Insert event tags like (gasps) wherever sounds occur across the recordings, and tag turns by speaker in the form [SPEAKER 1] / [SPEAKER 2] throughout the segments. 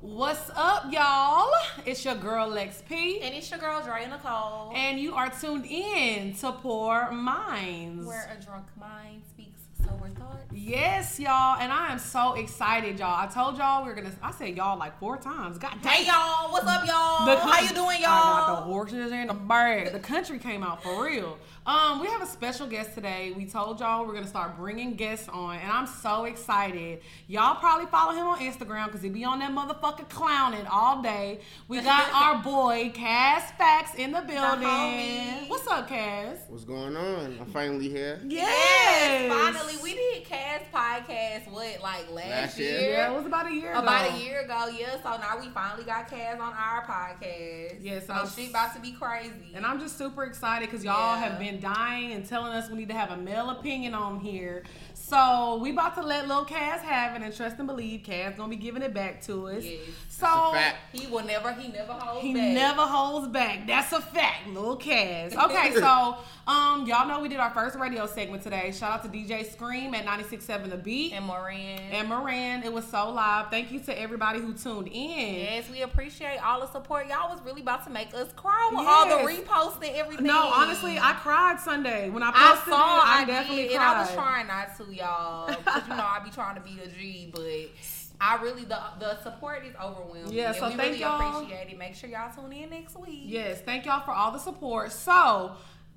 [SPEAKER 1] What's up, y'all? It's your girl Lex P,
[SPEAKER 2] And it's your girl, Dre Nicole.
[SPEAKER 1] and you are tuned in to Poor Minds.
[SPEAKER 2] where a drunk mind speaks sober thoughts.
[SPEAKER 1] Yes, y'all, and I am so excited, y'all. I told y'all we are gonna. I said y'all like four times. God damn.
[SPEAKER 2] Hey y'all, what's up y'all?
[SPEAKER 1] The
[SPEAKER 2] How
[SPEAKER 1] country-
[SPEAKER 2] you doing
[SPEAKER 1] I got the
[SPEAKER 2] y'all?
[SPEAKER 1] horses in the bag. The country came out for real. Um, we have a special guest today. We told y'all we're gonna start bringing guests on, and I'm so excited. Y'all probably follow him on Instagram because he be on that motherfucker clowning all day. We (laughs) got our boy Cass Facts in the building.
[SPEAKER 2] homie.
[SPEAKER 1] What's up, Cass?
[SPEAKER 3] What's going on? I'm finally here.
[SPEAKER 2] Yes, finally we did Cass podcast what like last,
[SPEAKER 3] Last
[SPEAKER 2] year?
[SPEAKER 3] year.
[SPEAKER 1] Yeah, it was about a year ago.
[SPEAKER 2] About a year ago, yeah. So now we finally got Cass on our podcast.
[SPEAKER 1] Yes,
[SPEAKER 2] so
[SPEAKER 1] I'm-
[SPEAKER 2] she about to be crazy.
[SPEAKER 1] And I'm just super excited because y'all
[SPEAKER 2] Yeah.
[SPEAKER 1] have been dying and telling us we need to have a male opinion on here. So we about to let Lil Cass have it and trust and believe Cass gonna be giving it back to us.
[SPEAKER 2] Yes.
[SPEAKER 1] So
[SPEAKER 3] That's a fact.
[SPEAKER 2] he will never he never holds
[SPEAKER 1] he
[SPEAKER 2] back.
[SPEAKER 1] never holds back. That's a fact, Lil Cass. Okay,
[SPEAKER 3] (laughs)
[SPEAKER 1] so um y'all know we did our first radio segment today. Shout out to DJ Scream at 96.7 The Beat
[SPEAKER 2] and Moran.
[SPEAKER 1] and Moran. It was so live. Thank you to everybody who tuned in.
[SPEAKER 2] Yes, we appreciate all the support. Y'all was really about to make us cry with all the
[SPEAKER 1] Yes.
[SPEAKER 2] reposts and everything.
[SPEAKER 1] No, honestly, I cried Sunday when I
[SPEAKER 2] I
[SPEAKER 1] posted
[SPEAKER 2] saw.
[SPEAKER 1] it. I,
[SPEAKER 2] I,
[SPEAKER 1] definitely
[SPEAKER 2] did,
[SPEAKER 1] cried.
[SPEAKER 2] and I was trying not to, y'all, because you know I be trying to be a G, but I really the the support is overwhelming.
[SPEAKER 1] Yeah,
[SPEAKER 2] and
[SPEAKER 1] so
[SPEAKER 2] we
[SPEAKER 1] thank
[SPEAKER 2] really
[SPEAKER 1] y'all.
[SPEAKER 2] Appreciate it. Make sure y'all tune in next week.
[SPEAKER 1] Yes, thank y'all for all the support. So,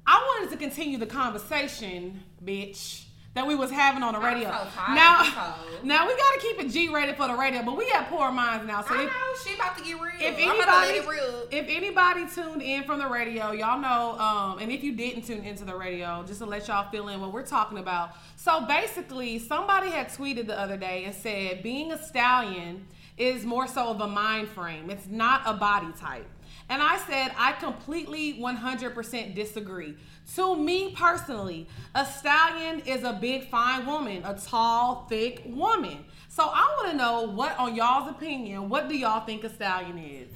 [SPEAKER 1] I wanted to continue the conversation, bitch, that we was having on the
[SPEAKER 2] I'm
[SPEAKER 1] radio.
[SPEAKER 2] so tired, I'm
[SPEAKER 1] now, (laughs)
[SPEAKER 2] cold.
[SPEAKER 1] now we gotta keep it G-rated for the radio, but we at Poor Minds now. So
[SPEAKER 2] I
[SPEAKER 1] if,
[SPEAKER 2] know she about to get real.
[SPEAKER 1] if
[SPEAKER 2] I'm about to let it
[SPEAKER 1] anybody,
[SPEAKER 2] real.
[SPEAKER 1] if anybody tuned in from the radio, y'all know, um, and if you didn't tune into the radio, just to let y'all feel in what we're talking about. So basically, somebody had tweeted the other day and said, being a stallion is more so of a mind frame. It's not a body type. And I said, I completely 100% disagree. To me personally, a stallion is a big, fine woman, a tall, thick woman. So I want to know what, on y'all's opinion, what do y'all think a stallion is?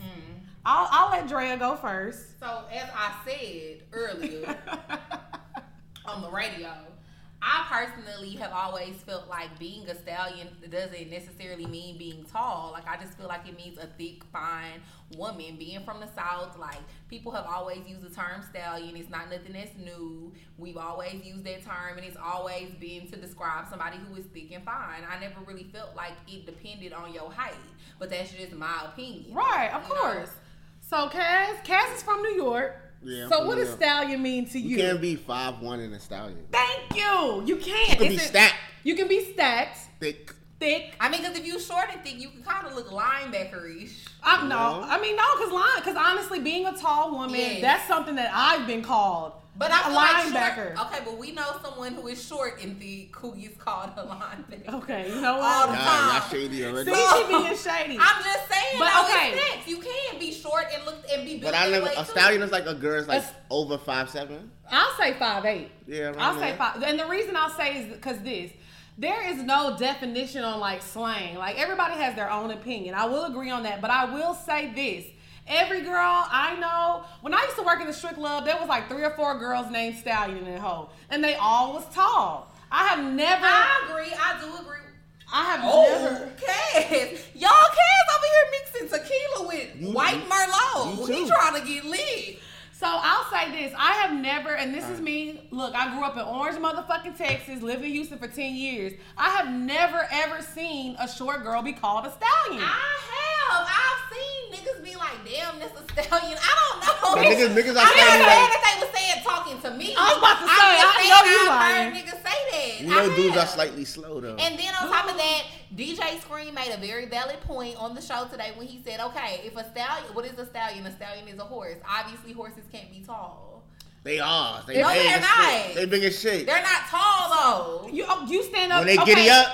[SPEAKER 1] I'll, I'll let Drea go first. (laughs)
[SPEAKER 2] so as I said earlier, on the radio. I personally have always felt like being a stallion doesn't necessarily mean being tall. Like I just feel like it means a thick, fine woman. Being from the south, like people have always used the term stallion. It's not nothing that's new. We've always used that term, and it's always been to describe somebody who is thick and fine. I never really felt like it depended on your height, but that's just my opinion.
[SPEAKER 1] right, of
[SPEAKER 2] You know?
[SPEAKER 1] course. So Cass, Cass is from New York.
[SPEAKER 3] Yeah, I'm
[SPEAKER 1] so
[SPEAKER 3] from
[SPEAKER 1] what
[SPEAKER 3] New
[SPEAKER 1] does
[SPEAKER 3] York.
[SPEAKER 1] stallion mean to
[SPEAKER 3] You
[SPEAKER 1] you?
[SPEAKER 3] can't be five one in a stallion.
[SPEAKER 1] Thank you. You can't.
[SPEAKER 3] You can be
[SPEAKER 1] It's a-
[SPEAKER 3] stacked,
[SPEAKER 1] You can be stacked,
[SPEAKER 3] thick.
[SPEAKER 1] thick.
[SPEAKER 2] I mean, because if you short and thick, you can kind of look linebackerish.
[SPEAKER 1] I'm no.
[SPEAKER 3] No.
[SPEAKER 1] I mean no, cause line, cause honestly, being a tall woman,
[SPEAKER 2] Yes.
[SPEAKER 1] that's something that I've been called.
[SPEAKER 2] But I
[SPEAKER 1] a
[SPEAKER 2] feel like
[SPEAKER 1] linebacker.
[SPEAKER 2] short- okay, but we know someone who is short and thick who gets called a linebacker.
[SPEAKER 1] okay, you know
[SPEAKER 2] All
[SPEAKER 1] what?
[SPEAKER 2] the-
[SPEAKER 3] Nah, y'all shady already.
[SPEAKER 1] See, she
[SPEAKER 3] (laughs)
[SPEAKER 1] being shady.
[SPEAKER 2] I'm just
[SPEAKER 1] But
[SPEAKER 2] saying, but no,
[SPEAKER 1] okay.
[SPEAKER 2] okay, it's sex. you can be short and look and be big.
[SPEAKER 3] But I
[SPEAKER 2] that
[SPEAKER 3] never.
[SPEAKER 2] way
[SPEAKER 3] A
[SPEAKER 2] too.
[SPEAKER 3] stallion is like a girl is like
[SPEAKER 1] That's-
[SPEAKER 3] over five seven.
[SPEAKER 1] I'll say five eight.
[SPEAKER 3] Yeah, around
[SPEAKER 1] I'll say
[SPEAKER 3] there.
[SPEAKER 1] five. And the reason I'll say is because this. There is no definition on like slang. Like everybody has their own opinion. I will agree on that, but I will say this. Every girl I know, when I used to work in the strip club, there was like three or four girls named Stallion in the hoe, and they all was tall. I have never, I,
[SPEAKER 2] I agree. I do agree.
[SPEAKER 1] have
[SPEAKER 2] Oh,
[SPEAKER 1] never.
[SPEAKER 2] Cass. Y'all Cass over here mixing tequila with
[SPEAKER 3] You-
[SPEAKER 2] white
[SPEAKER 3] you-
[SPEAKER 2] Merlot.
[SPEAKER 3] you
[SPEAKER 2] He
[SPEAKER 3] too.
[SPEAKER 2] trying to get lit.
[SPEAKER 1] So I'll say this: I have never, and this is me. Look, I grew up in Orange, motherfucking Texas, lived in Houston for ten years. I have never ever seen a short girl be called a stallion.
[SPEAKER 2] I have. I've seen niggas be like, damn, that's a stallion. I don't know.
[SPEAKER 3] But niggas- niggas
[SPEAKER 2] (laughs)
[SPEAKER 3] are
[SPEAKER 2] I didn't
[SPEAKER 3] saying,
[SPEAKER 2] know
[SPEAKER 3] like-
[SPEAKER 2] that they were saying talking to me.
[SPEAKER 1] I was about to say,
[SPEAKER 2] just
[SPEAKER 1] I
[SPEAKER 2] saying
[SPEAKER 1] know you
[SPEAKER 2] I've
[SPEAKER 1] lying.
[SPEAKER 2] heard niggas say that.
[SPEAKER 3] You know,
[SPEAKER 2] I
[SPEAKER 3] dudes are
[SPEAKER 2] have.
[SPEAKER 3] slightly slow though.
[SPEAKER 2] And then on top of that, DJ Scream made a very valid point on the show today when he said, okay, if a stallion, what is a stallion? A stallion is a horse. Obviously, horses can't be tall.
[SPEAKER 3] they are. They
[SPEAKER 2] No,
[SPEAKER 3] big
[SPEAKER 2] they're
[SPEAKER 3] as shit.
[SPEAKER 2] not.
[SPEAKER 3] They big as shit.
[SPEAKER 2] They're not tall, though.
[SPEAKER 1] You oh, you stand up
[SPEAKER 3] When they
[SPEAKER 1] okay.
[SPEAKER 3] giddy up,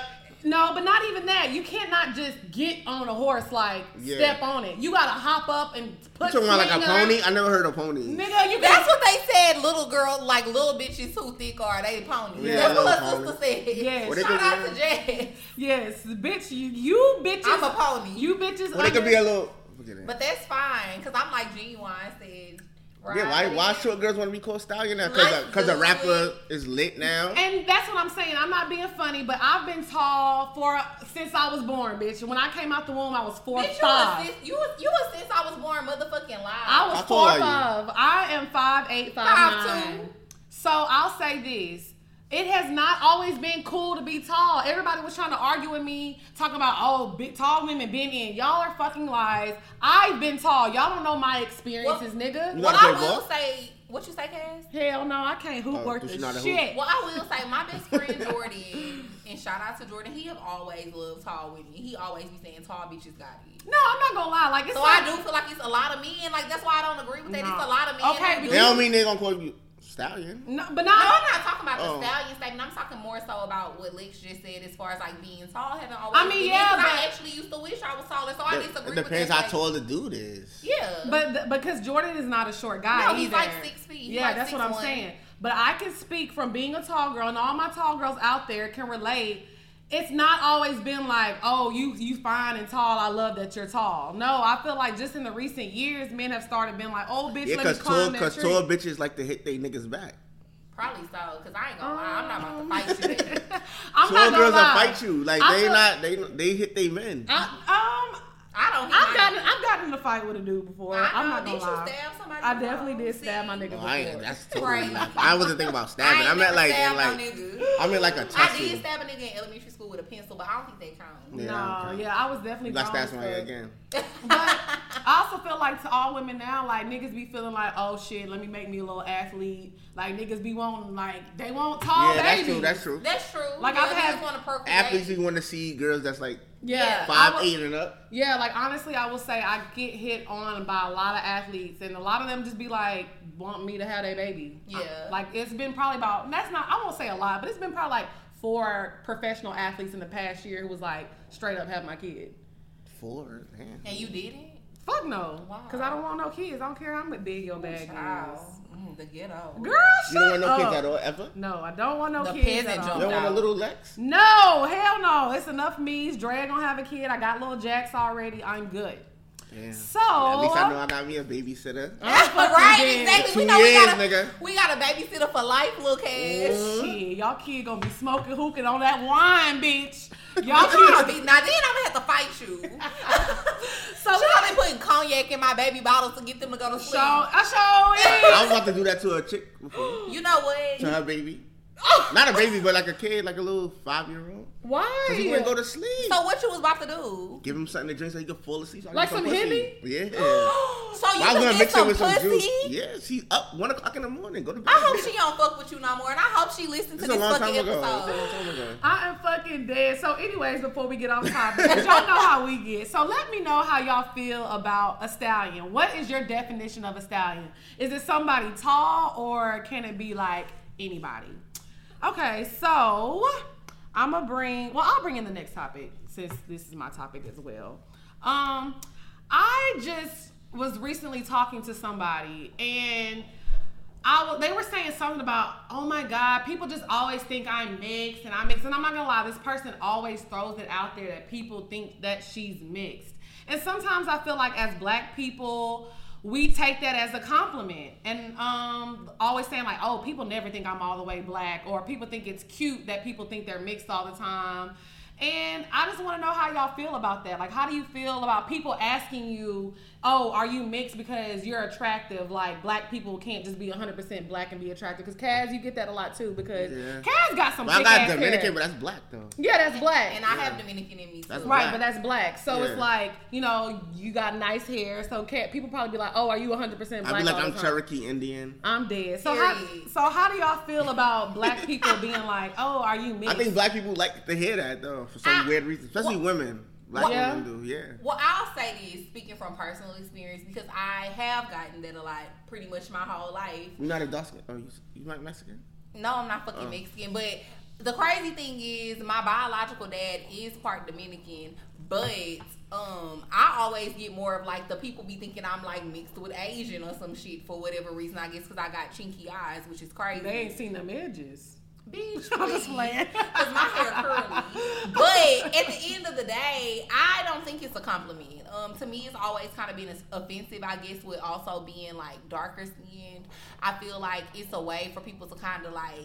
[SPEAKER 1] No, but not even that. You can't not just get on a horse like
[SPEAKER 3] Yeah.
[SPEAKER 1] step on it. You gotta hop up and
[SPEAKER 3] you
[SPEAKER 1] put.
[SPEAKER 3] talking about like a
[SPEAKER 1] swing
[SPEAKER 3] pony?
[SPEAKER 1] on-
[SPEAKER 3] I never heard of pony.
[SPEAKER 1] Nigga, you got.
[SPEAKER 2] That's what they said, little girl, like little bitches who thick are, they ponies.
[SPEAKER 3] Yeah,
[SPEAKER 2] That's what
[SPEAKER 3] little
[SPEAKER 2] her sister said.
[SPEAKER 1] Yes. Well, they
[SPEAKER 2] Shout
[SPEAKER 3] could
[SPEAKER 2] out
[SPEAKER 3] be-
[SPEAKER 2] to Jazz.
[SPEAKER 1] Yes, bitch. You you bitches.
[SPEAKER 2] I'm a pony.
[SPEAKER 1] You bitches.
[SPEAKER 3] Well, they could
[SPEAKER 1] under-
[SPEAKER 3] be a little. Forget it.
[SPEAKER 2] But that's fine, because I'm like genuine said. Right.
[SPEAKER 3] Yeah, why why short girls want to be called stallion now? Because
[SPEAKER 2] Let's
[SPEAKER 3] because a
[SPEAKER 2] do
[SPEAKER 3] rapper is lit now.
[SPEAKER 1] And that's what I'm saying. I'm not being funny, but I've been tall for since I was born, bitch. When I came out the womb, I was four
[SPEAKER 2] Bitch, you was,
[SPEAKER 1] five.
[SPEAKER 2] since, you, was, you was since I was born motherfucking live.
[SPEAKER 1] I was
[SPEAKER 3] How tall
[SPEAKER 1] four
[SPEAKER 3] are you?
[SPEAKER 1] five. I am five eight five
[SPEAKER 2] Five
[SPEAKER 1] nine.
[SPEAKER 2] two.
[SPEAKER 1] So I'll say this. It has not always been cool to be tall. Everybody was trying to argue with me, talking about, oh, big, tall women been in. Y'all are fucking lies. I've been tall. Y'all don't know my experiences, nigga.
[SPEAKER 3] You
[SPEAKER 2] What
[SPEAKER 3] gotta
[SPEAKER 2] I
[SPEAKER 3] play
[SPEAKER 2] will
[SPEAKER 3] ball?
[SPEAKER 2] say, what you say, Cass?
[SPEAKER 1] Hell no, I can't hoop
[SPEAKER 3] Oh,
[SPEAKER 1] worth
[SPEAKER 3] but
[SPEAKER 1] the
[SPEAKER 3] you're not a hoop.
[SPEAKER 1] shit.
[SPEAKER 2] Well, I will say my best friend Jordan, (laughs) and shout out to Jordan. He have always loved tall women. He always be saying tall bitches got it.
[SPEAKER 1] No, I'm not gonna lie. Like it's
[SPEAKER 2] So
[SPEAKER 1] like,
[SPEAKER 2] I do feel like it's a lot of men. Like that's why I don't agree with that. It's a lot of men.
[SPEAKER 1] Okay,
[SPEAKER 2] that
[SPEAKER 1] but
[SPEAKER 2] do
[SPEAKER 3] They don't mean they're gonna call you stallion.
[SPEAKER 1] No, but
[SPEAKER 2] No,
[SPEAKER 1] not. (laughs)
[SPEAKER 2] I'm not talking about the
[SPEAKER 3] Oh.
[SPEAKER 2] stallion statement. I'm talking more so about what Lex just said as far as like being tall. Having always
[SPEAKER 1] I mean,
[SPEAKER 2] been it,
[SPEAKER 1] yeah,
[SPEAKER 2] 'cause
[SPEAKER 1] but-
[SPEAKER 2] I actually used to wish I was taller, so I disagree
[SPEAKER 3] It
[SPEAKER 2] with
[SPEAKER 3] depends
[SPEAKER 2] that.
[SPEAKER 3] how
[SPEAKER 2] like,
[SPEAKER 3] tall the dude is.
[SPEAKER 2] Yeah,
[SPEAKER 1] But th- because Jordan is not a short guy.
[SPEAKER 2] No, he's
[SPEAKER 1] either.
[SPEAKER 2] like six feet. He's
[SPEAKER 1] yeah,
[SPEAKER 2] like
[SPEAKER 1] that's what I'm
[SPEAKER 2] 6'1".
[SPEAKER 1] saying. But I can speak from being a tall girl, and all my tall girls out there can relate. It's not always been like, oh, you you fine and tall. I love that you're tall. No, I feel like just in the recent years, men have started being like, oh, bitch, let me
[SPEAKER 3] Yeah, because tall
[SPEAKER 1] climb that
[SPEAKER 3] because
[SPEAKER 1] tree. (laughs)
[SPEAKER 3] tall bitches like to hit they niggas back.
[SPEAKER 2] probably so. Because I ain't gonna lie, I'm not
[SPEAKER 1] Um.
[SPEAKER 2] about to fight
[SPEAKER 1] (laughs)
[SPEAKER 2] you.
[SPEAKER 1] I'm
[SPEAKER 3] Tall
[SPEAKER 1] not gonna
[SPEAKER 3] girls that
[SPEAKER 1] lie.
[SPEAKER 3] fight you like
[SPEAKER 1] I
[SPEAKER 3] they
[SPEAKER 1] feel-
[SPEAKER 3] not they they hit they men.
[SPEAKER 1] I, um,
[SPEAKER 2] I don't. hit
[SPEAKER 1] I've
[SPEAKER 2] my-
[SPEAKER 1] gotten I've gotten in a fight with a dude before.
[SPEAKER 2] I
[SPEAKER 1] I'm
[SPEAKER 2] know.
[SPEAKER 1] not gonna
[SPEAKER 2] Did you
[SPEAKER 1] lie.
[SPEAKER 2] stab somebody
[SPEAKER 1] I
[SPEAKER 2] before?
[SPEAKER 1] definitely did stab my
[SPEAKER 2] See?
[SPEAKER 1] nigga
[SPEAKER 3] No,
[SPEAKER 1] before.
[SPEAKER 3] Oh, I ain't, that's totally
[SPEAKER 2] Right.
[SPEAKER 3] not. I wasn't thinking about
[SPEAKER 2] I
[SPEAKER 3] stabbing. I,
[SPEAKER 2] ain't
[SPEAKER 3] meant
[SPEAKER 2] never
[SPEAKER 3] like in
[SPEAKER 2] stabbed no
[SPEAKER 3] like
[SPEAKER 1] (laughs)
[SPEAKER 2] nigga.
[SPEAKER 3] I meant like a
[SPEAKER 2] I did
[SPEAKER 3] tussle.
[SPEAKER 2] stab a nigga in elementary school with a pencil, but I don't think that counts.
[SPEAKER 3] Yeah,
[SPEAKER 1] no,
[SPEAKER 3] okay.
[SPEAKER 1] yeah, I was definitely.
[SPEAKER 3] You got
[SPEAKER 1] grown
[SPEAKER 3] stabbed
[SPEAKER 1] as
[SPEAKER 3] somebody
[SPEAKER 1] fuck.
[SPEAKER 3] again.
[SPEAKER 1] But
[SPEAKER 2] (laughs)
[SPEAKER 1] I also feel like to all women now, like niggas be feeling like, oh shit, let me make me a little athlete. Like niggas be wanting, like they want tall
[SPEAKER 3] Yeah, that's
[SPEAKER 1] babies.
[SPEAKER 3] true. That's true.
[SPEAKER 2] That's true.
[SPEAKER 1] Like,
[SPEAKER 2] yeah,
[SPEAKER 1] I've had
[SPEAKER 2] want to procreate.
[SPEAKER 3] Athletes, you want to see girls that's like
[SPEAKER 1] Yeah,
[SPEAKER 3] five
[SPEAKER 1] I wa-
[SPEAKER 3] eight and up.
[SPEAKER 1] Yeah, like honestly, I will say I get hit on by a lot of athletes, and a lot of them just be like, want me to have their baby.
[SPEAKER 2] Yeah.
[SPEAKER 1] I- like it's been probably about and that's not I won't say a lot, but it's been probably like four professional athletes in the past year who was like straight up have my kid.
[SPEAKER 3] Four, man.
[SPEAKER 2] and you didn't.
[SPEAKER 1] Fuck no,
[SPEAKER 2] Wow.
[SPEAKER 1] because I don't want no kids. I don't care how big your bag
[SPEAKER 2] Child,
[SPEAKER 1] is.
[SPEAKER 2] Mm, the ghetto.
[SPEAKER 1] Girl, shut
[SPEAKER 3] You don't want no
[SPEAKER 1] up.
[SPEAKER 3] kids at all ever.
[SPEAKER 1] No, I don't want oh. no
[SPEAKER 2] The
[SPEAKER 1] kids
[SPEAKER 2] peasant
[SPEAKER 1] at all.
[SPEAKER 3] You
[SPEAKER 2] jump.
[SPEAKER 3] don't want a
[SPEAKER 2] No.
[SPEAKER 3] little Lex.
[SPEAKER 1] No, hell no. It's enough me's. Dre gonna have a kid. I got little Jacks already. I'm good.
[SPEAKER 3] Yeah.
[SPEAKER 1] So-
[SPEAKER 3] at least I know I got me a babysitter.
[SPEAKER 1] I'm fucking
[SPEAKER 2] (laughs) right,
[SPEAKER 1] dead.
[SPEAKER 2] exactly. we
[SPEAKER 3] Two
[SPEAKER 2] know
[SPEAKER 3] years,
[SPEAKER 2] we got
[SPEAKER 3] nigga.
[SPEAKER 2] a we got a babysitter for life, little cash.
[SPEAKER 3] Hmm?
[SPEAKER 1] Shit, y'all kid gonna be smoking hookah on that wine,
[SPEAKER 3] (laughs)
[SPEAKER 1] bitch. Y'all
[SPEAKER 2] I'm trying
[SPEAKER 1] kid.
[SPEAKER 2] to be- now then I'm gonna have to
[SPEAKER 1] (laughs)
[SPEAKER 2] fight you. so Charlie putting cognac in my baby bottles to get them to go to
[SPEAKER 1] Show,
[SPEAKER 2] sleep.
[SPEAKER 1] I
[SPEAKER 3] (laughs) I was about to do that to a chick before. (gasps)
[SPEAKER 2] You know
[SPEAKER 3] To
[SPEAKER 2] what? Oh,
[SPEAKER 3] her baby.
[SPEAKER 1] show it.
[SPEAKER 3] Not a baby, but like a kid, like a little five year old. Cause he
[SPEAKER 1] Why?
[SPEAKER 3] wouldn't go to sleep.
[SPEAKER 2] So what you was about to
[SPEAKER 3] (gasps)
[SPEAKER 2] do?
[SPEAKER 3] Give him something to drink so he could fall asleep. So I
[SPEAKER 1] Like
[SPEAKER 3] can
[SPEAKER 1] some
[SPEAKER 3] get
[SPEAKER 1] Henny?
[SPEAKER 3] pussy. Yeah.
[SPEAKER 2] (gasps) So you
[SPEAKER 3] Why
[SPEAKER 2] can
[SPEAKER 3] gonna
[SPEAKER 2] get
[SPEAKER 3] mix it
[SPEAKER 2] some
[SPEAKER 3] with some juice?
[SPEAKER 2] pussy?
[SPEAKER 3] Yeah, she up one o'clock in the morning. Go to bed.
[SPEAKER 2] I hope
[SPEAKER 3] bitch.
[SPEAKER 2] she don't fuck with you no more, and I hope she listens
[SPEAKER 3] This
[SPEAKER 2] to
[SPEAKER 3] is a
[SPEAKER 2] this
[SPEAKER 3] long time
[SPEAKER 2] fucking
[SPEAKER 3] ago. This is a
[SPEAKER 2] episode.
[SPEAKER 3] long time ago.
[SPEAKER 1] I am fucking dead. So, anyways, before we get off topic, 'cause y'all know how we get. So, let me know how y'all feel about a stallion. What is your definition of a stallion? Is it somebody tall or can it be like anybody? Okay, so I'm gonna bring, well, I'll bring in the next topic since this is my topic as well. Um, I just was recently talking to somebody and I w- they were saying something about, oh my God, people just always think I'm mixed and I'm mixed. And I'm not gonna lie, this person always throws it out there that people think that she's mixed. And sometimes I feel like as black people, we take that as a compliment and um, always saying like, oh, people never think I'm all the way black or people think it's cute that people think they're mixed all the time. And I just want to know how y'all feel about that. Like, how do you feel about people asking you, oh, are you mixed because you're attractive? Like, black people can't just be 100% black and be attractive. Because Kaz, you get that a lot too, because
[SPEAKER 3] Yeah.
[SPEAKER 1] Kaz got some
[SPEAKER 3] But I
[SPEAKER 1] thick
[SPEAKER 3] got
[SPEAKER 1] ass
[SPEAKER 3] Dominican,
[SPEAKER 1] hair.
[SPEAKER 3] but that's black though.
[SPEAKER 1] yeah, that's black.
[SPEAKER 2] And I have Dominican in me too.
[SPEAKER 3] That's
[SPEAKER 1] Right,
[SPEAKER 3] black.
[SPEAKER 1] but that's black. So
[SPEAKER 3] Yeah.
[SPEAKER 1] it's like, you know, you got nice hair. So cat people probably be like, oh, are you 100% black?
[SPEAKER 3] I'd be like,
[SPEAKER 1] all the
[SPEAKER 3] I'm
[SPEAKER 1] time?
[SPEAKER 3] Cherokee Indian.
[SPEAKER 1] I'm dead. So how,
[SPEAKER 2] Period.
[SPEAKER 1] so how do y'all feel about black people being like, oh, are you mixed?
[SPEAKER 3] I think black people like to hear that though for some
[SPEAKER 2] I-
[SPEAKER 3] weird reason, especially
[SPEAKER 2] Wha-
[SPEAKER 3] women. Black
[SPEAKER 1] Wha- Yeah.
[SPEAKER 3] women do, yeah.
[SPEAKER 2] Well, I'll say this, speaking from personal experience, because I have gotten that a lot pretty much my whole life.
[SPEAKER 3] You're not a dark skin. Oh, you, you like Mexican?
[SPEAKER 2] No, I'm not fucking Mexican. But the crazy thing is, my biological dad is part Dominican, but um, I always get more of like the people be thinking I'm like mixed with Asian or some shit for whatever reason. I guess because I got chinky eyes, which is crazy.
[SPEAKER 1] they ain't seen them edges.
[SPEAKER 2] Bitch,
[SPEAKER 1] (laughs) I'm just
[SPEAKER 2] please. (laughs)
[SPEAKER 1] playing.
[SPEAKER 2] 'Cause my hair curly. But at the end of the day, I don't think it's a compliment. um, to me, it's always kind of been offensive, I guess, with also being like darker skinned. I feel like it's a way for people to kind of like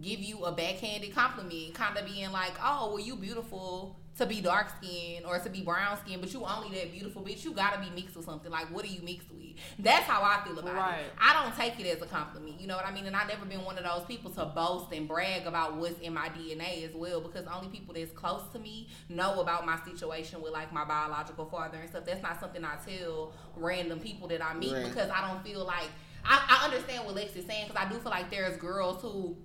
[SPEAKER 2] give you a backhanded compliment, kind of being like, oh, well, you beautiful to be dark skinned or to be brown skinned, but you only that beautiful bitch. You gotta be mixed with something. Like, what are you mixed with? That's how I feel about
[SPEAKER 1] Right.
[SPEAKER 2] it. I don't take it as a compliment. You know what I mean? And I've never been one of those people to boast and brag about what's in my DNA as well, because only people that's close to me know about my situation with like my biological father and stuff. That's not something I tell random people that I meet
[SPEAKER 3] Right.
[SPEAKER 2] because I don't feel like. I, I understand what Lex is saying because I do feel like there's girls who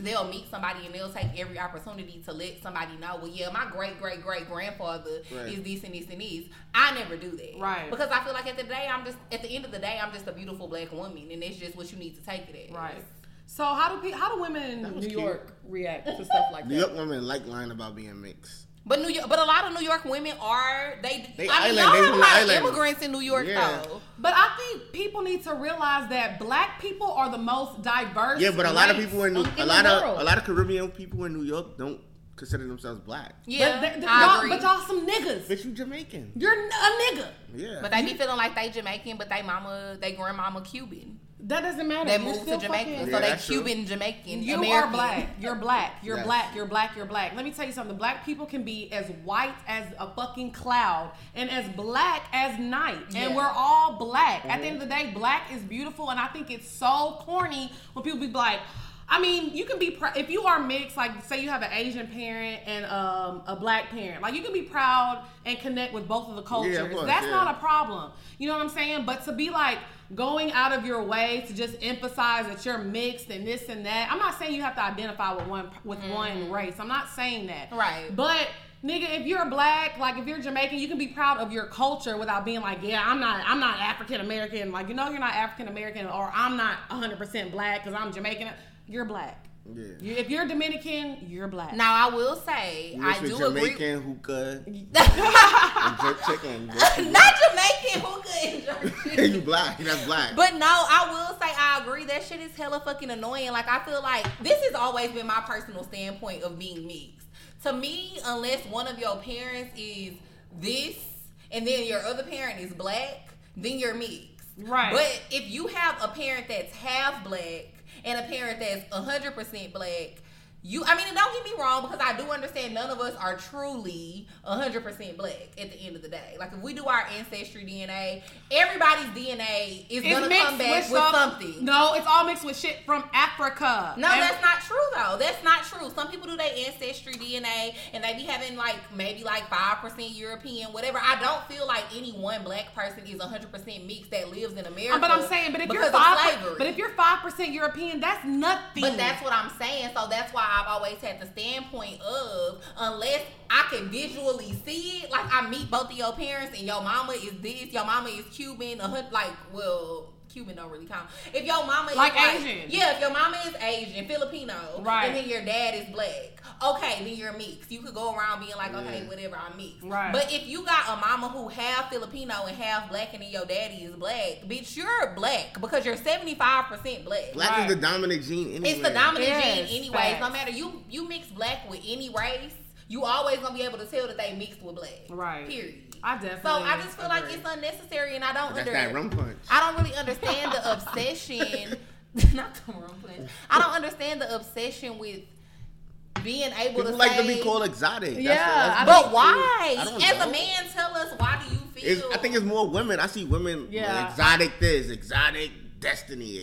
[SPEAKER 2] they'll meet somebody and they'll take every opportunity to let somebody know, well, yeah, my great great great grandfather
[SPEAKER 3] Right.
[SPEAKER 2] is this and this and this. I never do that,
[SPEAKER 1] Right.
[SPEAKER 2] Because I feel like at the day, I'm just at the end of the day, I'm just a beautiful black woman, and that's just what you need to take it as.
[SPEAKER 1] Right. So how do pe- how do women in
[SPEAKER 3] That
[SPEAKER 1] New
[SPEAKER 3] was cute.
[SPEAKER 1] York react to stuff like that?
[SPEAKER 3] New York women like lying about being mixed.
[SPEAKER 2] But New York, but a lot of New York women are they.
[SPEAKER 3] They
[SPEAKER 2] I mean,
[SPEAKER 3] island-
[SPEAKER 2] y'all
[SPEAKER 3] they
[SPEAKER 2] have a
[SPEAKER 3] from the
[SPEAKER 2] lot of
[SPEAKER 3] island.
[SPEAKER 2] immigrants in New York
[SPEAKER 3] Yeah.
[SPEAKER 2] though.
[SPEAKER 1] But I think people need to realize that black people are the most diverse.
[SPEAKER 3] Yeah, but a lot of
[SPEAKER 1] race.
[SPEAKER 3] people in New,
[SPEAKER 4] in
[SPEAKER 3] a
[SPEAKER 4] the
[SPEAKER 3] lot of
[SPEAKER 4] world.
[SPEAKER 3] a lot of Caribbean people in New York don't consider themselves black.
[SPEAKER 2] Yeah,
[SPEAKER 1] but, they-
[SPEAKER 2] I
[SPEAKER 1] y'all,
[SPEAKER 2] agree.
[SPEAKER 1] but y'all some niggas.
[SPEAKER 3] Bitch, you Jamaican.
[SPEAKER 1] You're n- a nigga.
[SPEAKER 3] Yeah.
[SPEAKER 2] But they be feeling like they Jamaican, but they mama, they grandmama Cuban.
[SPEAKER 1] That doesn't matter.
[SPEAKER 2] They
[SPEAKER 1] You're
[SPEAKER 2] moved to
[SPEAKER 1] still
[SPEAKER 2] Jamaica,
[SPEAKER 1] fucking-
[SPEAKER 3] Yeah,
[SPEAKER 2] so they
[SPEAKER 3] that's true.
[SPEAKER 2] Cuban Jamaican.
[SPEAKER 1] You
[SPEAKER 2] American.
[SPEAKER 1] are black. You're black. You're
[SPEAKER 3] Yes.
[SPEAKER 1] black. You're black. You're black. Let me tell you something. Black people can be as white as a fucking cloud and as black as night. And
[SPEAKER 2] Yeah.
[SPEAKER 1] we're all black. At the end
[SPEAKER 3] Mm-hmm.
[SPEAKER 1] of the day, black is beautiful. And I think it's so corny when people be like, I mean, you can be pr- if you are mixed, like say you have an Asian parent and um, a black parent. Like you can be proud and connect with both of the cultures.
[SPEAKER 3] course,
[SPEAKER 1] That's
[SPEAKER 3] yeah.
[SPEAKER 1] not a problem. You know what I'm saying? But to be like going out of your way to just emphasize that you're mixed and this and that. I'm not saying you have to identify with one with one race. I'm not saying that.
[SPEAKER 2] Mm. Right.
[SPEAKER 1] But nigga, if you're black, like if you're Jamaican, you can be proud of your culture without being like, yeah, I'm not I'm not African American. Like you know you're not African American or I'm not 100% black cuz I'm Jamaican. You're black.
[SPEAKER 3] yeah.
[SPEAKER 1] You, if you're Dominican, you're black.
[SPEAKER 2] Now I will say
[SPEAKER 3] You
[SPEAKER 2] I
[SPEAKER 3] mix
[SPEAKER 2] do
[SPEAKER 3] with
[SPEAKER 2] agree. (laughs)
[SPEAKER 3] Jamaican hookah and jerk chicken.
[SPEAKER 2] Not Jamaican hookah and jerk
[SPEAKER 3] (laughs)
[SPEAKER 2] chicken.
[SPEAKER 3] you black. That's black.
[SPEAKER 2] But no, I will say I agree. That shit is hella fucking annoying. Like I feel like this has always been my personal standpoint of being mixed. To me, unless one of your parents is this, and then your other parent is black, then you're mixed.
[SPEAKER 1] Right.
[SPEAKER 2] But if you have a parent that's half black and a parent that's hundred percent black. You, I mean, and don't get me wrong because I do understand none of us are truly 100% black at the end of the day. Like, if we do our ancestry DNA, everybody's DNA is
[SPEAKER 1] It's
[SPEAKER 2] gonna
[SPEAKER 1] mixed
[SPEAKER 2] come back with,
[SPEAKER 1] some-
[SPEAKER 2] something. No,
[SPEAKER 1] No, it's all mixed with shit from Africa. And-
[SPEAKER 2] that's not true though. That's not true. Some people do their ancestry DNA and they be having like maybe like five percent European, whatever. I don't feel like any one black person is hundred percent mixed that lives in America.
[SPEAKER 1] Uh, But I'm saying, but if
[SPEAKER 2] because
[SPEAKER 1] you're
[SPEAKER 2] of
[SPEAKER 1] five,
[SPEAKER 2] slavery.
[SPEAKER 1] but if you're five percent European, that's nothing.
[SPEAKER 2] But that's what I'm saying. So that's why I've always had the standpoint of unless I can visually see it, like I meet both of your parents and your mama is this, your mama is Cuban, a hun- like well. Cuban don't really count. If your mama is
[SPEAKER 1] Like Asian.
[SPEAKER 2] yeah. If your mama is Asian, Filipino,
[SPEAKER 1] Right.
[SPEAKER 2] and then your dad is black, okay, then you're mixed. You could go around being like, okay,
[SPEAKER 3] Yeah.
[SPEAKER 2] whatever, I'm mixed.
[SPEAKER 1] Right.
[SPEAKER 2] But if you got a mama who half Filipino and half black, and then your daddy is black, bitch, you're black because you're seventy five percent black.
[SPEAKER 3] black
[SPEAKER 1] Right.
[SPEAKER 3] is the dominant gene anyway.
[SPEAKER 2] It's the dominant
[SPEAKER 1] Yes,
[SPEAKER 2] gene anyways. No
[SPEAKER 1] facts.
[SPEAKER 2] matter you you mix black with any race, you always gonna be able to tell that they mixed with black.
[SPEAKER 1] Right.
[SPEAKER 2] Period.
[SPEAKER 1] I definitely
[SPEAKER 2] So I just feel like
[SPEAKER 1] agree.
[SPEAKER 2] it's unnecessary and I don't
[SPEAKER 3] That's
[SPEAKER 2] under
[SPEAKER 3] that rum punch.
[SPEAKER 2] I don't really understand the obsession
[SPEAKER 1] (laughs)
[SPEAKER 2] not the wrong place. I don't understand the obsession with being able
[SPEAKER 3] People
[SPEAKER 2] to
[SPEAKER 3] like
[SPEAKER 2] say,
[SPEAKER 3] to be called exotic. That's-
[SPEAKER 1] Yeah,
[SPEAKER 3] that's-
[SPEAKER 1] I
[SPEAKER 2] But
[SPEAKER 3] that's cool.
[SPEAKER 2] why?
[SPEAKER 3] I
[SPEAKER 2] As
[SPEAKER 3] don't
[SPEAKER 2] a
[SPEAKER 3] know.
[SPEAKER 2] man, tell us why do you feel
[SPEAKER 3] It's, I think it's more women. I see women like,
[SPEAKER 1] Yeah.
[SPEAKER 3] exotic this, exotic destiny,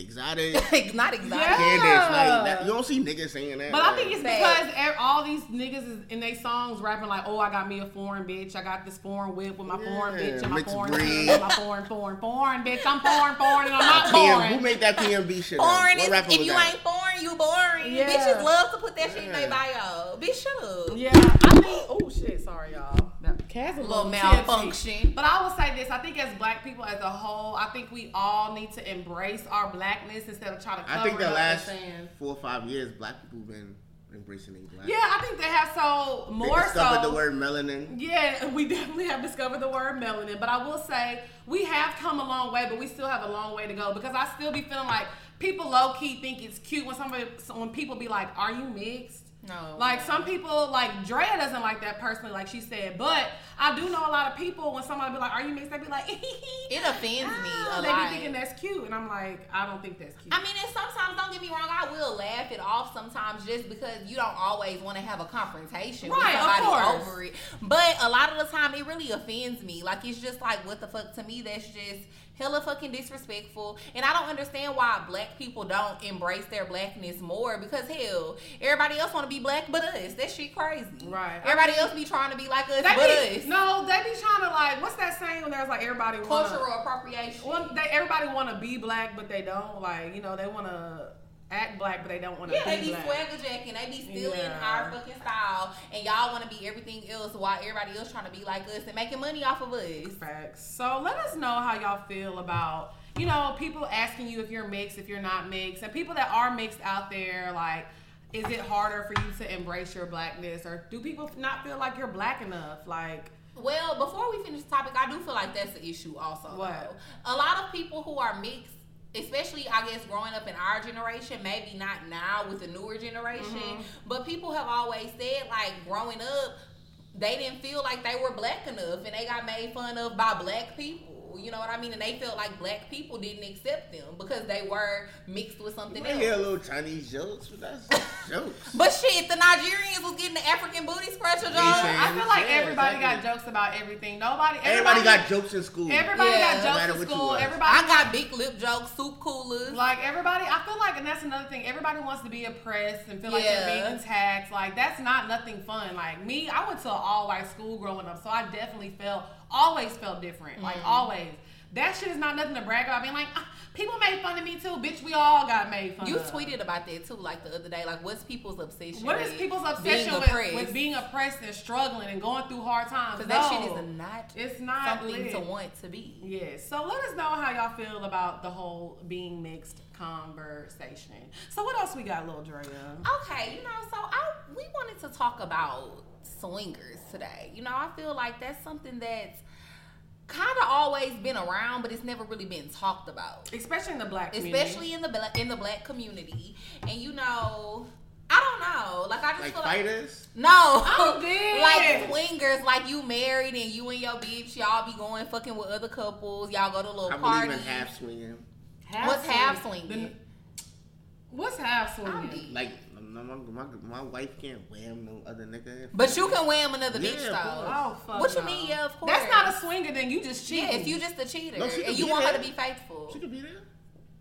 [SPEAKER 2] (laughs)
[SPEAKER 3] exotic
[SPEAKER 2] (laughs) it's not exactly
[SPEAKER 1] Yeah.
[SPEAKER 3] candidates. Like that, you don't see niggas saying that.
[SPEAKER 1] But I think it's
[SPEAKER 2] Facts.
[SPEAKER 1] because ev- all these niggas is in their songs rapping like, "Oh, I got me a foreign bitch. I got this foreign whip with my foreign
[SPEAKER 3] Yeah,
[SPEAKER 1] bitch and my
[SPEAKER 3] mixed
[SPEAKER 1] foreign
[SPEAKER 3] breed.
[SPEAKER 1] son and my foreign, foreign, foreign bitch. I'm foreign, foreign, and I'm not
[SPEAKER 3] (laughs) PM, who
[SPEAKER 1] foreign."
[SPEAKER 3] made
[SPEAKER 2] (laughs)
[SPEAKER 3] that PMB shit? up?
[SPEAKER 2] Foreign
[SPEAKER 3] What
[SPEAKER 2] is,
[SPEAKER 3] rapper
[SPEAKER 2] if
[SPEAKER 3] was
[SPEAKER 2] you
[SPEAKER 3] that?
[SPEAKER 2] ain't foreign, you boring.
[SPEAKER 1] Yeah.
[SPEAKER 2] Bitches love to put that shit in
[SPEAKER 3] Yeah.
[SPEAKER 2] their bio. Bitch, shut up.
[SPEAKER 1] Yeah, I think. Oh shit, sorry y'all. That Kaz a
[SPEAKER 2] Little
[SPEAKER 1] little
[SPEAKER 2] malfunction.
[SPEAKER 1] tipsy. But I will say this: I think as black people as a whole, I think we all need to embrace our blackness instead of trying to cover
[SPEAKER 3] I think
[SPEAKER 1] it
[SPEAKER 3] the
[SPEAKER 1] up
[SPEAKER 3] last
[SPEAKER 1] and saying-
[SPEAKER 3] four or five years, black people been embracing their black.
[SPEAKER 1] Yeah, I think they have so
[SPEAKER 3] They
[SPEAKER 1] more
[SPEAKER 3] discovered
[SPEAKER 1] so.
[SPEAKER 3] the word melanin.
[SPEAKER 1] Yeah, (laughs) we definitely have discovered the word melanin, but I will say we have come a long way, but we still have a long way to go because I still be feeling like people low key think it's cute when somebody when people be like, "Are you mixed?"
[SPEAKER 2] No.
[SPEAKER 1] Like some people, like Drea doesn't like that personally, like she said. But I do know a lot of people when somebody be like, "Are you mixed?" They be like, (laughs)
[SPEAKER 2] It offends me
[SPEAKER 1] "Ah,"
[SPEAKER 2] a
[SPEAKER 1] They
[SPEAKER 2] lot.
[SPEAKER 1] be thinking that's cute, and I'm like, I don't think that's cute.
[SPEAKER 2] I mean, and sometimes, don't get me wrong, I will laugh it off sometimes just because you don't always want to have a confrontation
[SPEAKER 1] Right, of
[SPEAKER 2] with somebody
[SPEAKER 1] course.
[SPEAKER 2] over it. But a lot of the time, it really offends me. Like, it's just like, what the fuck? To me, that's just hella fucking disrespectful. And I don't understand why black people don't embrace their blackness more because, hell, everybody else want to be black but us. That shit crazy.
[SPEAKER 1] Right. I
[SPEAKER 2] Everybody else be trying to be like us but
[SPEAKER 1] they
[SPEAKER 2] us.
[SPEAKER 1] be, no, they be trying to like, what's that saying when there's like everybody wanna-
[SPEAKER 2] Cultural appropriation.
[SPEAKER 1] Well, they, everybody want to be black, but they don't. Like, you know, they want to act black, but they don't want to
[SPEAKER 2] Yeah, they
[SPEAKER 1] be
[SPEAKER 2] be
[SPEAKER 1] black.
[SPEAKER 2] swagger jacking. They be stealing
[SPEAKER 1] Yeah.
[SPEAKER 2] our fucking style, and y'all want to be everything else while everybody else trying to be like us and making money off of us.
[SPEAKER 1] Facts. So let us know how y'all feel about, you know, people asking you if you're mixed, if you're not mixed, and people that are mixed out there, like, is it harder for you to embrace your blackness, or do people not feel like you're black enough? Like,
[SPEAKER 2] Well, before we finish the topic, I do feel like that's the issue also.
[SPEAKER 1] What?
[SPEAKER 2] though. A lot of people who are mixed, especially I guess growing up in our generation, maybe not now with the newer generation,
[SPEAKER 1] Mm-hmm.
[SPEAKER 2] but people have always said like growing up, they didn't feel like they were black enough and they got made fun of by black people. You know what I mean? And they felt like black people didn't accept them because they were mixed with something
[SPEAKER 3] I
[SPEAKER 2] else.
[SPEAKER 3] hear little Chinese jokes,
[SPEAKER 2] (laughs)
[SPEAKER 3] but that's jokes.
[SPEAKER 2] But shit, the Nigerians was getting the African booty scratcher,
[SPEAKER 3] saying-
[SPEAKER 2] dog.
[SPEAKER 1] uh, I feel like
[SPEAKER 3] Yeah,
[SPEAKER 1] everybody
[SPEAKER 3] exactly.
[SPEAKER 1] got jokes about everything. Nobody,
[SPEAKER 3] Everybody got jokes in school.
[SPEAKER 1] everybody
[SPEAKER 2] Yeah. No
[SPEAKER 1] got
[SPEAKER 3] matter
[SPEAKER 1] jokes
[SPEAKER 3] what
[SPEAKER 1] in
[SPEAKER 3] you
[SPEAKER 1] school.
[SPEAKER 3] was.
[SPEAKER 1] Everybody
[SPEAKER 2] I got big lip jokes, soup coolers.
[SPEAKER 1] Like everybody, I feel like, and that's another thing. Everybody wants to be oppressed and feel like
[SPEAKER 2] Yeah.
[SPEAKER 1] they're being taxed. Like that's not nothing fun. Like me, I went to an all white school growing up, so I definitely felt, always felt different. Like
[SPEAKER 2] Mm-hmm.
[SPEAKER 1] always, that shit is not nothing to brag about. Being like, "Ah, people made fun of me too, bitch. We all got made fun.
[SPEAKER 2] You
[SPEAKER 1] of.
[SPEAKER 2] tweeted about that too, like the other day. Like, what's people's obsession?
[SPEAKER 1] Uh, What is
[SPEAKER 2] with
[SPEAKER 1] people's
[SPEAKER 2] being
[SPEAKER 1] obsession
[SPEAKER 2] oppressed?
[SPEAKER 1] with, with being oppressed and struggling and going through hard times?
[SPEAKER 2] Because
[SPEAKER 1] Because
[SPEAKER 2] that shit is not
[SPEAKER 1] It's not
[SPEAKER 2] something
[SPEAKER 1] lit.
[SPEAKER 2] to want to be.
[SPEAKER 1] Yes. So let us know how y'all feel about the whole being mixed conversation. So what else we got, Lil Drea?
[SPEAKER 2] Okay, you know, so I we wanted to talk about swingers today. You know, I feel like that's something that's kind of always been around, but it's never really been talked about.
[SPEAKER 1] Especially in the black community.
[SPEAKER 2] especially in the bla- in the black community. And you know, I don't know. Like I just
[SPEAKER 3] Like
[SPEAKER 2] feel like
[SPEAKER 3] fighters.
[SPEAKER 2] no, (laughs)
[SPEAKER 1] I'm dead.
[SPEAKER 2] like swingers, like you married and you and your bitch, y'all be going fucking with other couples. Y'all go to little
[SPEAKER 3] I believe
[SPEAKER 2] parties.
[SPEAKER 3] in half swinging.
[SPEAKER 1] Half
[SPEAKER 2] What's half
[SPEAKER 1] swing?
[SPEAKER 2] swinging?
[SPEAKER 1] What's half
[SPEAKER 2] I'm
[SPEAKER 1] swinging?
[SPEAKER 2] dead.
[SPEAKER 3] Like my, my, my, my wife can't wham no other nigga.
[SPEAKER 2] but you can wham another
[SPEAKER 3] Yeah,
[SPEAKER 2] bitch
[SPEAKER 3] of
[SPEAKER 2] though.
[SPEAKER 3] course.
[SPEAKER 1] Oh fuck.
[SPEAKER 2] What you
[SPEAKER 1] no.
[SPEAKER 2] mean? Yeah, of course.
[SPEAKER 1] That's not a swinger thing. You just cheating.
[SPEAKER 2] Yeah, if you just a cheater
[SPEAKER 3] No, she can
[SPEAKER 2] and you
[SPEAKER 3] be
[SPEAKER 2] want her
[SPEAKER 3] there.
[SPEAKER 2] to be faithful,
[SPEAKER 3] She could be there.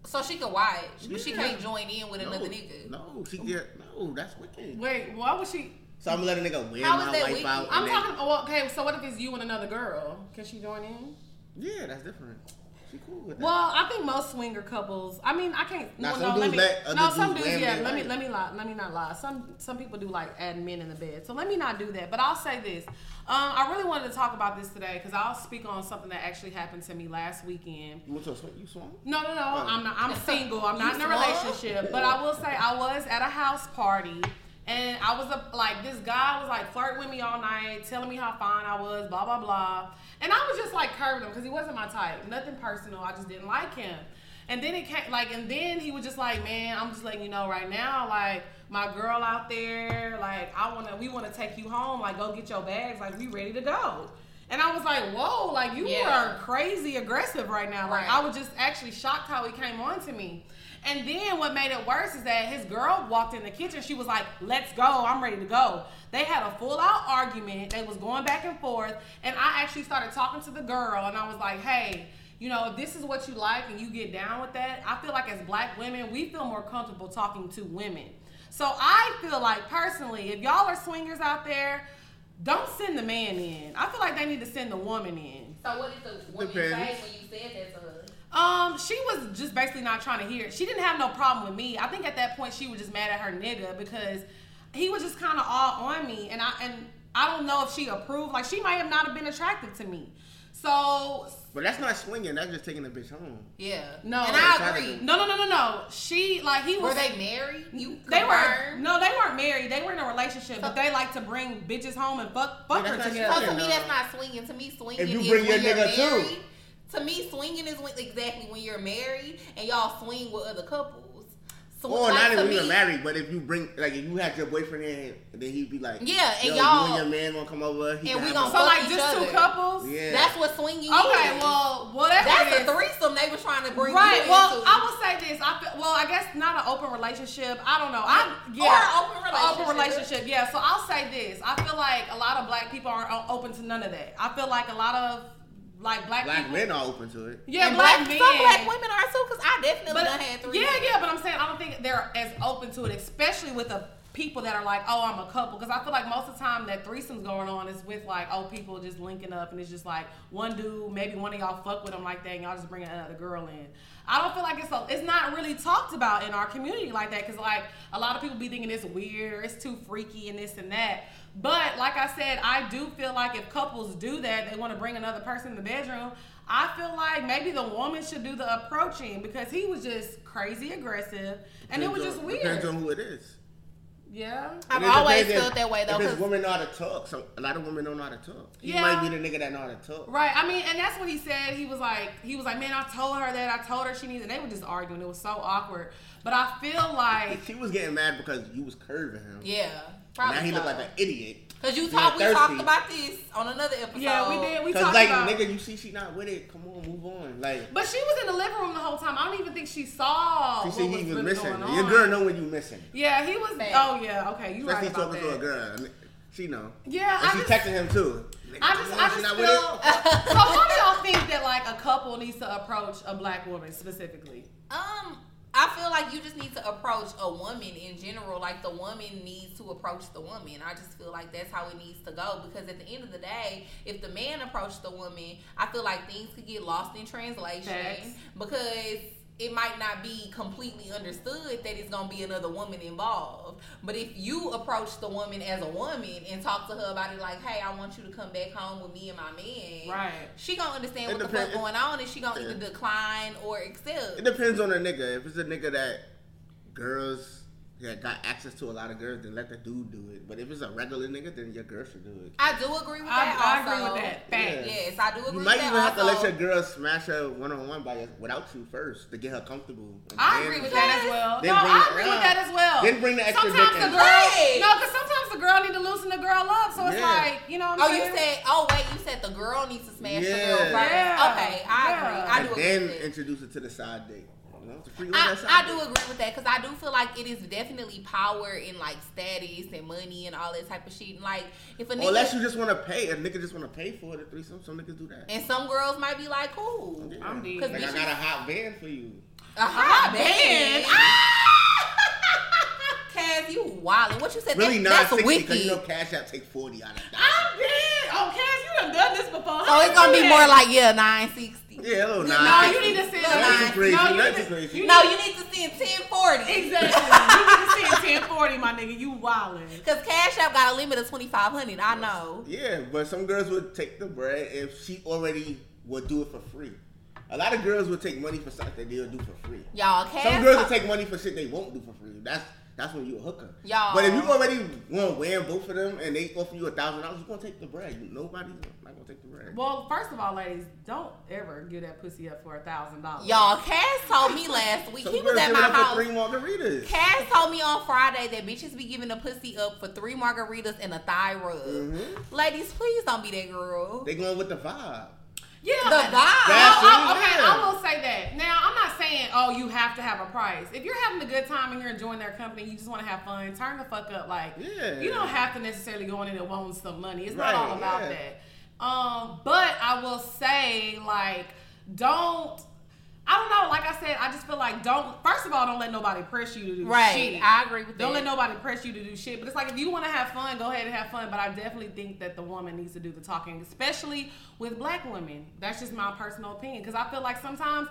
[SPEAKER 2] so she can watch, but she
[SPEAKER 3] Yeah.
[SPEAKER 2] can't join in with
[SPEAKER 3] No,
[SPEAKER 2] another nigga.
[SPEAKER 3] no, she get no. That's wicked.
[SPEAKER 1] Wait, why would she?
[SPEAKER 3] So I'm gonna let a nigga wear
[SPEAKER 2] How is
[SPEAKER 3] my
[SPEAKER 2] that
[SPEAKER 3] wife
[SPEAKER 2] wicked?
[SPEAKER 3] out.
[SPEAKER 1] I'm
[SPEAKER 3] and
[SPEAKER 1] talking. Oh, okay. So what if it's you and another girl? Can she join in?
[SPEAKER 3] Then, yeah, that's different. She cool with that.
[SPEAKER 1] Well, I think most swinger couples. I mean, I can't.
[SPEAKER 3] Now,
[SPEAKER 1] no,
[SPEAKER 3] some
[SPEAKER 1] no, let
[SPEAKER 3] dudes
[SPEAKER 1] me.
[SPEAKER 3] let other
[SPEAKER 1] no, some
[SPEAKER 3] dudes
[SPEAKER 1] dudes.
[SPEAKER 3] wham
[SPEAKER 1] Yeah,
[SPEAKER 3] their
[SPEAKER 1] let me.
[SPEAKER 3] wife.
[SPEAKER 1] Let me lie. Let me not lie. Some some people do like add men in the bed. So let me not do that. But I'll say this. Um, I really wanted to talk about this today because I'll speak on something that actually happened to me last weekend.
[SPEAKER 3] you went to a swing? You swung?
[SPEAKER 1] No, no, no. I'm not.
[SPEAKER 2] (laughs)
[SPEAKER 1] I'm single. I'm not in a
[SPEAKER 2] You small?
[SPEAKER 1] relationship. But I will say, I was at a house party, and I was a, like, this guy was like flirting with me all night, telling me how fine I was, blah blah blah. And I was just like curving him because he wasn't my type. Nothing personal. I just didn't like him. And then it came like, and then he was just like, man, I'm just letting you know right now, like my girl out there, like I wanna, we wanna take you home, like go get your bags, like we ready to go. And I was like, whoa, like you
[SPEAKER 2] Yeah.
[SPEAKER 1] are crazy aggressive right now. Like
[SPEAKER 2] Right.
[SPEAKER 1] I was just actually shocked how he came on to me. And then what made it worse is that his girl walked in the kitchen. She was like, "Let's go. I'm ready to go." They had a full-out argument. They was going back and forth, and I actually started talking to the girl and I was like, "Hey, you know, if this is what you like and you get down with that, I feel like as black women, we feel more comfortable talking to women." So I feel like personally, if y'all are swingers out there, don't send the man in. I feel like they need to send the woman in.
[SPEAKER 2] So what did the woman
[SPEAKER 3] Depends.
[SPEAKER 2] say when you said that to her?
[SPEAKER 1] Um, she was just basically not trying to hear. it. She didn't have no problem with me. I think at that point she was just mad at her nigga because he was just kind of all on me, and I and I don't know if she approved. Like she might have not have been attractive to me. So
[SPEAKER 3] But that's not swinging. That's just taking the bitch home.
[SPEAKER 2] Yeah.
[SPEAKER 1] No.
[SPEAKER 2] And
[SPEAKER 1] That's
[SPEAKER 2] I
[SPEAKER 3] how they
[SPEAKER 2] agree.
[SPEAKER 1] no, no, no, no, no. She like he
[SPEAKER 2] Were
[SPEAKER 1] was.
[SPEAKER 2] they married? You
[SPEAKER 1] they were
[SPEAKER 2] confirmed?
[SPEAKER 1] no, they weren't married. They were in a relationship, but they like to bring bitches home and fuck fuck
[SPEAKER 3] Yeah,
[SPEAKER 1] her
[SPEAKER 3] that's not
[SPEAKER 1] together.
[SPEAKER 2] So Oh, to me,
[SPEAKER 3] No.
[SPEAKER 2] that's not swinging. To me, swinging
[SPEAKER 3] If you
[SPEAKER 2] is
[SPEAKER 3] bring
[SPEAKER 2] when
[SPEAKER 3] your
[SPEAKER 2] you're
[SPEAKER 3] nigga too.
[SPEAKER 2] married. To me, swinging is when, exactly when you're married and y'all swing with other couples. So
[SPEAKER 3] Or
[SPEAKER 2] like,
[SPEAKER 3] not
[SPEAKER 2] to
[SPEAKER 3] if Oh, we
[SPEAKER 2] me-
[SPEAKER 3] were married, but if you bring like if you had your boyfriend in, then he'd be like,
[SPEAKER 2] Yeah, and
[SPEAKER 3] Yo,
[SPEAKER 2] y'all-
[SPEAKER 3] you and your man gonna come over, he
[SPEAKER 2] and we
[SPEAKER 3] can
[SPEAKER 2] gonna
[SPEAKER 3] have
[SPEAKER 1] So
[SPEAKER 2] fuck
[SPEAKER 1] like
[SPEAKER 2] each
[SPEAKER 1] just
[SPEAKER 2] other.
[SPEAKER 1] two couples.
[SPEAKER 3] Yeah.
[SPEAKER 2] That's what swinging.
[SPEAKER 1] Okay,
[SPEAKER 2] is.
[SPEAKER 1] well, whatever.
[SPEAKER 2] that's
[SPEAKER 1] it
[SPEAKER 2] a
[SPEAKER 1] is.
[SPEAKER 2] threesome they were trying to bring.
[SPEAKER 1] Right.
[SPEAKER 2] you
[SPEAKER 1] Well,
[SPEAKER 2] into.
[SPEAKER 1] I will say this. I feel, well, I guess not an open relationship. I don't know. I yeah,
[SPEAKER 2] Or open
[SPEAKER 1] An open
[SPEAKER 2] relationship.
[SPEAKER 1] relationship. Yeah. So I'll say this. I feel like a lot of black people aren't o- open to none of that. I feel like a lot of like black,
[SPEAKER 3] black
[SPEAKER 1] people.
[SPEAKER 3] men are open to it.
[SPEAKER 1] Yeah,
[SPEAKER 2] and
[SPEAKER 1] black,
[SPEAKER 2] black,
[SPEAKER 1] men.
[SPEAKER 2] some black women are too, because I definitely done had
[SPEAKER 1] But,
[SPEAKER 2] three.
[SPEAKER 1] yeah, yeah, but I'm saying I don't think they're as open to it, especially with the people that are like, oh, I'm a couple. Because I feel like most of the time that threesomes going on is with like, oh, people just linking up and it's just like one dude, maybe one of y'all fuck with them like that and y'all just bringing another girl in. I don't feel like it's a, it's not really talked about in our community like that because like a lot of people be thinking it's weird, it's too freaky and this and that. But like I said, I do feel like if couples do that, they want to bring another person in the bedroom. I feel like maybe the woman should do the approaching because he was just crazy aggressive and it was
[SPEAKER 3] Depends
[SPEAKER 1] just
[SPEAKER 3] on- Depends on
[SPEAKER 1] weird.
[SPEAKER 3] who it is.
[SPEAKER 1] Yeah.
[SPEAKER 2] I've
[SPEAKER 3] It just
[SPEAKER 2] always
[SPEAKER 3] depends if-
[SPEAKER 2] felt that way though.
[SPEAKER 3] If
[SPEAKER 2] 'cause-
[SPEAKER 3] it's women know how to talk, so a lot of women don't know how to talk. He
[SPEAKER 1] Yeah.
[SPEAKER 3] might be the nigga that know how to talk.
[SPEAKER 1] Right. I mean, and that's what he said. He was like, he was like, man, I told her that. I told her she needs, and they were just arguing. It was so awkward. But I feel like
[SPEAKER 3] She was getting mad because you was curving him.
[SPEAKER 2] yeah,
[SPEAKER 3] And
[SPEAKER 2] probably.
[SPEAKER 3] now he
[SPEAKER 2] so.
[SPEAKER 3] looked like an idiot.
[SPEAKER 2] Cause you
[SPEAKER 3] Yeah,
[SPEAKER 2] talked, we
[SPEAKER 3] thirsty.
[SPEAKER 2] talked about this on another episode.
[SPEAKER 1] yeah, we
[SPEAKER 2] (laughs)
[SPEAKER 1] did. We
[SPEAKER 3] Cause
[SPEAKER 1] talked
[SPEAKER 3] like
[SPEAKER 1] about.
[SPEAKER 3] nigga, you see she not with it. Come on, move on. Like
[SPEAKER 1] but she was in the living room the whole time. I don't even think she saw
[SPEAKER 3] she
[SPEAKER 1] what
[SPEAKER 3] said
[SPEAKER 1] was,
[SPEAKER 3] he was
[SPEAKER 1] really
[SPEAKER 3] missing.
[SPEAKER 1] going on.
[SPEAKER 3] Your girl know when you missing.
[SPEAKER 1] Yeah, he was.
[SPEAKER 2] Man.
[SPEAKER 1] Oh yeah. Okay, you
[SPEAKER 3] Especially
[SPEAKER 1] right about
[SPEAKER 3] talking to a
[SPEAKER 1] that.
[SPEAKER 3] girl. I mean, she know.
[SPEAKER 1] Yeah,
[SPEAKER 3] And
[SPEAKER 1] I
[SPEAKER 3] she
[SPEAKER 1] just-
[SPEAKER 3] texting him too. Nigga,
[SPEAKER 1] I
[SPEAKER 3] come
[SPEAKER 1] just,
[SPEAKER 3] on,
[SPEAKER 1] I
[SPEAKER 3] she
[SPEAKER 1] just
[SPEAKER 3] not
[SPEAKER 1] feel.
[SPEAKER 3] with it?
[SPEAKER 1] so, how do y'all think that like a couple needs to approach a black woman specifically?
[SPEAKER 2] Um, I feel like you just need to approach a woman in general. Like the woman needs to approach the woman. I just feel like that's how it needs to go. Because at the end of the day, if the man approached the woman, I feel like things could get lost in translation
[SPEAKER 1] Facts.
[SPEAKER 2] because. It might not be completely understood that it's gonna be another woman involved. But if you approach the woman as a woman and talk to her about it, like, "Hey, I want you to come back home with me and my man,"
[SPEAKER 1] Right.
[SPEAKER 2] She gonna understand
[SPEAKER 3] It
[SPEAKER 2] what the
[SPEAKER 3] depends-
[SPEAKER 2] fuck going on, and she gonna
[SPEAKER 3] Yeah.
[SPEAKER 2] either decline or accept.
[SPEAKER 3] It depends on the nigga. If it's a nigga that girls that got access to a lot of girls, then let the dude do it. But if it's a regular nigga, then your girl should do it.
[SPEAKER 2] I do agree with
[SPEAKER 1] I,
[SPEAKER 2] that.
[SPEAKER 1] I agree
[SPEAKER 2] also.
[SPEAKER 1] with that. Thanks.
[SPEAKER 2] Yes, I do agree
[SPEAKER 3] You
[SPEAKER 2] with
[SPEAKER 3] might
[SPEAKER 2] that.
[SPEAKER 3] even have to let
[SPEAKER 2] also.
[SPEAKER 3] your girl smash her one on one by your, without you first to get her comfortable. And
[SPEAKER 1] I
[SPEAKER 3] then-
[SPEAKER 1] agree with that as well.
[SPEAKER 3] Then
[SPEAKER 1] no,
[SPEAKER 3] bring
[SPEAKER 1] I
[SPEAKER 3] it
[SPEAKER 1] agree with
[SPEAKER 3] up.
[SPEAKER 1] that as well.
[SPEAKER 3] Then bring the extra
[SPEAKER 1] sometimes
[SPEAKER 3] dick
[SPEAKER 1] the
[SPEAKER 3] in.
[SPEAKER 1] girl,
[SPEAKER 2] Right.
[SPEAKER 1] no, because sometimes the girl need to loosen the girl up. So it's
[SPEAKER 3] Yeah.
[SPEAKER 1] like, you know what I'm
[SPEAKER 2] Oh, you
[SPEAKER 1] saying?
[SPEAKER 2] said. Oh, wait. You said the girl needs to smash the girl
[SPEAKER 3] Yeah.
[SPEAKER 2] first.
[SPEAKER 1] Yeah.
[SPEAKER 2] Okay, I
[SPEAKER 1] Yeah.
[SPEAKER 2] agree. I do
[SPEAKER 3] And
[SPEAKER 2] agree.
[SPEAKER 3] then
[SPEAKER 2] with that.
[SPEAKER 3] introduce it to the side date. You know, it's a free little
[SPEAKER 2] I,
[SPEAKER 3] side
[SPEAKER 2] I
[SPEAKER 3] date.
[SPEAKER 2] do agree with that because I do feel like it is definitely power and like status and money and all that type of shit. And like if a
[SPEAKER 3] Or unless you
[SPEAKER 2] nigga
[SPEAKER 3] just want to pay, if nigga just want to pay for the threesome, some niggas do that.
[SPEAKER 2] and some girls might be like, cool, Uh-huh,
[SPEAKER 3] Yeah.
[SPEAKER 1] I'm dead.
[SPEAKER 3] Like I
[SPEAKER 2] Cause
[SPEAKER 3] got a hot band for you.
[SPEAKER 2] a hot
[SPEAKER 1] hot
[SPEAKER 2] band.
[SPEAKER 1] band.
[SPEAKER 2] (laughs) Ah! Kaz, Ah! you wildin'. What you said?
[SPEAKER 3] Really
[SPEAKER 2] that,
[SPEAKER 3] not
[SPEAKER 2] that's
[SPEAKER 3] sixty because
[SPEAKER 2] wicked.
[SPEAKER 3] you know Cash App take forty out of that.
[SPEAKER 1] I'm dead. Oh, Cass, you done done this before.
[SPEAKER 2] So
[SPEAKER 1] How
[SPEAKER 2] Oh, it's
[SPEAKER 1] you
[SPEAKER 2] gonna
[SPEAKER 1] do
[SPEAKER 2] be
[SPEAKER 1] that?
[SPEAKER 2] more like yeah, nine sixty.
[SPEAKER 3] Yeah, little
[SPEAKER 2] No,
[SPEAKER 1] No,
[SPEAKER 3] nine.
[SPEAKER 1] you need to send
[SPEAKER 2] That's
[SPEAKER 1] like-
[SPEAKER 2] too
[SPEAKER 3] crazy.
[SPEAKER 1] No, you
[SPEAKER 3] That's
[SPEAKER 1] need
[SPEAKER 3] too
[SPEAKER 1] to-
[SPEAKER 3] crazy.
[SPEAKER 1] You
[SPEAKER 2] No,
[SPEAKER 1] need,
[SPEAKER 2] you need to send ten forty.
[SPEAKER 1] exactly. you need to send 1040, my nigga. You wildin'.
[SPEAKER 2] Cause Cash App got a limit of twenty five hundred. I know.
[SPEAKER 3] Yeah, but some girls would take the bread if she already would do it for free. A lot of girls would take money for something they'll do for free.
[SPEAKER 2] Y'all Cash.
[SPEAKER 3] Some girls will take money for shit they won't do for free. That's that's when you a hooker.
[SPEAKER 2] Y'all.
[SPEAKER 3] But if you already want to win both of them and they offer you a thousand dollars, you gonna take the bread. You- Nobody's not gonna take the bread.
[SPEAKER 1] Well, first of all, ladies, don't ever give that pussy up for a thousand dollars.
[SPEAKER 2] Y'all Cash told me last week.
[SPEAKER 3] Some
[SPEAKER 2] he was
[SPEAKER 3] girls
[SPEAKER 2] at
[SPEAKER 3] give
[SPEAKER 2] my
[SPEAKER 3] it up for
[SPEAKER 2] house.
[SPEAKER 3] three margaritas.
[SPEAKER 2] Cash told me on Friday that bitches be giving a pussy up for three margaritas and a thigh rub.
[SPEAKER 3] Mhm.
[SPEAKER 2] Ladies, please don't be that girl.
[SPEAKER 3] They going with the vibe.
[SPEAKER 1] yeah,
[SPEAKER 2] The vibe.
[SPEAKER 3] That's-
[SPEAKER 1] No, I-
[SPEAKER 3] what it
[SPEAKER 1] okay,
[SPEAKER 3] is.
[SPEAKER 1] I will say that. Now, I'm not saying, oh, you have to have a price. If you're having a good time and you're enjoying their company, you just want to have fun, turn the fuck up. Like,
[SPEAKER 3] Yeah.
[SPEAKER 1] you don't have to necessarily go in there and want some money. It's
[SPEAKER 3] Right,
[SPEAKER 1] not all about
[SPEAKER 3] yeah.
[SPEAKER 1] that. Um, but I will say, like, don't. I don't know. Like I said, I just feel like don't. First of all, don't let nobody press you to do
[SPEAKER 2] Right.
[SPEAKER 1] shit.
[SPEAKER 2] I agree with
[SPEAKER 1] Don't let
[SPEAKER 2] that.
[SPEAKER 1] nobody press you to do shit. But it's like if you want to have fun, go ahead and have fun. But I definitely think that the woman needs to do the talking, especially with black women. That's just my personal opinion because I feel like sometimes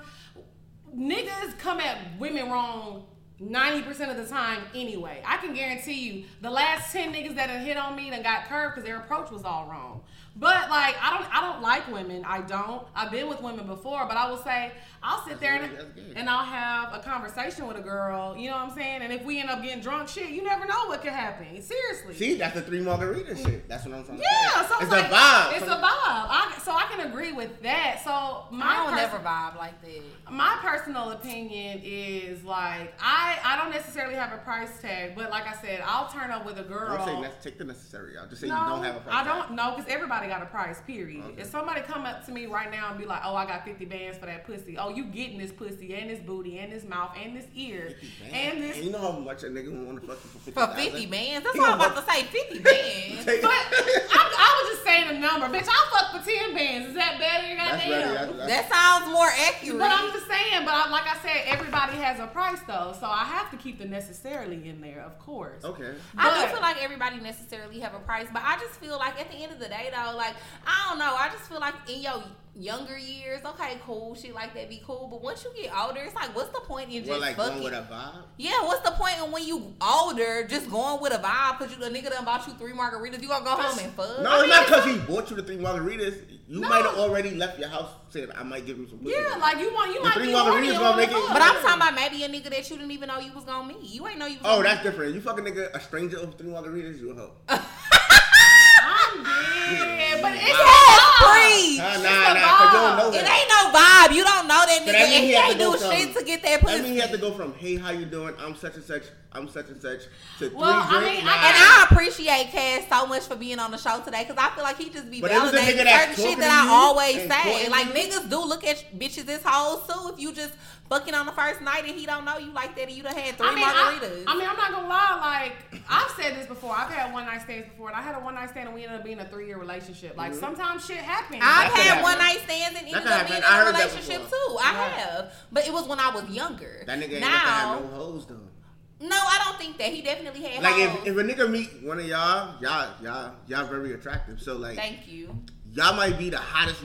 [SPEAKER 1] niggas come at women wrong. 90% of the time anyway. I can guarantee you the last 10 niggas that have hit on me and got curved because their approach was all wrong. But like I don't I don't like women. I don't. I've been with women before, but I will say I'll sit there
[SPEAKER 3] That's good.
[SPEAKER 1] and, and I'll have a conversation with a girl, you know what I'm saying? And if we end up getting drunk, shit, you never know what could happen. Seriously.
[SPEAKER 3] See, that's the three margarita shit. That's what I'm trying to say.
[SPEAKER 1] yeah, so
[SPEAKER 3] it's
[SPEAKER 1] like,
[SPEAKER 3] a vibe.
[SPEAKER 1] It's
[SPEAKER 3] Some-
[SPEAKER 1] a vibe. I, so I can agree with that. So my
[SPEAKER 2] I don't
[SPEAKER 1] pers-
[SPEAKER 2] never vibe like that.
[SPEAKER 1] my personal opinion is like I I I don't necessarily have a price tag, but like I said, I'll turn up with a girl.
[SPEAKER 3] Don't say nec- take the necessary out. Just say
[SPEAKER 1] no,
[SPEAKER 3] you don't have a price.
[SPEAKER 1] I
[SPEAKER 3] tag.
[SPEAKER 1] don't know because everybody got a price. Period.
[SPEAKER 3] Okay.
[SPEAKER 1] If somebody come up to me right now and be like, "Oh, I got fifty bands for that pussy. Oh, you getting this pussy and this booty and this mouth and this ear
[SPEAKER 3] 50 bands.
[SPEAKER 1] and this
[SPEAKER 3] you know how much a nigga want to fuck you for fifty
[SPEAKER 2] For 50
[SPEAKER 3] (laughs)
[SPEAKER 2] bands. That's what I'm about to say. 50 bands.
[SPEAKER 1] But I'm, I was just saying a number, bitch. I fuck for ten bands. Is that better?
[SPEAKER 3] That's
[SPEAKER 1] Goddamn.
[SPEAKER 3] better. That's, that's,
[SPEAKER 2] That sounds more accurate.
[SPEAKER 1] but I'm just saying. But I, like I said, everybody has a price though, so I have to keep the necessarily in there, of course.
[SPEAKER 3] okay.
[SPEAKER 2] I
[SPEAKER 1] But-
[SPEAKER 2] do feel like everybody necessarily have a price, but I just feel like at the end of the day, though, like I don't know, I just feel like in your younger years, okay, cool, shit like that be cool, but once you get older, it's like, what's the point in just
[SPEAKER 3] Well, like going
[SPEAKER 2] fucking?
[SPEAKER 3] with a vibe.
[SPEAKER 2] yeah, what's the point in when you older just going with a vibe? Cause you the nigga done bought you three margaritas, you gonna go home and fuck?
[SPEAKER 3] No, it's not because he bought you the three margaritas. You
[SPEAKER 1] No.
[SPEAKER 3] might have already left your house saying, "I might give him some." pussy."
[SPEAKER 1] Yeah, like you want you
[SPEAKER 3] The
[SPEAKER 1] might
[SPEAKER 3] three
[SPEAKER 1] be
[SPEAKER 3] margaritas
[SPEAKER 1] horny and
[SPEAKER 3] gonna
[SPEAKER 1] wanna
[SPEAKER 3] make it-
[SPEAKER 1] fuck.
[SPEAKER 2] But I'm talking about maybe a nigga that you didn't even know you was gonna meet. You ain't know you. Was
[SPEAKER 3] Oh,
[SPEAKER 2] gonna
[SPEAKER 3] that's different. You fuck a nigga, a stranger over three margaritas, you
[SPEAKER 1] (laughs)
[SPEAKER 3] a hoe. Nah,
[SPEAKER 1] (laughs) I'm
[SPEAKER 2] (laughs)
[SPEAKER 1] dead. But it's
[SPEAKER 2] That's
[SPEAKER 1] a
[SPEAKER 3] Ah!
[SPEAKER 1] vibe.
[SPEAKER 2] free.
[SPEAKER 3] nah,
[SPEAKER 1] It's a
[SPEAKER 3] nah, cause you don't know
[SPEAKER 1] vibe.
[SPEAKER 2] It
[SPEAKER 3] that.
[SPEAKER 2] ain't no vibe. You don't know that nigga.
[SPEAKER 3] So that mean
[SPEAKER 2] and
[SPEAKER 3] he
[SPEAKER 2] he
[SPEAKER 3] had to
[SPEAKER 2] ain't
[SPEAKER 3] go
[SPEAKER 2] do
[SPEAKER 3] from-
[SPEAKER 2] shit to get that pussy.
[SPEAKER 3] I mean, you have to go from "Hey, how you doing? I'm such and such. I'm such and such." To
[SPEAKER 1] Well, I
[SPEAKER 3] three
[SPEAKER 1] mean,
[SPEAKER 3] drinks.
[SPEAKER 1] I
[SPEAKER 3] Nah.
[SPEAKER 2] And I appreciate Cass so much for being on the show today because I feel like he just be
[SPEAKER 3] But it was a
[SPEAKER 2] validating
[SPEAKER 3] nigga that's
[SPEAKER 2] certain shit
[SPEAKER 3] talking
[SPEAKER 2] that
[SPEAKER 3] to
[SPEAKER 2] I
[SPEAKER 3] you
[SPEAKER 2] always
[SPEAKER 3] and
[SPEAKER 2] say.
[SPEAKER 3] talking
[SPEAKER 2] Like
[SPEAKER 3] to you.
[SPEAKER 2] niggas do look at bitches as hoes too. If you just fucking on the first night and he don't know you like that and you done had three
[SPEAKER 1] I mean,
[SPEAKER 2] margaritas.
[SPEAKER 1] I, I mean, I'm not gonna lie. Like I've said this before. I've had one night stands before, and I had a one night stand, and we ended up being a three year relationship.
[SPEAKER 3] Mm-hmm.
[SPEAKER 1] Like sometimes shit happens.
[SPEAKER 2] I've
[SPEAKER 3] That could
[SPEAKER 2] had
[SPEAKER 3] happen.
[SPEAKER 2] one night stands and ended
[SPEAKER 3] could
[SPEAKER 2] up
[SPEAKER 3] happen.
[SPEAKER 2] being in
[SPEAKER 3] I
[SPEAKER 2] a
[SPEAKER 3] heard that
[SPEAKER 2] relationship
[SPEAKER 3] before.
[SPEAKER 2] too. I
[SPEAKER 1] Right.
[SPEAKER 2] have, but it was when I was younger.
[SPEAKER 3] that nigga ain't never
[SPEAKER 2] now.
[SPEAKER 3] had no hoes though.
[SPEAKER 2] No, I don't think that he definitely had.
[SPEAKER 3] Like
[SPEAKER 2] hoes.
[SPEAKER 3] if, if a nigga meet one of y'all, y'all y'all y'all very attractive. So like
[SPEAKER 2] Thank you.
[SPEAKER 3] y'all might be the hottest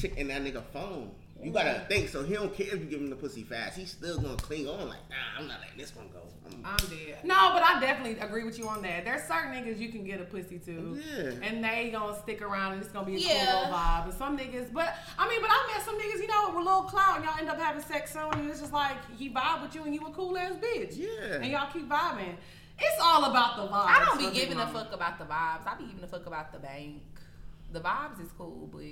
[SPEAKER 3] chick in that nigga phone. You gotta think. So he don't care if you give him the pussy fast. He's still gonna cling on. Like nah, I'm not letting this one go. I'm-
[SPEAKER 1] I'm dead. No, but I definitely agree with you on that. There's certain niggas you can get a pussy to,
[SPEAKER 3] Yeah.
[SPEAKER 1] and they gonna stick around, and it's gonna be a
[SPEAKER 2] Yeah.
[SPEAKER 1] cool little vibe. And some niggas, but I mean, but I met some niggas, you know, with a little clout, and y'all end up having sex soon, and it's just like he vibe with you, and you a cool ass bitch,
[SPEAKER 3] Yeah.
[SPEAKER 1] and y'all keep vibing. It's all about the vibe.
[SPEAKER 2] I don't
[SPEAKER 1] for
[SPEAKER 2] be
[SPEAKER 1] me,
[SPEAKER 2] giving a
[SPEAKER 1] mama.
[SPEAKER 2] fuck about the vibes. I be giving a fuck about the bank. The vibes is cool, but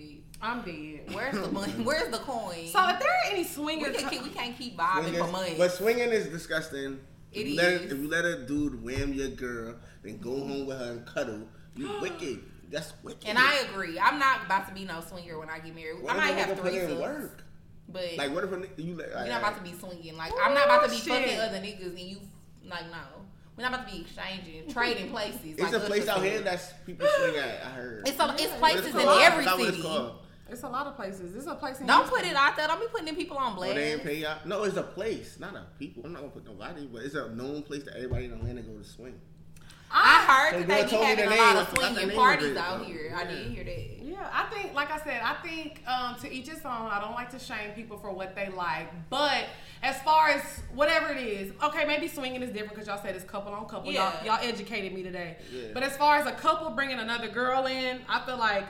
[SPEAKER 1] I'm dead.
[SPEAKER 2] where's the
[SPEAKER 3] (laughs)
[SPEAKER 2] money? Where's the coin?
[SPEAKER 1] So if there are any
[SPEAKER 2] we,
[SPEAKER 1] swingers,
[SPEAKER 2] can keep, we can't keep vibing for money.
[SPEAKER 3] Swingers- But swinging is disgusting.
[SPEAKER 2] It
[SPEAKER 3] if you Let,
[SPEAKER 2] is.
[SPEAKER 3] if you let a dude wham your girl, then go home with her and cuddle,
[SPEAKER 2] (gasps)
[SPEAKER 3] you wicked. That's wicked.
[SPEAKER 2] And I agree. I'm not about to be no swinger when I get married. I
[SPEAKER 3] What if
[SPEAKER 2] might
[SPEAKER 3] a
[SPEAKER 2] have
[SPEAKER 3] nigga put
[SPEAKER 2] three
[SPEAKER 3] in work.
[SPEAKER 2] but
[SPEAKER 3] Like what if a nigga you like,
[SPEAKER 2] you're
[SPEAKER 3] like,
[SPEAKER 2] not about to be swinging. Like I'm
[SPEAKER 1] Oh,
[SPEAKER 2] not about to be
[SPEAKER 1] shit.
[SPEAKER 2] fucking other niggas, and you like no. We're not about to be exchanging, trading places.
[SPEAKER 3] It's
[SPEAKER 2] like
[SPEAKER 3] a
[SPEAKER 2] us
[SPEAKER 3] place
[SPEAKER 2] for
[SPEAKER 3] out
[SPEAKER 2] sex.
[SPEAKER 3] here that's people swing at. I heard.
[SPEAKER 2] It's, a, it's
[SPEAKER 1] Yeah.
[SPEAKER 3] What is
[SPEAKER 2] places
[SPEAKER 3] it
[SPEAKER 2] in
[SPEAKER 3] called?
[SPEAKER 2] every
[SPEAKER 3] I forgot what it's
[SPEAKER 2] city.
[SPEAKER 3] called.
[SPEAKER 1] it's a lot of places. It's a place. In
[SPEAKER 2] Don't
[SPEAKER 1] Houston.
[SPEAKER 2] put it out there. Don't be putting them people on
[SPEAKER 3] Oh,
[SPEAKER 2] blast.
[SPEAKER 3] they ain't pay y'all. No, it's a place, not a people. I'm not gonna put nobody, but it's a known place that everybody in Atlanta go to swing.
[SPEAKER 2] I
[SPEAKER 1] I
[SPEAKER 2] heard that
[SPEAKER 3] Some
[SPEAKER 2] they
[SPEAKER 3] girl
[SPEAKER 2] be
[SPEAKER 3] told me
[SPEAKER 2] having
[SPEAKER 3] the
[SPEAKER 2] a
[SPEAKER 3] name.
[SPEAKER 2] lot
[SPEAKER 3] I
[SPEAKER 2] of
[SPEAKER 3] forgot the name
[SPEAKER 2] swinging
[SPEAKER 3] of
[SPEAKER 2] parties
[SPEAKER 3] it,
[SPEAKER 2] out
[SPEAKER 3] though.
[SPEAKER 2] here. I
[SPEAKER 3] Yeah.
[SPEAKER 2] did hear that.
[SPEAKER 1] Yeah, I think, like I said, I think um, to each his own. I don't like to shame people for what they like, but as far as whatever it is, okay, maybe swinging is different because y'all said it's couple on couple.
[SPEAKER 2] Yeah.
[SPEAKER 1] Y'all, y'all educated me today.
[SPEAKER 3] Yeah.
[SPEAKER 1] But as far as a couple bringing another girl in, I feel like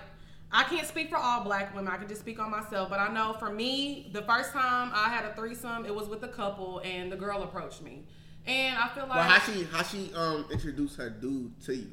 [SPEAKER 1] I can't speak for all black women. I can just speak on myself. But I know for me, the first time I had a threesome, it was with a couple, and the girl approached me, and I feel like
[SPEAKER 3] Well, how she how she um introduced her dude to you?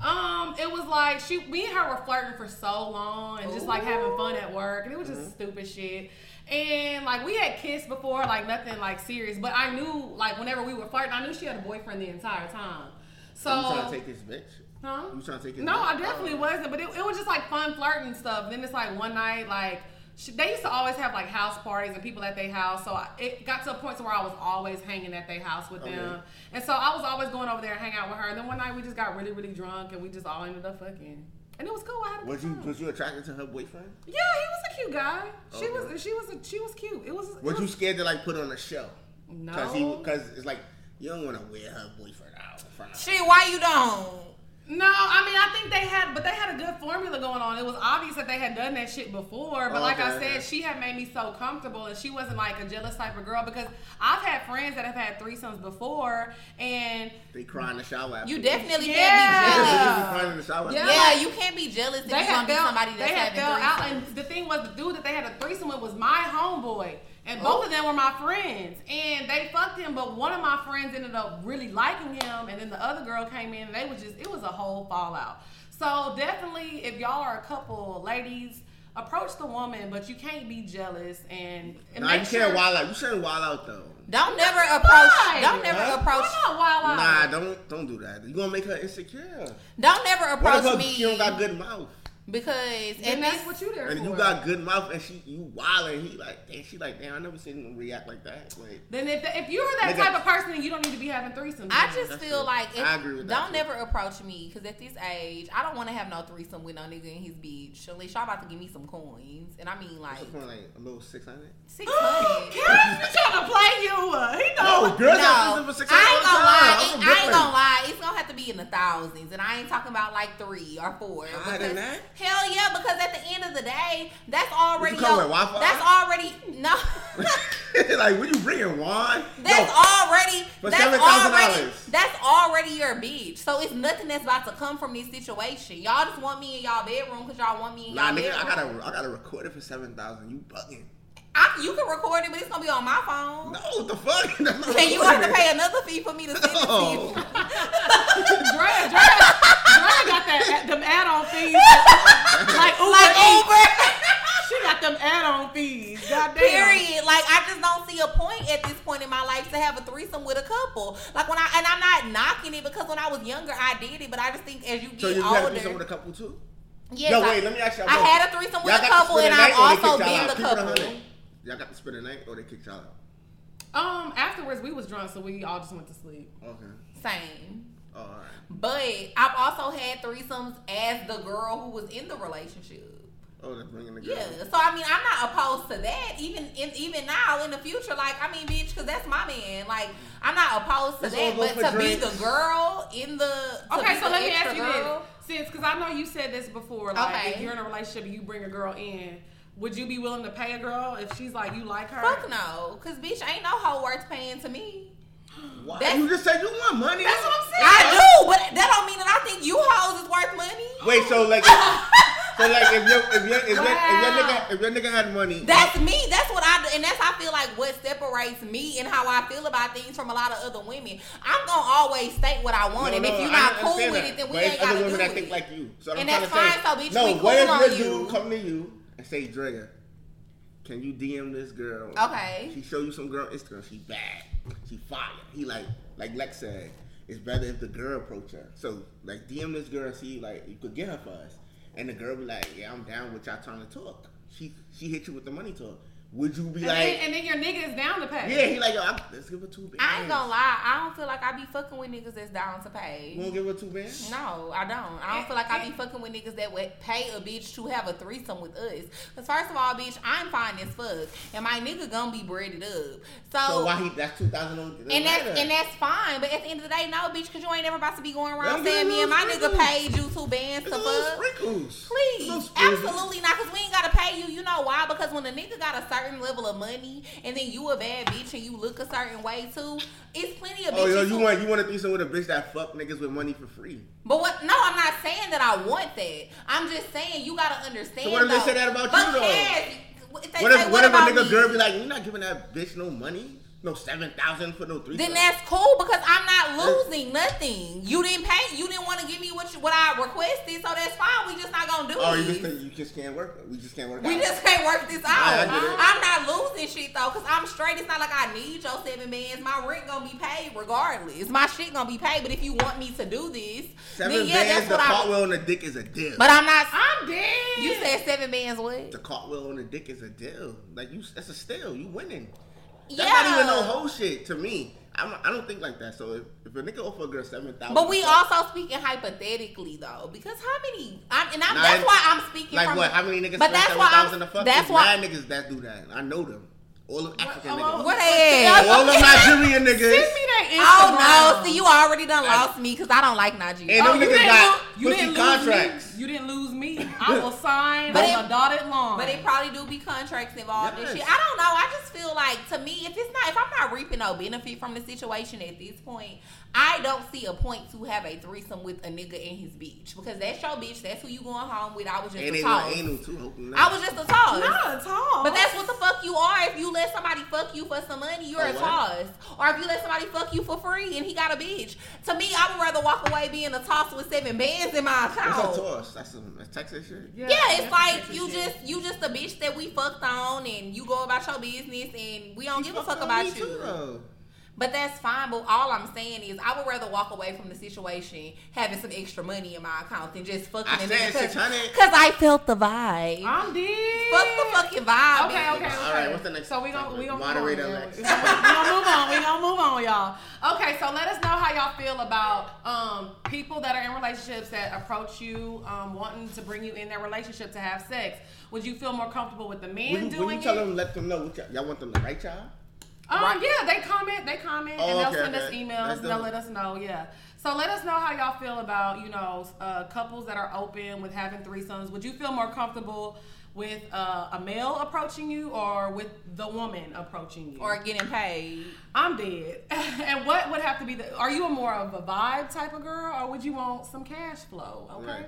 [SPEAKER 1] Um, it was like she, me and her were flirting for so long and just like having fun at work, and it was just stupid shit. And like we had kissed before, like nothing like serious, but I knew like whenever we were flirting, I knew she had a boyfriend the entire time. So
[SPEAKER 3] you trying to take this bitch?
[SPEAKER 1] Huh?
[SPEAKER 3] You trying to take Oh. his
[SPEAKER 1] No,
[SPEAKER 3] dick?
[SPEAKER 1] I definitely wasn't. But it, it was just like fun flirting and stuff. Then it's like one night, like she, they used to always have like house parties and people at their house. So I, it got to a point to where I was always hanging at their house with them.
[SPEAKER 3] Okay.
[SPEAKER 1] And so I was always going over there and hang out with her. And then one night we just got really, really drunk and we just all ended up fucking. And it was cool. I had a good
[SPEAKER 3] Oh. Was you
[SPEAKER 1] time.
[SPEAKER 3] was you attracted to her boyfriend?
[SPEAKER 1] yeah, he was a cute guy. She
[SPEAKER 3] Okay.
[SPEAKER 1] was, she was, a, she was cute. It was. it
[SPEAKER 3] Was you
[SPEAKER 1] was-
[SPEAKER 3] scared to like put on a show?
[SPEAKER 1] No.
[SPEAKER 3] Cause he because it's like you don't want to wear her boyfriend out in front of. her.
[SPEAKER 2] Shit, why you don't?
[SPEAKER 1] No, I mean I think they had, but they had a good formula going on. It was obvious that they had done that shit before. But
[SPEAKER 3] Oh,
[SPEAKER 1] like I
[SPEAKER 3] okay,
[SPEAKER 1] said,
[SPEAKER 3] okay.
[SPEAKER 1] she had made me so comfortable, and she wasn't like a jealous type of girl because I've had friends that have had threesomes before, and
[SPEAKER 3] They cry in the shower. After
[SPEAKER 2] You definitely
[SPEAKER 1] Yeah.
[SPEAKER 2] can't
[SPEAKER 3] Yeah, they be crying in the shower.
[SPEAKER 1] Yeah.
[SPEAKER 2] be jealous. Yeah, you can't be jealous if
[SPEAKER 1] they
[SPEAKER 2] you're
[SPEAKER 1] had
[SPEAKER 2] gonna be
[SPEAKER 1] fell,
[SPEAKER 2] somebody that's
[SPEAKER 1] they had
[SPEAKER 2] having
[SPEAKER 1] fell out.
[SPEAKER 2] threesomes.
[SPEAKER 1] And the thing was, the dude that they had a threesome with was my homeboy, and both
[SPEAKER 2] Oh.
[SPEAKER 1] of them were my friends, and they fucked him. But one of my friends ended up really liking him, and then the other girl came in, and they was just it was a whole fallout. So definitely, if y'all are a couple, ladies. approach the woman, but you can't be jealous and, and
[SPEAKER 3] Nah, you
[SPEAKER 1] make
[SPEAKER 3] can't
[SPEAKER 1] sure-
[SPEAKER 3] wild out. You shouldn't wild out though.
[SPEAKER 2] Don't never approach.
[SPEAKER 1] Why?
[SPEAKER 2] Don't never
[SPEAKER 3] Huh?
[SPEAKER 2] approach.
[SPEAKER 1] Why not wild out?
[SPEAKER 3] Nah, don't don't do that. You gonna make her insecure.
[SPEAKER 2] Don't never
[SPEAKER 3] What if
[SPEAKER 2] approach
[SPEAKER 3] her, she don't
[SPEAKER 2] me
[SPEAKER 3] got good mouth,
[SPEAKER 2] because
[SPEAKER 1] and
[SPEAKER 2] and
[SPEAKER 1] that's what you there
[SPEAKER 3] and
[SPEAKER 1] for.
[SPEAKER 3] you got good mouth, and she you wild, and he like, and she like, damn, I never seen him react like that. Like,
[SPEAKER 1] then if, if you're that
[SPEAKER 3] Nigga.
[SPEAKER 1] type of person, then you don't need to be having threesomes.
[SPEAKER 2] I just
[SPEAKER 3] That's
[SPEAKER 2] feel
[SPEAKER 3] true.
[SPEAKER 2] like if,
[SPEAKER 3] I agree with that
[SPEAKER 2] don't
[SPEAKER 3] too.
[SPEAKER 2] never approach me because at this age I don't want to have no threesome with no nigga in his bitch unless y'all about to give me some coins and I mean like
[SPEAKER 3] what's the point, like a little six hundred.
[SPEAKER 1] (gasps)
[SPEAKER 2] six
[SPEAKER 1] Cass be
[SPEAKER 2] hundred.
[SPEAKER 1] trying to play you. Uh, he know.
[SPEAKER 3] No, girls
[SPEAKER 2] I ain't
[SPEAKER 3] have been for
[SPEAKER 2] gonna
[SPEAKER 3] six hundred all the
[SPEAKER 2] lie.
[SPEAKER 3] time.
[SPEAKER 2] It-
[SPEAKER 3] I'm from
[SPEAKER 2] I ain't
[SPEAKER 3] Brooklyn.
[SPEAKER 2] gonna lie. It's gonna have to be in the thousands, and I ain't talking about like three or four.
[SPEAKER 3] Higher than
[SPEAKER 2] because-
[SPEAKER 3] that?
[SPEAKER 2] Hell yeah! Because at the end of the day, that's already
[SPEAKER 3] come
[SPEAKER 2] your-
[SPEAKER 3] with, Wi-Fi?
[SPEAKER 2] that's already
[SPEAKER 3] (laughs)
[SPEAKER 2] no. (laughs)
[SPEAKER 3] like, when you bringing wine?
[SPEAKER 2] That's
[SPEAKER 3] No.
[SPEAKER 2] already
[SPEAKER 3] For
[SPEAKER 2] that's
[SPEAKER 3] $7,000.
[SPEAKER 2] already that's already your bitch. So it's nothing that's about to come from this situation. Y'all just want me in y'all bedroom because y'all want me in
[SPEAKER 3] Nah,
[SPEAKER 2] y'all
[SPEAKER 3] nigga,
[SPEAKER 2] bedroom.
[SPEAKER 3] I gotta, I gotta record it for seven thousand. You bugging?
[SPEAKER 2] I- you can record it, but it's gonna be on my phone.
[SPEAKER 3] No, what the fuck? (laughs) That's not
[SPEAKER 2] (laughs) And you have to
[SPEAKER 3] (laughs) recorded.
[SPEAKER 2] pay another fee for me to send it
[SPEAKER 3] (laughs)
[SPEAKER 2] to you. (laughs)
[SPEAKER 3] No.
[SPEAKER 1] Dre, Dre, Dre got that them add-on fees. like Uber.
[SPEAKER 2] Like
[SPEAKER 1] Eats.
[SPEAKER 2] Uber. (laughs)
[SPEAKER 1] She got them add-on fees. Goddamn.
[SPEAKER 2] Period. Like I just don't see a point at this point in my life to have a threesome with a couple. Like when I and I'm not knocking it because when I was younger I did it, but I just think as you get
[SPEAKER 3] So you had to do something
[SPEAKER 2] older,
[SPEAKER 3] with a couple too?
[SPEAKER 2] yes,
[SPEAKER 3] Yo,
[SPEAKER 2] I-
[SPEAKER 3] wait, let me ask y'all.
[SPEAKER 2] I
[SPEAKER 3] both.
[SPEAKER 2] had a threesome with
[SPEAKER 3] Y'all
[SPEAKER 2] a
[SPEAKER 3] got to
[SPEAKER 2] couple,
[SPEAKER 3] spend
[SPEAKER 2] and
[SPEAKER 3] the night
[SPEAKER 2] I've
[SPEAKER 3] or they
[SPEAKER 2] also
[SPEAKER 3] kicked y'all
[SPEAKER 2] been
[SPEAKER 3] out?
[SPEAKER 2] the
[SPEAKER 3] Keep it a
[SPEAKER 2] couple.
[SPEAKER 3] hundred. Y'all got to spend the night or they kicked y'all out.
[SPEAKER 1] Um, afterwards we was drunk, so we all just went to sleep.
[SPEAKER 3] Okay.
[SPEAKER 2] Same.
[SPEAKER 3] Oh, all right.
[SPEAKER 2] But I've also had threesomes as the girl who was in the relationship.
[SPEAKER 3] Oh, they're bringing the girl.
[SPEAKER 2] Yeah, so I mean, I'm not opposed to that. Even in, even now in the future, like I mean, bitch, because that's my man. Like I'm not opposed to
[SPEAKER 3] Let's
[SPEAKER 2] that,
[SPEAKER 3] all go
[SPEAKER 2] but
[SPEAKER 3] for
[SPEAKER 2] to be
[SPEAKER 3] drinks.
[SPEAKER 2] the girl in the to
[SPEAKER 1] Okay,
[SPEAKER 2] be
[SPEAKER 1] so
[SPEAKER 2] the
[SPEAKER 1] let me
[SPEAKER 2] extra
[SPEAKER 1] ask you
[SPEAKER 2] girl,
[SPEAKER 1] this, since because I know you said this before, like if
[SPEAKER 2] Okay.
[SPEAKER 1] you're in a relationship, you bring a girl in. Would you be willing to pay a girl if she's like you like her?
[SPEAKER 2] Fuck no, cause bitch, ain't no hoe worth paying to me.
[SPEAKER 3] Why?
[SPEAKER 2] That's-
[SPEAKER 3] you just said you want money.
[SPEAKER 1] That's what I'm saying.
[SPEAKER 2] I do, but that don't mean that I think you hoes is worth money.
[SPEAKER 3] Wait, so like, if- so like, if your if your if your,
[SPEAKER 1] Wow.
[SPEAKER 3] if your, nigga, if your nigga had money,
[SPEAKER 2] That's me. That's what I do, and that's I feel like what separates me and how I feel about things from a lot of other women. I'm gonna always state what I want,
[SPEAKER 3] No,
[SPEAKER 2] and
[SPEAKER 3] no,
[SPEAKER 2] if you're
[SPEAKER 3] I
[SPEAKER 2] not
[SPEAKER 3] understand
[SPEAKER 2] cool with
[SPEAKER 3] that.
[SPEAKER 2] it, then we
[SPEAKER 3] But
[SPEAKER 2] ain't
[SPEAKER 3] it's other
[SPEAKER 2] gotta do
[SPEAKER 3] women
[SPEAKER 2] it.
[SPEAKER 3] that think like you. So
[SPEAKER 2] And
[SPEAKER 3] I'm
[SPEAKER 2] that's
[SPEAKER 3] trying to
[SPEAKER 2] fine,
[SPEAKER 3] say,
[SPEAKER 2] so bitch,
[SPEAKER 3] no,
[SPEAKER 2] we
[SPEAKER 3] what
[SPEAKER 2] cool
[SPEAKER 3] if
[SPEAKER 2] on
[SPEAKER 3] your
[SPEAKER 2] you.
[SPEAKER 3] dude come to you and say, Drea, can you DM this girl?
[SPEAKER 2] Okay.
[SPEAKER 3] She show you some girl on Instagram. She bad. She fire. He like, like Lex said, it's better if the girl approach her. So like, DM this girl and see like you could get her for us. And the girl be like, yeah, I'm down with y'all trying to talk. She she hit you with the money talk. Would you be
[SPEAKER 1] And,
[SPEAKER 3] like,
[SPEAKER 1] then, and then your nigga is down to pay.
[SPEAKER 3] yeah? He like, yo, I, let's give her two bands.
[SPEAKER 2] I ain't gonna lie, I don't feel like I be fucking with niggas that's down to pay.
[SPEAKER 3] You won't give her two bands.
[SPEAKER 2] No, I don't. I don't feel like I be fucking with niggas that would pay a bitch to have a threesome with us. Cause first of all, bitch, I'm fine as fuck, and my nigga gonna be breaded up. So,
[SPEAKER 3] So why he? That's two thousand on.
[SPEAKER 2] and that's and that's fine. But at the end of the day, no, bitch, cause you ain't ever about to be going around
[SPEAKER 3] Them
[SPEAKER 2] saying me and my
[SPEAKER 3] little
[SPEAKER 2] nigga
[SPEAKER 3] sprinkles.
[SPEAKER 2] paid you two bands to
[SPEAKER 3] It's a little
[SPEAKER 2] fuck.
[SPEAKER 3] sprinkles.
[SPEAKER 2] Please,
[SPEAKER 3] Little sprinkles.
[SPEAKER 2] absolutely not, because we ain't gotta pay you. You know why? Because when a nigga got a certain level of money, and then you a bad bitch and you look a certain way too, it's plenty of bitches.
[SPEAKER 3] Oh, yo, you
[SPEAKER 2] who-
[SPEAKER 3] want you want to threesome with a bitch that fuck niggas with money for free?
[SPEAKER 2] But what? No, I'm not saying that I want that. I'm just saying you gotta understand.
[SPEAKER 3] So what if they
[SPEAKER 2] though,
[SPEAKER 3] say that about you,
[SPEAKER 2] but
[SPEAKER 3] though?
[SPEAKER 2] Cass, if they
[SPEAKER 3] What if
[SPEAKER 2] say,
[SPEAKER 3] what,
[SPEAKER 2] what
[SPEAKER 3] if a
[SPEAKER 2] about
[SPEAKER 3] nigga
[SPEAKER 2] me?
[SPEAKER 3] girl be like, you're not giving that bitch no money, no seven thousand for no threesome?
[SPEAKER 2] Then that's cool because I'm not losing nothing. You didn't pay. You didn't want to give me what you, what I requested, so that's fine. We just not gonna do
[SPEAKER 3] oh,
[SPEAKER 2] it.
[SPEAKER 3] you just think you just can't work. We just can't work.
[SPEAKER 2] We
[SPEAKER 3] out.
[SPEAKER 2] just can't work this out.
[SPEAKER 3] I get it.
[SPEAKER 2] I'm not losing shit though, cause I'm straight. It's not like I need your seven bands. My rent gonna be paid regardless. My shit gonna be paid. But if you want me to do this,
[SPEAKER 3] seven
[SPEAKER 2] then yeah, that's
[SPEAKER 3] bands. The
[SPEAKER 2] what I.
[SPEAKER 3] cartwheel on the dick is a deal.
[SPEAKER 2] But I'm not.
[SPEAKER 1] I'm dead.
[SPEAKER 2] You said seven bands. What?
[SPEAKER 3] the cartwheel on the dick is a deal. Like you, that's a steal. You winning. That's
[SPEAKER 2] Yeah.
[SPEAKER 3] not even no whole shit to me. I'm, I don't think like that. So if, if a nigga offer a girl seven thousand,
[SPEAKER 2] But we also speaking hypothetically though, because how many? I'm, and I'm,
[SPEAKER 3] Nah,
[SPEAKER 2] that's
[SPEAKER 3] it-
[SPEAKER 2] why I'm speaking.
[SPEAKER 3] Like
[SPEAKER 2] from
[SPEAKER 3] what? How many niggas
[SPEAKER 2] But
[SPEAKER 3] spend
[SPEAKER 2] that's
[SPEAKER 3] seven
[SPEAKER 2] why I'm-
[SPEAKER 3] thousand to fuck?
[SPEAKER 2] that's
[SPEAKER 3] There's
[SPEAKER 2] why-
[SPEAKER 3] mad niggas that do that. I know them. All of African
[SPEAKER 1] Oh,
[SPEAKER 3] niggas.
[SPEAKER 2] What
[SPEAKER 1] oh,
[SPEAKER 2] they-
[SPEAKER 1] oh,
[SPEAKER 3] All
[SPEAKER 2] (laughs)
[SPEAKER 3] of Nigerian
[SPEAKER 1] Send
[SPEAKER 3] niggas.
[SPEAKER 1] me that
[SPEAKER 2] Oh no!
[SPEAKER 1] Instagram.
[SPEAKER 2] See, you already done
[SPEAKER 3] I-
[SPEAKER 2] lost me because I don't like Nigeria.
[SPEAKER 3] And
[SPEAKER 1] Oh,
[SPEAKER 3] them
[SPEAKER 1] you
[SPEAKER 3] niggas
[SPEAKER 1] didn't
[SPEAKER 3] got
[SPEAKER 1] lo- you
[SPEAKER 3] pussy
[SPEAKER 1] didn't
[SPEAKER 3] contracts.
[SPEAKER 1] Lose me. You didn't lose me. I will sign
[SPEAKER 2] But
[SPEAKER 1] on
[SPEAKER 2] it-
[SPEAKER 1] a dotted line.
[SPEAKER 2] But it probably do be contracts involved
[SPEAKER 3] Yes.
[SPEAKER 2] and shit. I don't know. I just feel like to me, if it's not, if I'm not reaping no benefit from the situation at this point, I don't see a point to have a threesome with a nigga in his bitch because that's your bitch. That's who you going home with. I was just
[SPEAKER 3] And
[SPEAKER 2] a
[SPEAKER 3] they
[SPEAKER 2] toss.
[SPEAKER 3] want anal too. Hope not.
[SPEAKER 2] I was just a toss.
[SPEAKER 1] not at all.
[SPEAKER 2] But that's what the fuck you are. If you let somebody fuck you for some money, you're
[SPEAKER 3] A
[SPEAKER 2] a
[SPEAKER 3] what?
[SPEAKER 2] toss. Or if you let somebody fuck you for free and he got a bitch. To me, I would rather walk away being a toss with seven bands in my account.
[SPEAKER 3] What's a toss? that's that's some that's Texas shit.
[SPEAKER 2] Yeah, it's like you just you just a bitch that we fucked on, and you go about your business, and we don't give a fuck about you.
[SPEAKER 3] though.
[SPEAKER 2] But that's fine. But all I'm saying is, I would rather walk away from the situation having some extra money in my account than just fucking.
[SPEAKER 3] I
[SPEAKER 2] a
[SPEAKER 3] said
[SPEAKER 2] nigga 'cause-
[SPEAKER 3] 600.
[SPEAKER 2] Cause I felt the vibe.
[SPEAKER 1] I'm dead.
[SPEAKER 2] Fuck the fucking vibe.
[SPEAKER 1] Okay,
[SPEAKER 2] bitch.
[SPEAKER 1] okay, okay.
[SPEAKER 3] All right, what's the next
[SPEAKER 1] So we gonna
[SPEAKER 3] segment?
[SPEAKER 1] we gonna
[SPEAKER 3] Moderate
[SPEAKER 1] move on.
[SPEAKER 3] Alex.
[SPEAKER 1] (laughs) We gonna move on. We gonna move on, y'all. Okay, so let us know how y'all feel about um people that are in relationships that approach you um wanting to bring you in their relationship to have sex. Would you feel more comfortable with the man
[SPEAKER 3] When you,
[SPEAKER 1] doing
[SPEAKER 3] when you tell
[SPEAKER 1] it?
[SPEAKER 3] them, let them know what y'all, y'all want them to write y'all.
[SPEAKER 1] Um,
[SPEAKER 2] Right.
[SPEAKER 1] yeah, they comment, they comment,
[SPEAKER 3] Oh,
[SPEAKER 1] and they'll
[SPEAKER 3] okay,
[SPEAKER 1] send us
[SPEAKER 3] okay.
[SPEAKER 1] emails.
[SPEAKER 3] That's
[SPEAKER 1] They'll
[SPEAKER 3] dope.
[SPEAKER 1] let us know, yeah. So let us know how y'all feel about you know uh, couples that are open with having threesomes. Would you feel more comfortable with uh, a male approaching you or with the woman approaching you?
[SPEAKER 2] Or getting paid.
[SPEAKER 1] I'm dead. (laughs) and what would have to be the? Are you a more of a vibe type of girl, or would you want some cash flow? Okay.
[SPEAKER 3] Right.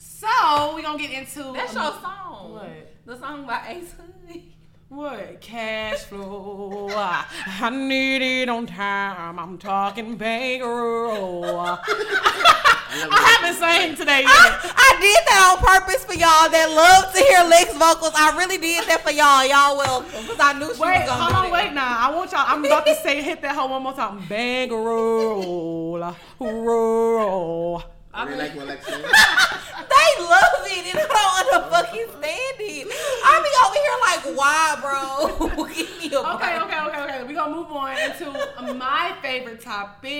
[SPEAKER 1] So we gonna get into
[SPEAKER 2] That's your song.
[SPEAKER 1] What?
[SPEAKER 2] The song by Ace Hood.
[SPEAKER 1] What cash flow? I, I need it on time. I'm talking bankroll.
[SPEAKER 3] I, love
[SPEAKER 1] I haven't sang today
[SPEAKER 2] (laughs) I,
[SPEAKER 1] yet.
[SPEAKER 2] I did that on purpose for y'all that love to hear Lex vocals. I really did that for y'all. Y'all welcome. Because I knew she
[SPEAKER 1] Wait,
[SPEAKER 2] was going
[SPEAKER 1] hold
[SPEAKER 2] to
[SPEAKER 1] on, wait now. I want y'all. I'm about to say hit that hoe one more time. Bankroll, roll.
[SPEAKER 3] I really like what Alex said.
[SPEAKER 2] They love it and I don't understand it. I be over here like, why, bro? (laughs) Give me a
[SPEAKER 1] Okay,
[SPEAKER 2] break.
[SPEAKER 1] okay, okay, okay. We're gonna move on into my favorite topic.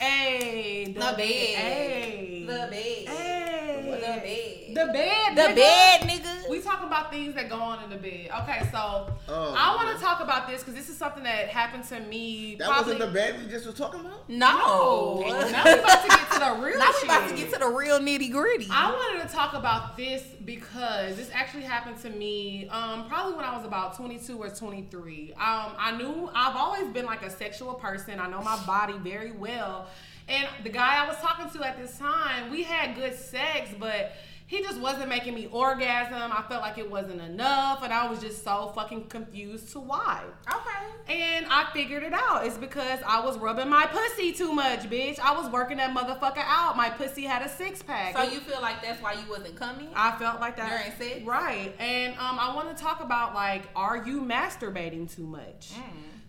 [SPEAKER 1] Hey,
[SPEAKER 2] The bed.
[SPEAKER 1] Hey.
[SPEAKER 2] The bed.
[SPEAKER 1] Hey.
[SPEAKER 2] The bed.
[SPEAKER 1] The bed.
[SPEAKER 2] The
[SPEAKER 1] nigga.
[SPEAKER 2] bed, nigga.
[SPEAKER 1] We talking about things that go on in the bed. Okay, so
[SPEAKER 3] Oh,
[SPEAKER 1] I want
[SPEAKER 3] man.
[SPEAKER 1] to talk about this because this is something that happened to me.
[SPEAKER 3] That
[SPEAKER 1] probably,
[SPEAKER 3] wasn't the bed we just was talking about.
[SPEAKER 1] No.
[SPEAKER 2] no.
[SPEAKER 1] now we about to get to the real
[SPEAKER 2] Now
[SPEAKER 1] shit.
[SPEAKER 2] we about to get to the real nitty gritty.
[SPEAKER 1] I wanted to talk about this because this actually happened to me um, probably when I was about 22 or 23. Um, I knew I've always been like a sexual person. I know my body very well. And the guy I was talking to at this time, we had good sex, but he just wasn't making me orgasm. I felt like it wasn't enough, and I was just so fucking confused to why.
[SPEAKER 2] Okay.
[SPEAKER 1] And I figured it out. It's because I was rubbing my pussy too much, bitch. I was working that motherfucker out. My pussy had a six pack.
[SPEAKER 2] So you feel like that's why you wasn't coming?
[SPEAKER 1] I felt like that.
[SPEAKER 2] During sex?
[SPEAKER 1] Right. And um, I want to talk about like, are you masturbating too much?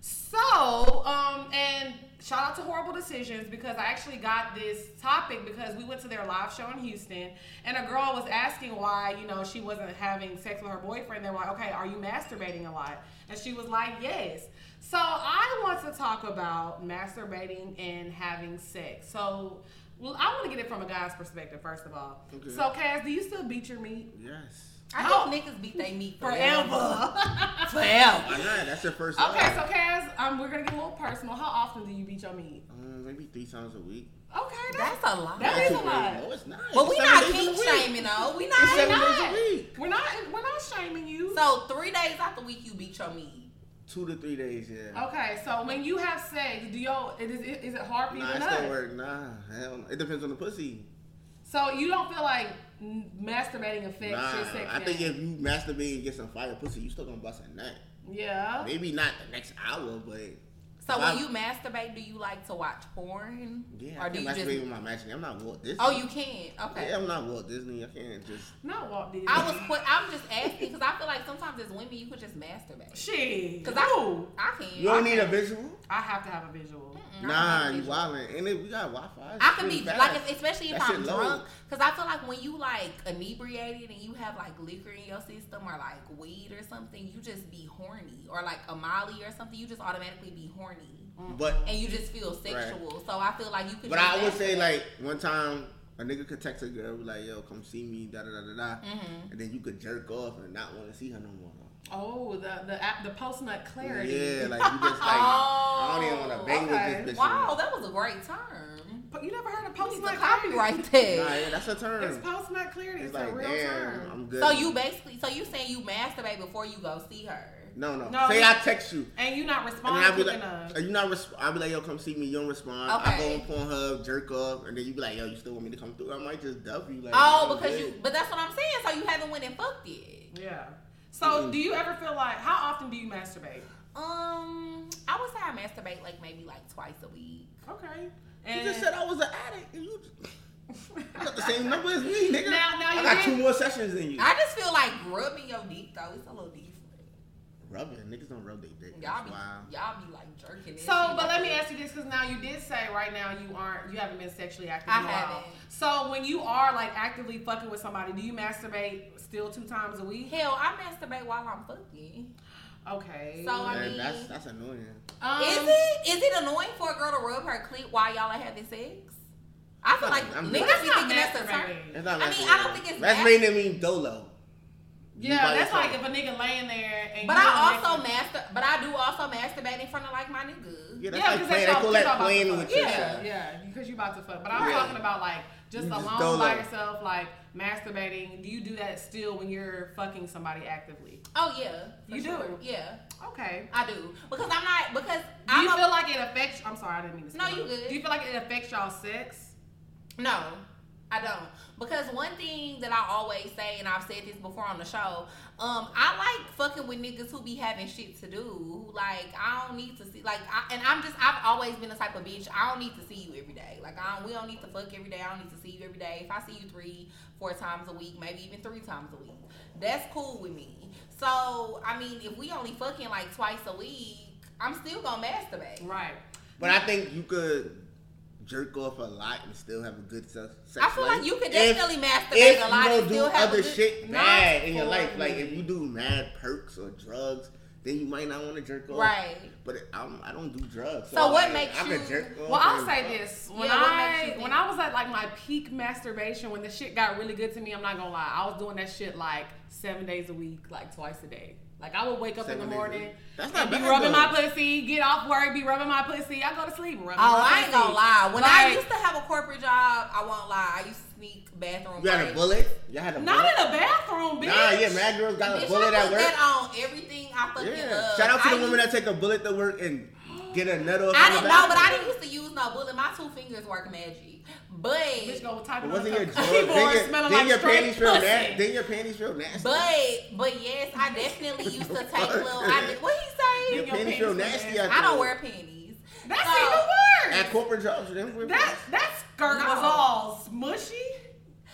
[SPEAKER 1] So, um, and shout out to Horrible Decisions because I actually got this topic because we went to their live show in Houston and a girl was asking why, you know, she wasn't having sex with her boyfriend. They were like, okay, are you masturbating a lot? And she was like, yes. So I want to talk about masturbating and having sex. So, well, I want to get it from a guy's perspective, first of all.
[SPEAKER 3] Okay.
[SPEAKER 1] So, Cass, do you still beat your meat?
[SPEAKER 3] Yes.
[SPEAKER 1] How-
[SPEAKER 2] I think niggas beat they meat
[SPEAKER 1] (laughs) Forever.
[SPEAKER 2] Forever.
[SPEAKER 3] I know that's your first.
[SPEAKER 1] okay,
[SPEAKER 3] love.
[SPEAKER 1] so Cass, um, we're gonna get a little personal. How often do you beat your meat?
[SPEAKER 3] Um, maybe three times a week.
[SPEAKER 1] Okay, that's,
[SPEAKER 2] That's a lot.
[SPEAKER 1] That
[SPEAKER 3] Not
[SPEAKER 1] is
[SPEAKER 3] too
[SPEAKER 1] a
[SPEAKER 3] crazy.
[SPEAKER 1] lot.
[SPEAKER 3] No, it's not.
[SPEAKER 2] but we
[SPEAKER 3] It's
[SPEAKER 2] not
[SPEAKER 3] seven days in
[SPEAKER 2] king
[SPEAKER 3] a week.
[SPEAKER 2] shaming though. We
[SPEAKER 3] It's
[SPEAKER 1] we're
[SPEAKER 2] not.
[SPEAKER 3] seven
[SPEAKER 1] not.
[SPEAKER 3] days a week.
[SPEAKER 1] We're not. We're not shaming you.
[SPEAKER 2] So three days out the week you beat your meat.
[SPEAKER 3] Two to three days. Yeah.
[SPEAKER 1] okay, so when you have sex, do y'all it is it, is it hard for you
[SPEAKER 3] Nah,
[SPEAKER 1] to
[SPEAKER 3] it
[SPEAKER 1] nut?
[SPEAKER 3] still work. Nah, hell, no. it depends on the pussy.
[SPEAKER 1] So you don't feel like n- masturbating affects
[SPEAKER 3] Nah,
[SPEAKER 1] your sex?
[SPEAKER 3] I think
[SPEAKER 1] game?
[SPEAKER 3] if you masturbate and get some fire pussy, you still gonna bust a nut.
[SPEAKER 1] yeah.
[SPEAKER 3] Maybe not the next hour, but
[SPEAKER 2] So
[SPEAKER 3] Why-
[SPEAKER 2] when you masturbate, do you like to watch porn?
[SPEAKER 3] yeah, I can masturbate
[SPEAKER 2] just?
[SPEAKER 3] with my imagination. I'm not Walt Disney.
[SPEAKER 2] Oh, you can. Okay.
[SPEAKER 3] Yeah, I'm not Walt Disney. I can't just.
[SPEAKER 1] Not Walt Disney.
[SPEAKER 2] I was. Qu- I'm just asking because I feel like sometimes as women you could just
[SPEAKER 1] (laughs)
[SPEAKER 2] masturbate.
[SPEAKER 1] shit.
[SPEAKER 2] Cause
[SPEAKER 1] Cause
[SPEAKER 2] I, I can.
[SPEAKER 3] You don't
[SPEAKER 2] I
[SPEAKER 3] need
[SPEAKER 2] can.
[SPEAKER 3] a visual.
[SPEAKER 1] I have to have a visual.
[SPEAKER 3] Nah,
[SPEAKER 2] a
[SPEAKER 3] you
[SPEAKER 2] visual.
[SPEAKER 3] wildin'. And if we got Wi-Fi.
[SPEAKER 2] I can
[SPEAKER 3] it's
[SPEAKER 2] be
[SPEAKER 3] really
[SPEAKER 2] like,
[SPEAKER 3] fast.
[SPEAKER 2] if, especially if
[SPEAKER 3] That
[SPEAKER 2] I'm
[SPEAKER 3] shit low.
[SPEAKER 2] drunk, because I feel like when you like inebriated and you have like liquor in your system or like weed or something, you just be horny or like a Molly or something, you just automatically be horny
[SPEAKER 3] But
[SPEAKER 2] and you just feel sexual. So I feel like you could.
[SPEAKER 3] But
[SPEAKER 2] just
[SPEAKER 3] I would say
[SPEAKER 2] masturbate.
[SPEAKER 3] like one time a nigga could text a girl be like, "Yo, come see me," da da da da da,
[SPEAKER 2] Mm-hmm.
[SPEAKER 3] and then you could jerk off and not want to see her no more.
[SPEAKER 1] Oh, the the app- the post nut clarity.
[SPEAKER 3] Yeah, like you
[SPEAKER 2] (laughs)
[SPEAKER 3] just like I don't even want to bang
[SPEAKER 1] okay.
[SPEAKER 3] with this bitch.
[SPEAKER 2] Oh. wow,
[SPEAKER 3] anymore.
[SPEAKER 2] that was a great term.
[SPEAKER 1] Po- You never heard of
[SPEAKER 2] We
[SPEAKER 1] post
[SPEAKER 2] need to
[SPEAKER 1] nut
[SPEAKER 2] copyright
[SPEAKER 3] Nah,
[SPEAKER 2] (laughs) that.
[SPEAKER 3] yeah, that's a term.
[SPEAKER 1] It's post nut clarity. It's,
[SPEAKER 3] It's like,
[SPEAKER 1] a real
[SPEAKER 3] damn,
[SPEAKER 1] term.
[SPEAKER 3] I'm good.
[SPEAKER 2] So you basically, so you saying you masturbate before you go see her?
[SPEAKER 3] No, no.
[SPEAKER 1] No,
[SPEAKER 3] say
[SPEAKER 1] you-
[SPEAKER 3] I text you.
[SPEAKER 1] And you not
[SPEAKER 3] And
[SPEAKER 1] responding
[SPEAKER 3] then I'll be
[SPEAKER 1] quick
[SPEAKER 3] like,
[SPEAKER 1] enough.
[SPEAKER 3] are you not resp- I'll be like, yo, come see me. You don't respond. I go
[SPEAKER 2] Okay.
[SPEAKER 3] on Pornhub, jerk off, and then you be like, yo, you still want me to come through? I might just dub you. Like,
[SPEAKER 2] Oh,
[SPEAKER 3] I'm
[SPEAKER 2] because you.
[SPEAKER 3] good.
[SPEAKER 2] But that's what I'm saying. So you haven't went and fucked it.
[SPEAKER 1] Yeah. So,
[SPEAKER 3] Mm-mm.
[SPEAKER 1] do you ever feel like how often do you masturbate?
[SPEAKER 2] Um, I would say I masturbate like maybe like twice a week.
[SPEAKER 1] Okay.
[SPEAKER 3] You
[SPEAKER 1] And
[SPEAKER 3] just said I was an addict. And you, you got the same number as me, nigga.
[SPEAKER 1] now, now
[SPEAKER 3] got two more sessions than you.
[SPEAKER 2] I just feel like rubbing your dick though. It's a little different.
[SPEAKER 3] Rubbing niggas don't rub their dick.
[SPEAKER 2] Y'all be
[SPEAKER 3] Wow.
[SPEAKER 2] y'all be like jerking. and
[SPEAKER 1] So, but
[SPEAKER 2] shit like
[SPEAKER 1] let me
[SPEAKER 2] that.
[SPEAKER 1] ask you this, because now you did say right now you aren't, you haven't been sexually active.
[SPEAKER 2] I
[SPEAKER 1] in a while.
[SPEAKER 2] haven't.
[SPEAKER 1] So when you are like actively fucking with somebody, do you masturbate still two times a week?
[SPEAKER 2] Hell, I masturbate while I'm fucking.
[SPEAKER 1] Okay.
[SPEAKER 2] So, I
[SPEAKER 3] That-
[SPEAKER 2] mean-
[SPEAKER 3] that's that's annoying.
[SPEAKER 1] um,
[SPEAKER 2] is it is it annoying for a girl to rub her clit while y'all are having sex? I feel like
[SPEAKER 3] I'm- I'm-
[SPEAKER 2] niggas
[SPEAKER 1] That's
[SPEAKER 2] be
[SPEAKER 1] not
[SPEAKER 2] thinking that's a turn.
[SPEAKER 1] masturbating.
[SPEAKER 3] That's not
[SPEAKER 2] I
[SPEAKER 3] masturbating.
[SPEAKER 2] mean, I don't think it's
[SPEAKER 3] That's
[SPEAKER 2] mas-
[SPEAKER 3] made it mean dolo. You
[SPEAKER 1] Yeah,
[SPEAKER 3] by
[SPEAKER 1] that's
[SPEAKER 3] yourself.
[SPEAKER 1] like if a nigga laying there and.
[SPEAKER 2] But
[SPEAKER 1] you
[SPEAKER 2] I
[SPEAKER 1] don't
[SPEAKER 2] also
[SPEAKER 1] make-
[SPEAKER 2] master. But I do also masturbate in front of like my nigga.
[SPEAKER 3] Yeah, that's
[SPEAKER 1] Yeah,
[SPEAKER 3] like
[SPEAKER 1] because that's
[SPEAKER 3] playing. They
[SPEAKER 1] y'all,
[SPEAKER 3] call
[SPEAKER 1] y'all
[SPEAKER 3] that
[SPEAKER 1] about
[SPEAKER 3] playing
[SPEAKER 1] to
[SPEAKER 3] with
[SPEAKER 1] fuck. Yeah,
[SPEAKER 3] yourself.
[SPEAKER 1] yeah, because you about to fuck. But I'm
[SPEAKER 3] Yeah.
[SPEAKER 1] talking about like just
[SPEAKER 3] You just
[SPEAKER 1] alone
[SPEAKER 3] dolo.
[SPEAKER 1] by yourself, like masturbating. Do you do that still when you're fucking somebody actively?
[SPEAKER 2] Oh yeah, for
[SPEAKER 1] You do?
[SPEAKER 2] sure. Yeah,
[SPEAKER 1] Okay.
[SPEAKER 2] I do because I'm not because
[SPEAKER 1] Do you
[SPEAKER 2] I'm
[SPEAKER 1] feel like it affects? I'm sorry, I didn't mean to.
[SPEAKER 2] No,
[SPEAKER 1] speak.
[SPEAKER 2] you good.
[SPEAKER 1] Do you feel like it affects y'all sex?
[SPEAKER 2] a, no. I don't because one thing that I always say, and I've said this before on the show, um, I like fucking with niggas who be having shit to do. Who like I don't need to see like, I, and I'm just I've always been the type of bitch. I don't need to see you every day. Like I don't, we don't need to fuck every day. I don't need to see you every day. If I see you three, four times a week, maybe even three times a week, that's cool with me. So I mean, if we only fucking like twice a week, I'm still gonna masturbate.
[SPEAKER 1] Right.
[SPEAKER 3] But I think you could jerk off a lot and still have a good se- sex.
[SPEAKER 2] I feel
[SPEAKER 3] life.
[SPEAKER 2] like you could
[SPEAKER 3] If-
[SPEAKER 2] definitely masturbate
[SPEAKER 3] If
[SPEAKER 2] a lot
[SPEAKER 3] you
[SPEAKER 2] and
[SPEAKER 3] don't do
[SPEAKER 2] still have
[SPEAKER 3] other
[SPEAKER 2] a good,
[SPEAKER 3] shit
[SPEAKER 1] Not
[SPEAKER 3] bad in your
[SPEAKER 1] for
[SPEAKER 3] life, like
[SPEAKER 1] me.
[SPEAKER 3] if you do mad perks or drugs, then you might not want to jerk off.
[SPEAKER 2] Right.
[SPEAKER 3] But it, I'm, I don't do drugs.
[SPEAKER 2] So what
[SPEAKER 3] like,
[SPEAKER 2] makes
[SPEAKER 3] I could
[SPEAKER 2] you-
[SPEAKER 3] Jerk off
[SPEAKER 1] Well, I'll
[SPEAKER 3] and-
[SPEAKER 1] say this: when
[SPEAKER 2] Yeah, what makes you
[SPEAKER 1] I
[SPEAKER 2] think-
[SPEAKER 1] when I was at like my peak masturbation, when the shit got really good to me, I'm not gonna lie, I was doing that shit like seven days a week, like twice a day. Like I would wake up
[SPEAKER 3] Seven
[SPEAKER 1] in
[SPEAKER 3] days
[SPEAKER 1] the
[SPEAKER 3] a
[SPEAKER 1] morning,
[SPEAKER 3] week. That's
[SPEAKER 1] and
[SPEAKER 3] not
[SPEAKER 1] be
[SPEAKER 3] bad,
[SPEAKER 1] rubbing my
[SPEAKER 3] though.
[SPEAKER 1] pussy, get off work, be rubbing my pussy. I go to sleep. Rubbing
[SPEAKER 2] Oh,
[SPEAKER 1] my
[SPEAKER 2] I ain't gonna
[SPEAKER 1] pussy.
[SPEAKER 2] lie. When I
[SPEAKER 1] Like,
[SPEAKER 2] used to have a corporate job, I won't lie. I used to sneak bathroom.
[SPEAKER 3] You had a
[SPEAKER 2] breaks.
[SPEAKER 3] bullet? You had a
[SPEAKER 1] not
[SPEAKER 3] bullet?
[SPEAKER 1] in the bathroom, bitch.
[SPEAKER 3] Nah, yeah, mad girls got a
[SPEAKER 2] Bitch,
[SPEAKER 3] bullet
[SPEAKER 2] I
[SPEAKER 3] at
[SPEAKER 2] put
[SPEAKER 3] work.
[SPEAKER 2] that on everything I fucking
[SPEAKER 3] yeah.
[SPEAKER 2] love.
[SPEAKER 3] Shout out to
[SPEAKER 2] I
[SPEAKER 3] the women
[SPEAKER 2] used-
[SPEAKER 3] that take a bullet to work and get a nut off.
[SPEAKER 2] I
[SPEAKER 3] in the
[SPEAKER 2] didn't know, but I
[SPEAKER 3] bathroom.
[SPEAKER 2] didn't used to use no bullet. My two fingers work magic, but
[SPEAKER 1] Bitch, go type
[SPEAKER 3] But
[SPEAKER 1] it
[SPEAKER 3] wasn't
[SPEAKER 1] on
[SPEAKER 2] (laughs)
[SPEAKER 3] your
[SPEAKER 1] the
[SPEAKER 3] drawers-
[SPEAKER 1] keyboard
[SPEAKER 3] Then your,
[SPEAKER 1] smelling
[SPEAKER 3] then
[SPEAKER 1] like
[SPEAKER 3] your
[SPEAKER 1] straight
[SPEAKER 3] panties feel
[SPEAKER 1] pussy.
[SPEAKER 3] nasty. Then your panties feel nasty.
[SPEAKER 2] but but yes, I definitely used to take little. I did, what he say?
[SPEAKER 3] your
[SPEAKER 1] your
[SPEAKER 3] panties
[SPEAKER 1] panties
[SPEAKER 3] feel
[SPEAKER 1] feel
[SPEAKER 3] nasty.
[SPEAKER 1] nasty.
[SPEAKER 2] I don't wear panties.
[SPEAKER 1] That's
[SPEAKER 2] So-
[SPEAKER 1] even
[SPEAKER 3] At
[SPEAKER 1] worse.
[SPEAKER 3] corporate jobs, you didn't wear
[SPEAKER 1] That
[SPEAKER 3] panties.
[SPEAKER 1] that skirt
[SPEAKER 2] No.
[SPEAKER 1] was all smushy.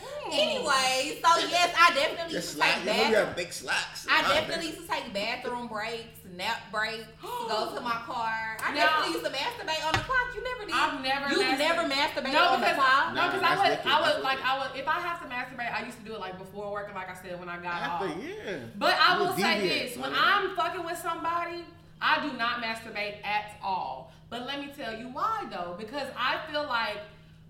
[SPEAKER 2] Hmm. Anyway, so yes, I definitely
[SPEAKER 3] Your
[SPEAKER 2] used to take
[SPEAKER 3] slack. You know you
[SPEAKER 2] bathroom.
[SPEAKER 3] have big slacks.
[SPEAKER 2] I
[SPEAKER 3] Nah,
[SPEAKER 2] definitely
[SPEAKER 3] man.
[SPEAKER 2] used to take bathroom breaks, nap breaks,
[SPEAKER 1] (gasps)
[SPEAKER 2] go to my car. I
[SPEAKER 1] No.
[SPEAKER 2] definitely used to masturbate on the clock. You never did.
[SPEAKER 1] I've never
[SPEAKER 2] You
[SPEAKER 1] masturbated.
[SPEAKER 2] never masturbated
[SPEAKER 1] No,
[SPEAKER 2] on the
[SPEAKER 1] because
[SPEAKER 2] clock. (laughs)
[SPEAKER 1] no,
[SPEAKER 3] Nah,
[SPEAKER 1] because I
[SPEAKER 3] that's
[SPEAKER 1] would,
[SPEAKER 3] wicked.
[SPEAKER 1] I
[SPEAKER 3] That's
[SPEAKER 1] would like,
[SPEAKER 3] wicked.
[SPEAKER 1] I would, if I have to masturbate, I used to do it like before work, and like I said, when I got off.
[SPEAKER 3] After, yeah.
[SPEAKER 1] But I
[SPEAKER 3] You
[SPEAKER 1] will say
[SPEAKER 3] deviant,
[SPEAKER 1] this: when
[SPEAKER 3] man.
[SPEAKER 1] I'm fucking with somebody, I do not masturbate at all. But let me tell you why, though, because I feel like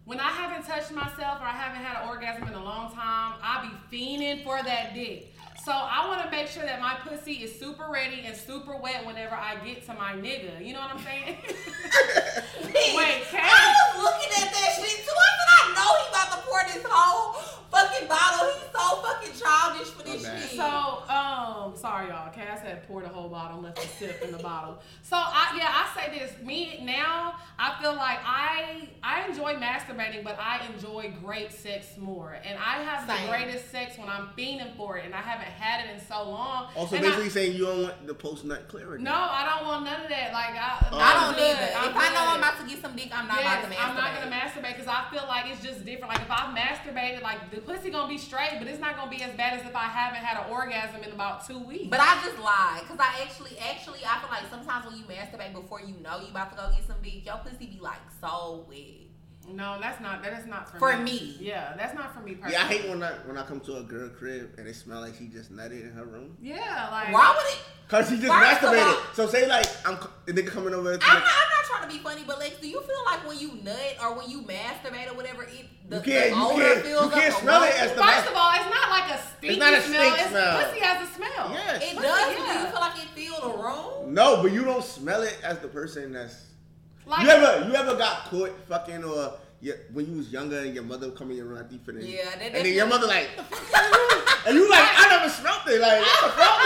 [SPEAKER 1] when I haven't touched myself or I haven't had an orgasm in a long time, I be fiending for that dick. So I want to make sure that my pussy is super ready and super wet whenever I get to my nigga. You know what I'm saying? (laughs) Wait, Kat.
[SPEAKER 2] I was looking at that shit too. I said, I know he about to pour this whole fucking bottle. He's so fucking childish for this
[SPEAKER 3] My bad.
[SPEAKER 2] shit.
[SPEAKER 1] So, um, sorry y'all. Cass had poured a whole bottle, left a sip in the bottle. So, I yeah, I say this. Me now, I feel like I I enjoy masturbating, but I enjoy great sex more. And I have
[SPEAKER 2] Same.
[SPEAKER 1] the greatest sex when I'm fiending for it, and I haven't had it in so long.
[SPEAKER 3] Also,
[SPEAKER 1] And
[SPEAKER 3] basically
[SPEAKER 1] I,
[SPEAKER 3] saying you don't want the post nut clear again.
[SPEAKER 1] no, I don't want none of that. Like I,
[SPEAKER 3] Oh.
[SPEAKER 2] I don't
[SPEAKER 1] good.
[SPEAKER 2] either.
[SPEAKER 1] I'm
[SPEAKER 2] if I know
[SPEAKER 1] good.
[SPEAKER 2] I'm about to get some dick, I'm not about to masturbate.
[SPEAKER 1] I'm not gonna masturbate because I feel like it's just different. Like if I masturbated, like the pussy gonna be straight, but it's not gonna be as bad as if I haven't had an orgasm in about two weeks.
[SPEAKER 2] But I just lied because I actually, actually, I feel like sometimes when you masturbate before you know you about to go get some dick, your pussy be like so wet.
[SPEAKER 1] no, that's not that is not for,
[SPEAKER 2] For
[SPEAKER 1] me.
[SPEAKER 2] me.
[SPEAKER 1] Yeah, that's not for me personally.
[SPEAKER 3] Yeah, I hate when I when I come to a girl crib and it smell like she just nutted in her room.
[SPEAKER 1] Yeah, like
[SPEAKER 2] Why would it?
[SPEAKER 3] Cause she just
[SPEAKER 2] First of
[SPEAKER 3] masturbated.
[SPEAKER 2] all-
[SPEAKER 3] so say like I'm c- the nigga coming over. To
[SPEAKER 2] I'm
[SPEAKER 3] like,
[SPEAKER 2] not, I'm not trying to be funny, but Lex, do you feel like when you nut or when you masturbate or whatever, it the,
[SPEAKER 3] you can't
[SPEAKER 2] the
[SPEAKER 3] you
[SPEAKER 2] odor
[SPEAKER 3] can't
[SPEAKER 2] fills
[SPEAKER 3] you
[SPEAKER 2] up
[SPEAKER 3] can't
[SPEAKER 2] the
[SPEAKER 3] smell it
[SPEAKER 2] room?
[SPEAKER 3] as the
[SPEAKER 1] First
[SPEAKER 3] mas-
[SPEAKER 1] of all, it's not like a stinky
[SPEAKER 3] not a
[SPEAKER 1] smell.
[SPEAKER 3] stink
[SPEAKER 1] it's,
[SPEAKER 3] smell.
[SPEAKER 1] Pussy has a smell.
[SPEAKER 3] Yes.
[SPEAKER 2] It does. but Do
[SPEAKER 1] Yeah.
[SPEAKER 2] you feel like it filled the room?
[SPEAKER 3] No, but you don't smell it as the person that's.
[SPEAKER 1] Like
[SPEAKER 3] you ever you ever got caught fucking or you, when you was younger and your mother would come in your room after you finished.
[SPEAKER 2] Yeah, that-
[SPEAKER 3] and
[SPEAKER 2] that's
[SPEAKER 3] then your
[SPEAKER 2] what-
[SPEAKER 3] mother like, and you like I never smelled it like what the fuck?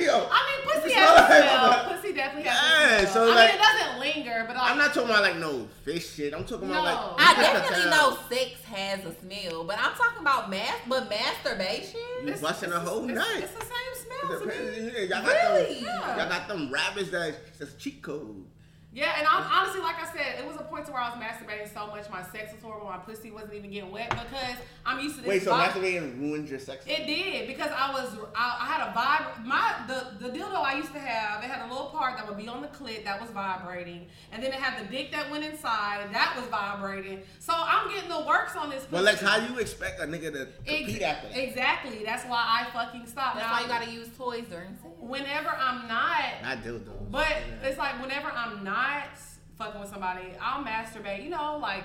[SPEAKER 3] (laughs) Yo.
[SPEAKER 1] I mean, pussy
[SPEAKER 3] You
[SPEAKER 1] has a
[SPEAKER 3] smell it.
[SPEAKER 1] smell. Pussy definitely has
[SPEAKER 3] Yeah,
[SPEAKER 1] a smell.
[SPEAKER 3] so,
[SPEAKER 1] I
[SPEAKER 3] like-
[SPEAKER 1] mean, it doesn't linger, but like,
[SPEAKER 3] I'm not talking about like no fish shit. I'm talking about
[SPEAKER 1] No.
[SPEAKER 3] like
[SPEAKER 2] I
[SPEAKER 3] you just
[SPEAKER 2] definitely
[SPEAKER 3] can
[SPEAKER 2] know
[SPEAKER 3] tell
[SPEAKER 2] sex has a smell, but I'm talking about mas but masturbation.
[SPEAKER 3] You busting a whole
[SPEAKER 1] it's,
[SPEAKER 3] night.
[SPEAKER 1] It's the same smell to me.
[SPEAKER 3] Depends- yeah, Y'all got
[SPEAKER 2] Really?
[SPEAKER 3] them,
[SPEAKER 1] Yeah.
[SPEAKER 3] y'all got them rappers that that's cheat code.
[SPEAKER 1] Yeah, and I'm, honestly, like I said, it was a point to where I was masturbating so much, my sex was horrible, my pussy wasn't even getting wet because I'm used to this.
[SPEAKER 3] Wait, so
[SPEAKER 1] vibe.
[SPEAKER 3] masturbating ruined your sex? life?
[SPEAKER 1] It did because I was I, I had a vibe my the the dildo I used to have it had a little part that would be on the clit that was vibrating and then it had the dick that went inside that was vibrating so I'm getting the works on this.
[SPEAKER 3] But like,
[SPEAKER 1] pussy.
[SPEAKER 3] how you expect a nigga to
[SPEAKER 1] Ex-
[SPEAKER 3] compete after that?
[SPEAKER 1] Exactly. That's why I fucking stopped.
[SPEAKER 2] That's
[SPEAKER 1] Now,
[SPEAKER 2] why you gotta use toys during sex.
[SPEAKER 1] Whenever I'm not,
[SPEAKER 3] Not dildo.
[SPEAKER 1] but it's like whenever I'm not fucking with somebody, I'll masturbate. You know, like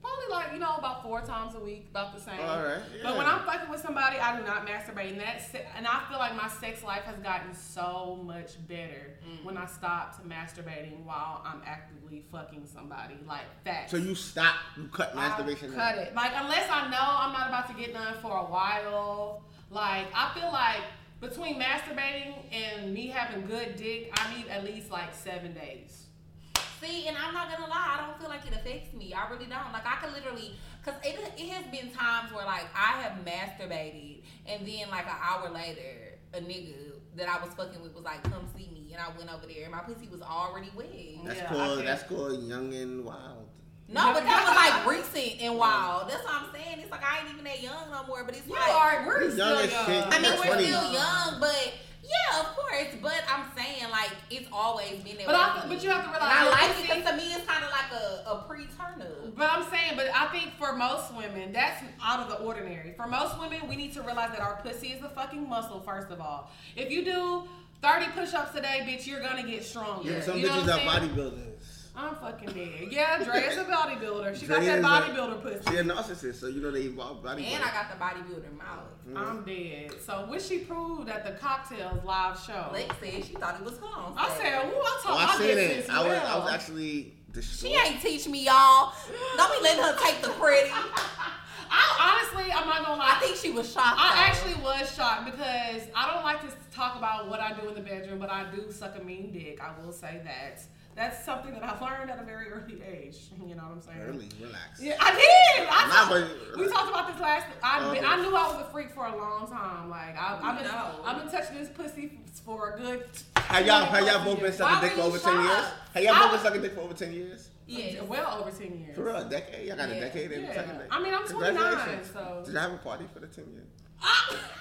[SPEAKER 1] probably like you know about four times a week, about the same.
[SPEAKER 3] All right,
[SPEAKER 1] But when
[SPEAKER 3] yeah.
[SPEAKER 1] I'm fucking with somebody, I do not masturbate, and that's and I feel like my sex life has gotten so much better when I stopped masturbating while I'm actively fucking somebody. Like that.
[SPEAKER 3] so you stop. You cut
[SPEAKER 1] I
[SPEAKER 3] masturbation.
[SPEAKER 1] Cut
[SPEAKER 3] out.
[SPEAKER 1] it. Like unless I know I'm not about to get none for a while. Like I feel like between masturbating and me having good dick, I need at least like seven days.
[SPEAKER 2] See, and I'm not gonna lie, I don't feel like it affects me. I really don't. Like I could literally, cause it it has been times where like I have masturbated, and then like an hour later, a nigga that I was fucking with was like, "Come see me," and I went over there, and my pussy was already wet.
[SPEAKER 3] That's
[SPEAKER 1] Yeah, I
[SPEAKER 3] called.
[SPEAKER 1] can't-
[SPEAKER 3] That's called young and wild.
[SPEAKER 2] No, but that was like recent and wild. That's what I'm saying. It's like I ain't even that young no more. But it's
[SPEAKER 1] You
[SPEAKER 2] like
[SPEAKER 1] are. We're
[SPEAKER 3] You're
[SPEAKER 1] still
[SPEAKER 3] young
[SPEAKER 1] young.
[SPEAKER 3] as shit.
[SPEAKER 2] I mean,
[SPEAKER 3] You're
[SPEAKER 2] we're
[SPEAKER 3] 20.
[SPEAKER 2] still young, but yeah, of course. But I'm saying like it's always been that
[SPEAKER 1] But
[SPEAKER 2] way.
[SPEAKER 1] I, but you have to
[SPEAKER 2] And
[SPEAKER 1] realize.
[SPEAKER 2] I like
[SPEAKER 1] pussy-
[SPEAKER 2] it because to me it's kind of like a, a pre turn up.
[SPEAKER 1] But I'm saying, but I think for most women, that's out of the ordinary. For most women, we need to realize that our pussy is a fucking muscle, first of all. If you do 30 push ups a day, bitch, you're gonna get stronger.
[SPEAKER 3] Yeah, some
[SPEAKER 1] You know
[SPEAKER 3] bitches
[SPEAKER 1] what
[SPEAKER 3] are
[SPEAKER 1] I'm saying?
[SPEAKER 3] bodybuilders.
[SPEAKER 1] I'm fucking dead. Yeah, Dre's a bodybuilder.
[SPEAKER 3] (laughs)
[SPEAKER 1] She got
[SPEAKER 3] Dre
[SPEAKER 1] that
[SPEAKER 3] is a-
[SPEAKER 1] bodybuilder pussy.
[SPEAKER 3] She a narcissist, so you know they evolve bodybuilders.
[SPEAKER 2] And I got the bodybuilder mouth.
[SPEAKER 1] I'm dead. So what she proved at the cocktails live show?
[SPEAKER 2] Lex said she thought it was fun.
[SPEAKER 1] I said, "Ooh, I
[SPEAKER 3] Oh,
[SPEAKER 1] told
[SPEAKER 3] I
[SPEAKER 1] my
[SPEAKER 3] seen
[SPEAKER 1] business
[SPEAKER 3] it. I was. I
[SPEAKER 1] well."
[SPEAKER 3] was actually
[SPEAKER 2] she
[SPEAKER 3] destroyed.
[SPEAKER 2] ain't teach me y'all. Don't be letting her take the credit.
[SPEAKER 1] I honestly, I'm not gonna lie.
[SPEAKER 2] I think she was shocked.
[SPEAKER 1] I
[SPEAKER 2] though.
[SPEAKER 1] actually was shocked because I don't like to talk about what I do in the bedroom, but I do suck a mean dick. I will say that. That's something that I learned at a very early age. (laughs) You know what I'm saying?
[SPEAKER 3] Early, relax.
[SPEAKER 1] Yeah, I did.
[SPEAKER 3] Nah,
[SPEAKER 1] I
[SPEAKER 3] but-
[SPEAKER 1] talked, we talked about this last. I,
[SPEAKER 3] Okay.
[SPEAKER 1] I knew I was a freak for a long time. Like I, I've been,
[SPEAKER 2] No.
[SPEAKER 1] I've been touching this pussy for a good.
[SPEAKER 3] Have y'all,
[SPEAKER 1] 20
[SPEAKER 3] have y'all both been
[SPEAKER 1] years.
[SPEAKER 3] sucking
[SPEAKER 2] Why
[SPEAKER 3] dick
[SPEAKER 2] were you
[SPEAKER 3] for over 10 years?
[SPEAKER 2] shocked?
[SPEAKER 3] Have y'all
[SPEAKER 1] I-
[SPEAKER 3] both been sucking dick for over 10 years?
[SPEAKER 2] yes.
[SPEAKER 1] Well over ten years.
[SPEAKER 3] For real, a decade? Y'all got a
[SPEAKER 2] Yeah.
[SPEAKER 3] decade and
[SPEAKER 1] Yeah.
[SPEAKER 3] sucking dick.
[SPEAKER 1] I mean, I'm 29,
[SPEAKER 3] Congratulations.
[SPEAKER 1] so-
[SPEAKER 3] Did I have a party for the 10 years?
[SPEAKER 1] (laughs)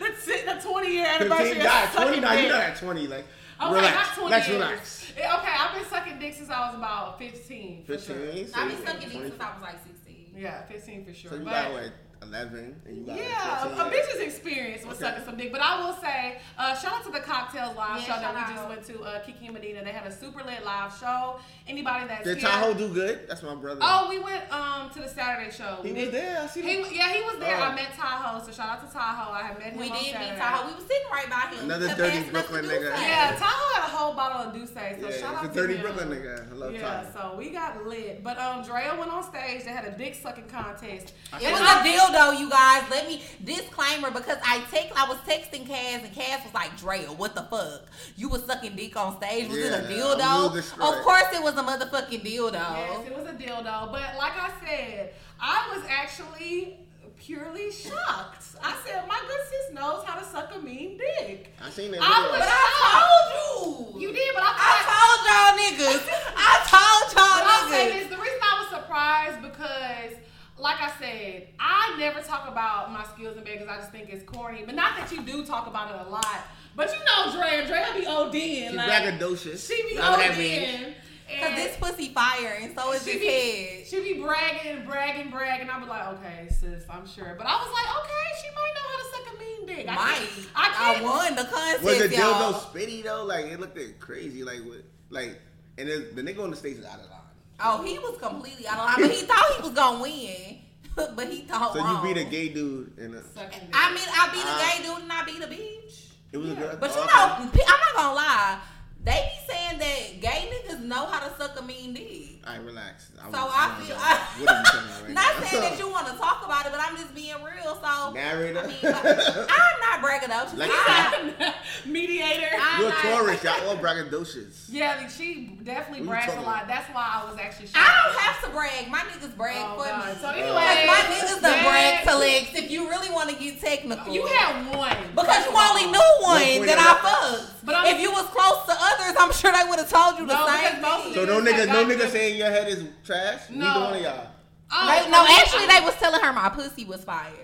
[SPEAKER 1] That's it. The twenty year anniversary.
[SPEAKER 3] 15,
[SPEAKER 1] of
[SPEAKER 3] nah,
[SPEAKER 1] sucking
[SPEAKER 3] 20, nah, you
[SPEAKER 1] dick. Oh,
[SPEAKER 3] not at 20. Like,
[SPEAKER 1] Okay,
[SPEAKER 3] relax.
[SPEAKER 1] not 20
[SPEAKER 3] Let's
[SPEAKER 1] years.
[SPEAKER 3] relax.
[SPEAKER 1] Yeah, okay, I've been sucking dick since I was about 15. For
[SPEAKER 3] 15?
[SPEAKER 1] Sure.
[SPEAKER 3] so
[SPEAKER 2] I've
[SPEAKER 3] you
[SPEAKER 2] been sucking dick
[SPEAKER 3] 20.
[SPEAKER 2] since I was like 16.
[SPEAKER 1] Yeah, 15 for sure.
[SPEAKER 3] So you
[SPEAKER 1] but,
[SPEAKER 3] got, what, 11? And you got
[SPEAKER 1] yeah, a, a
[SPEAKER 3] 14 years.
[SPEAKER 1] bitch's experience with
[SPEAKER 3] Okay.
[SPEAKER 1] sucking some dick. But I will say, uh, shout out to the Cocktails live
[SPEAKER 2] Yeah,
[SPEAKER 1] show that
[SPEAKER 2] shout
[SPEAKER 1] we
[SPEAKER 2] out.
[SPEAKER 1] just went to, uh, Kiki and Medina. They had a super lit live show. Anybody that's
[SPEAKER 3] Did
[SPEAKER 1] here-
[SPEAKER 3] Tahoe do good? That's my brother.
[SPEAKER 1] Oh, we went um to the Saturday show. We
[SPEAKER 3] he was
[SPEAKER 1] did-
[SPEAKER 3] there. I see
[SPEAKER 1] He,
[SPEAKER 3] him.
[SPEAKER 1] w- yeah, he was there.
[SPEAKER 3] Oh.
[SPEAKER 1] I met Tahoe, so shout out to Tahoe. I had met him
[SPEAKER 2] We
[SPEAKER 1] on
[SPEAKER 2] did
[SPEAKER 1] Saturday.
[SPEAKER 2] meet Tahoe. We were sitting right by him.
[SPEAKER 3] Another
[SPEAKER 2] He kept
[SPEAKER 3] dirty
[SPEAKER 2] asking us to
[SPEAKER 3] Brooklyn
[SPEAKER 2] do
[SPEAKER 3] nigga.
[SPEAKER 2] something.
[SPEAKER 1] Yeah, Tahoe had a whole bottle of Douce, so
[SPEAKER 3] Yeah,
[SPEAKER 1] shout out
[SPEAKER 3] it's a
[SPEAKER 1] to
[SPEAKER 3] dirty
[SPEAKER 1] him.
[SPEAKER 3] Brooklyn nigga. I love
[SPEAKER 1] Yeah,
[SPEAKER 3] Tahoe.
[SPEAKER 1] so we got lit. But um, Drea went on stage. They had a dick sucking contest.
[SPEAKER 2] It was a dildo, you guys. Let me disclaimer because I text, I was texting Kaz and Kaz was like, "Drea, what the fuck? You was sucking dick on stage? Was
[SPEAKER 3] Yeah,
[SPEAKER 2] it
[SPEAKER 3] I'm
[SPEAKER 2] a
[SPEAKER 3] real
[SPEAKER 2] dildo?
[SPEAKER 3] distraught.
[SPEAKER 2] Of course, it was a motherfucking dildo.
[SPEAKER 1] Yes, it was a dildo. But like I said, I was actually purely shocked. I said, my good sis knows how to suck a mean dick.
[SPEAKER 3] I seen that
[SPEAKER 1] I
[SPEAKER 3] video.
[SPEAKER 1] was-
[SPEAKER 2] But I told you,
[SPEAKER 1] You did, but I
[SPEAKER 2] I
[SPEAKER 1] thought.
[SPEAKER 2] told y'all niggas. I told
[SPEAKER 1] But I'll
[SPEAKER 2] y'all
[SPEAKER 1] say
[SPEAKER 2] niggas.
[SPEAKER 1] this: the reason I was surprised because, like I said, I never talk about my skills in bed because I just think it's corny. But not that you do talk about it a lot. But you know, Drea, Drea be ODing.
[SPEAKER 3] She's
[SPEAKER 1] like,
[SPEAKER 3] braggadocious.
[SPEAKER 1] She be
[SPEAKER 3] Y'all know what I mean?
[SPEAKER 1] ODing.
[SPEAKER 2] Cause
[SPEAKER 1] and
[SPEAKER 2] this pussy fire, and so is
[SPEAKER 1] she
[SPEAKER 2] this
[SPEAKER 1] be,
[SPEAKER 2] head.
[SPEAKER 1] she be bragging, bragging, bragging. I be like, okay, sis, I'm sure. But I was like, okay, she might know how to suck a mean dick. I
[SPEAKER 2] Mike,
[SPEAKER 1] can't- I
[SPEAKER 2] I,
[SPEAKER 1] can't. (laughs)
[SPEAKER 2] won the contest,
[SPEAKER 3] Was the
[SPEAKER 2] y'all.
[SPEAKER 3] dildo spitty though? Like it looked at crazy. Like what? Like and then the nigga on the stage is out of line.
[SPEAKER 2] Oh, he was completely out of line, but he thought he was gonna win, (laughs) but he thought
[SPEAKER 3] So
[SPEAKER 2] wrong.
[SPEAKER 3] you beat a gay dude and uh, a,
[SPEAKER 1] Sucking dick.
[SPEAKER 2] I mean, I beat a
[SPEAKER 3] Uh,
[SPEAKER 2] gay dude and I beat a bitch.
[SPEAKER 3] it was a girl.
[SPEAKER 2] But you
[SPEAKER 3] Oh,
[SPEAKER 2] know, p- I'm not gonna lie. They be saying that gay niggas know how to suck a mean dick.
[SPEAKER 3] okay. All right, relax.
[SPEAKER 2] So I feel. (laughs) I,
[SPEAKER 3] what are you talking about
[SPEAKER 2] (laughs)
[SPEAKER 3] right
[SPEAKER 2] not
[SPEAKER 3] now?
[SPEAKER 2] saying that
[SPEAKER 3] (laughs)
[SPEAKER 2] you want to talk about it, but I'm just being real. So
[SPEAKER 3] Narrator.
[SPEAKER 2] I mean, like, I'm not braggadocious.
[SPEAKER 3] Like-
[SPEAKER 2] I,
[SPEAKER 1] (laughs) mediator.
[SPEAKER 2] I-
[SPEAKER 3] You're a
[SPEAKER 2] like-
[SPEAKER 3] Taurus. Y'all all braggadocious.
[SPEAKER 1] (laughs) yeah, she definitely
[SPEAKER 3] We
[SPEAKER 1] brags a
[SPEAKER 3] talking-
[SPEAKER 1] lot. That's why I was actually. Shocked.
[SPEAKER 2] I don't have to brag. My niggas brag
[SPEAKER 1] Oh,
[SPEAKER 2] for
[SPEAKER 1] God.
[SPEAKER 2] me.
[SPEAKER 3] Uh,
[SPEAKER 1] So
[SPEAKER 2] Because
[SPEAKER 1] anyway,
[SPEAKER 2] my niggas the brag
[SPEAKER 1] that-
[SPEAKER 2] to legs. If you really want to get technical,
[SPEAKER 1] Oh, You had one
[SPEAKER 2] Because you only knew
[SPEAKER 1] know.
[SPEAKER 2] one
[SPEAKER 3] One
[SPEAKER 2] that
[SPEAKER 3] point
[SPEAKER 2] I
[SPEAKER 3] of-
[SPEAKER 2] fucked.
[SPEAKER 1] But I'm-
[SPEAKER 2] if you was close to others,
[SPEAKER 4] I'm sure they would have told you the
[SPEAKER 1] No, because
[SPEAKER 4] same
[SPEAKER 1] most
[SPEAKER 4] thing.
[SPEAKER 1] of
[SPEAKER 3] So
[SPEAKER 1] Niggas
[SPEAKER 3] no
[SPEAKER 1] that
[SPEAKER 3] nigga, no
[SPEAKER 1] got
[SPEAKER 3] nigga
[SPEAKER 1] them-
[SPEAKER 3] saying your head is trash.
[SPEAKER 1] No.
[SPEAKER 3] Neither one of y'all.
[SPEAKER 1] Oh,
[SPEAKER 4] They- no,
[SPEAKER 1] I-
[SPEAKER 4] actually, they was telling her my pussy was fire.
[SPEAKER 1] (laughs)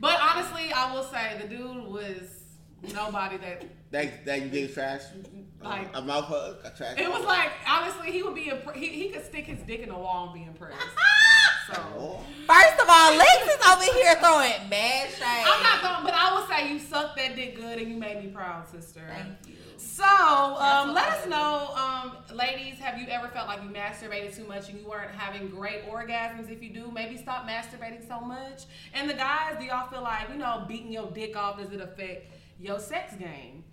[SPEAKER 1] But honestly, I will say the dude was nobody that.
[SPEAKER 3] That that you gave trash. Uh,
[SPEAKER 1] Like-
[SPEAKER 3] a mouth hug, a trash.
[SPEAKER 1] It was
[SPEAKER 3] hug.
[SPEAKER 1] like honestly, he would be impre- he he could stick his dick in a wall and be impressed. So
[SPEAKER 3] Oh.
[SPEAKER 4] First of all, Lex is over here throwing mad.
[SPEAKER 2] Bad shade.
[SPEAKER 1] I'm not going, but I will say you sucked that dick good and you made me proud, sister.
[SPEAKER 2] Thank you.
[SPEAKER 1] So um, let us know, um, ladies, have you ever felt like you masturbated too much and you weren't having great orgasms? If you do, maybe stop masturbating so much. And the guys, do y'all feel like, you know, beating your dick off, does it affect your sex game?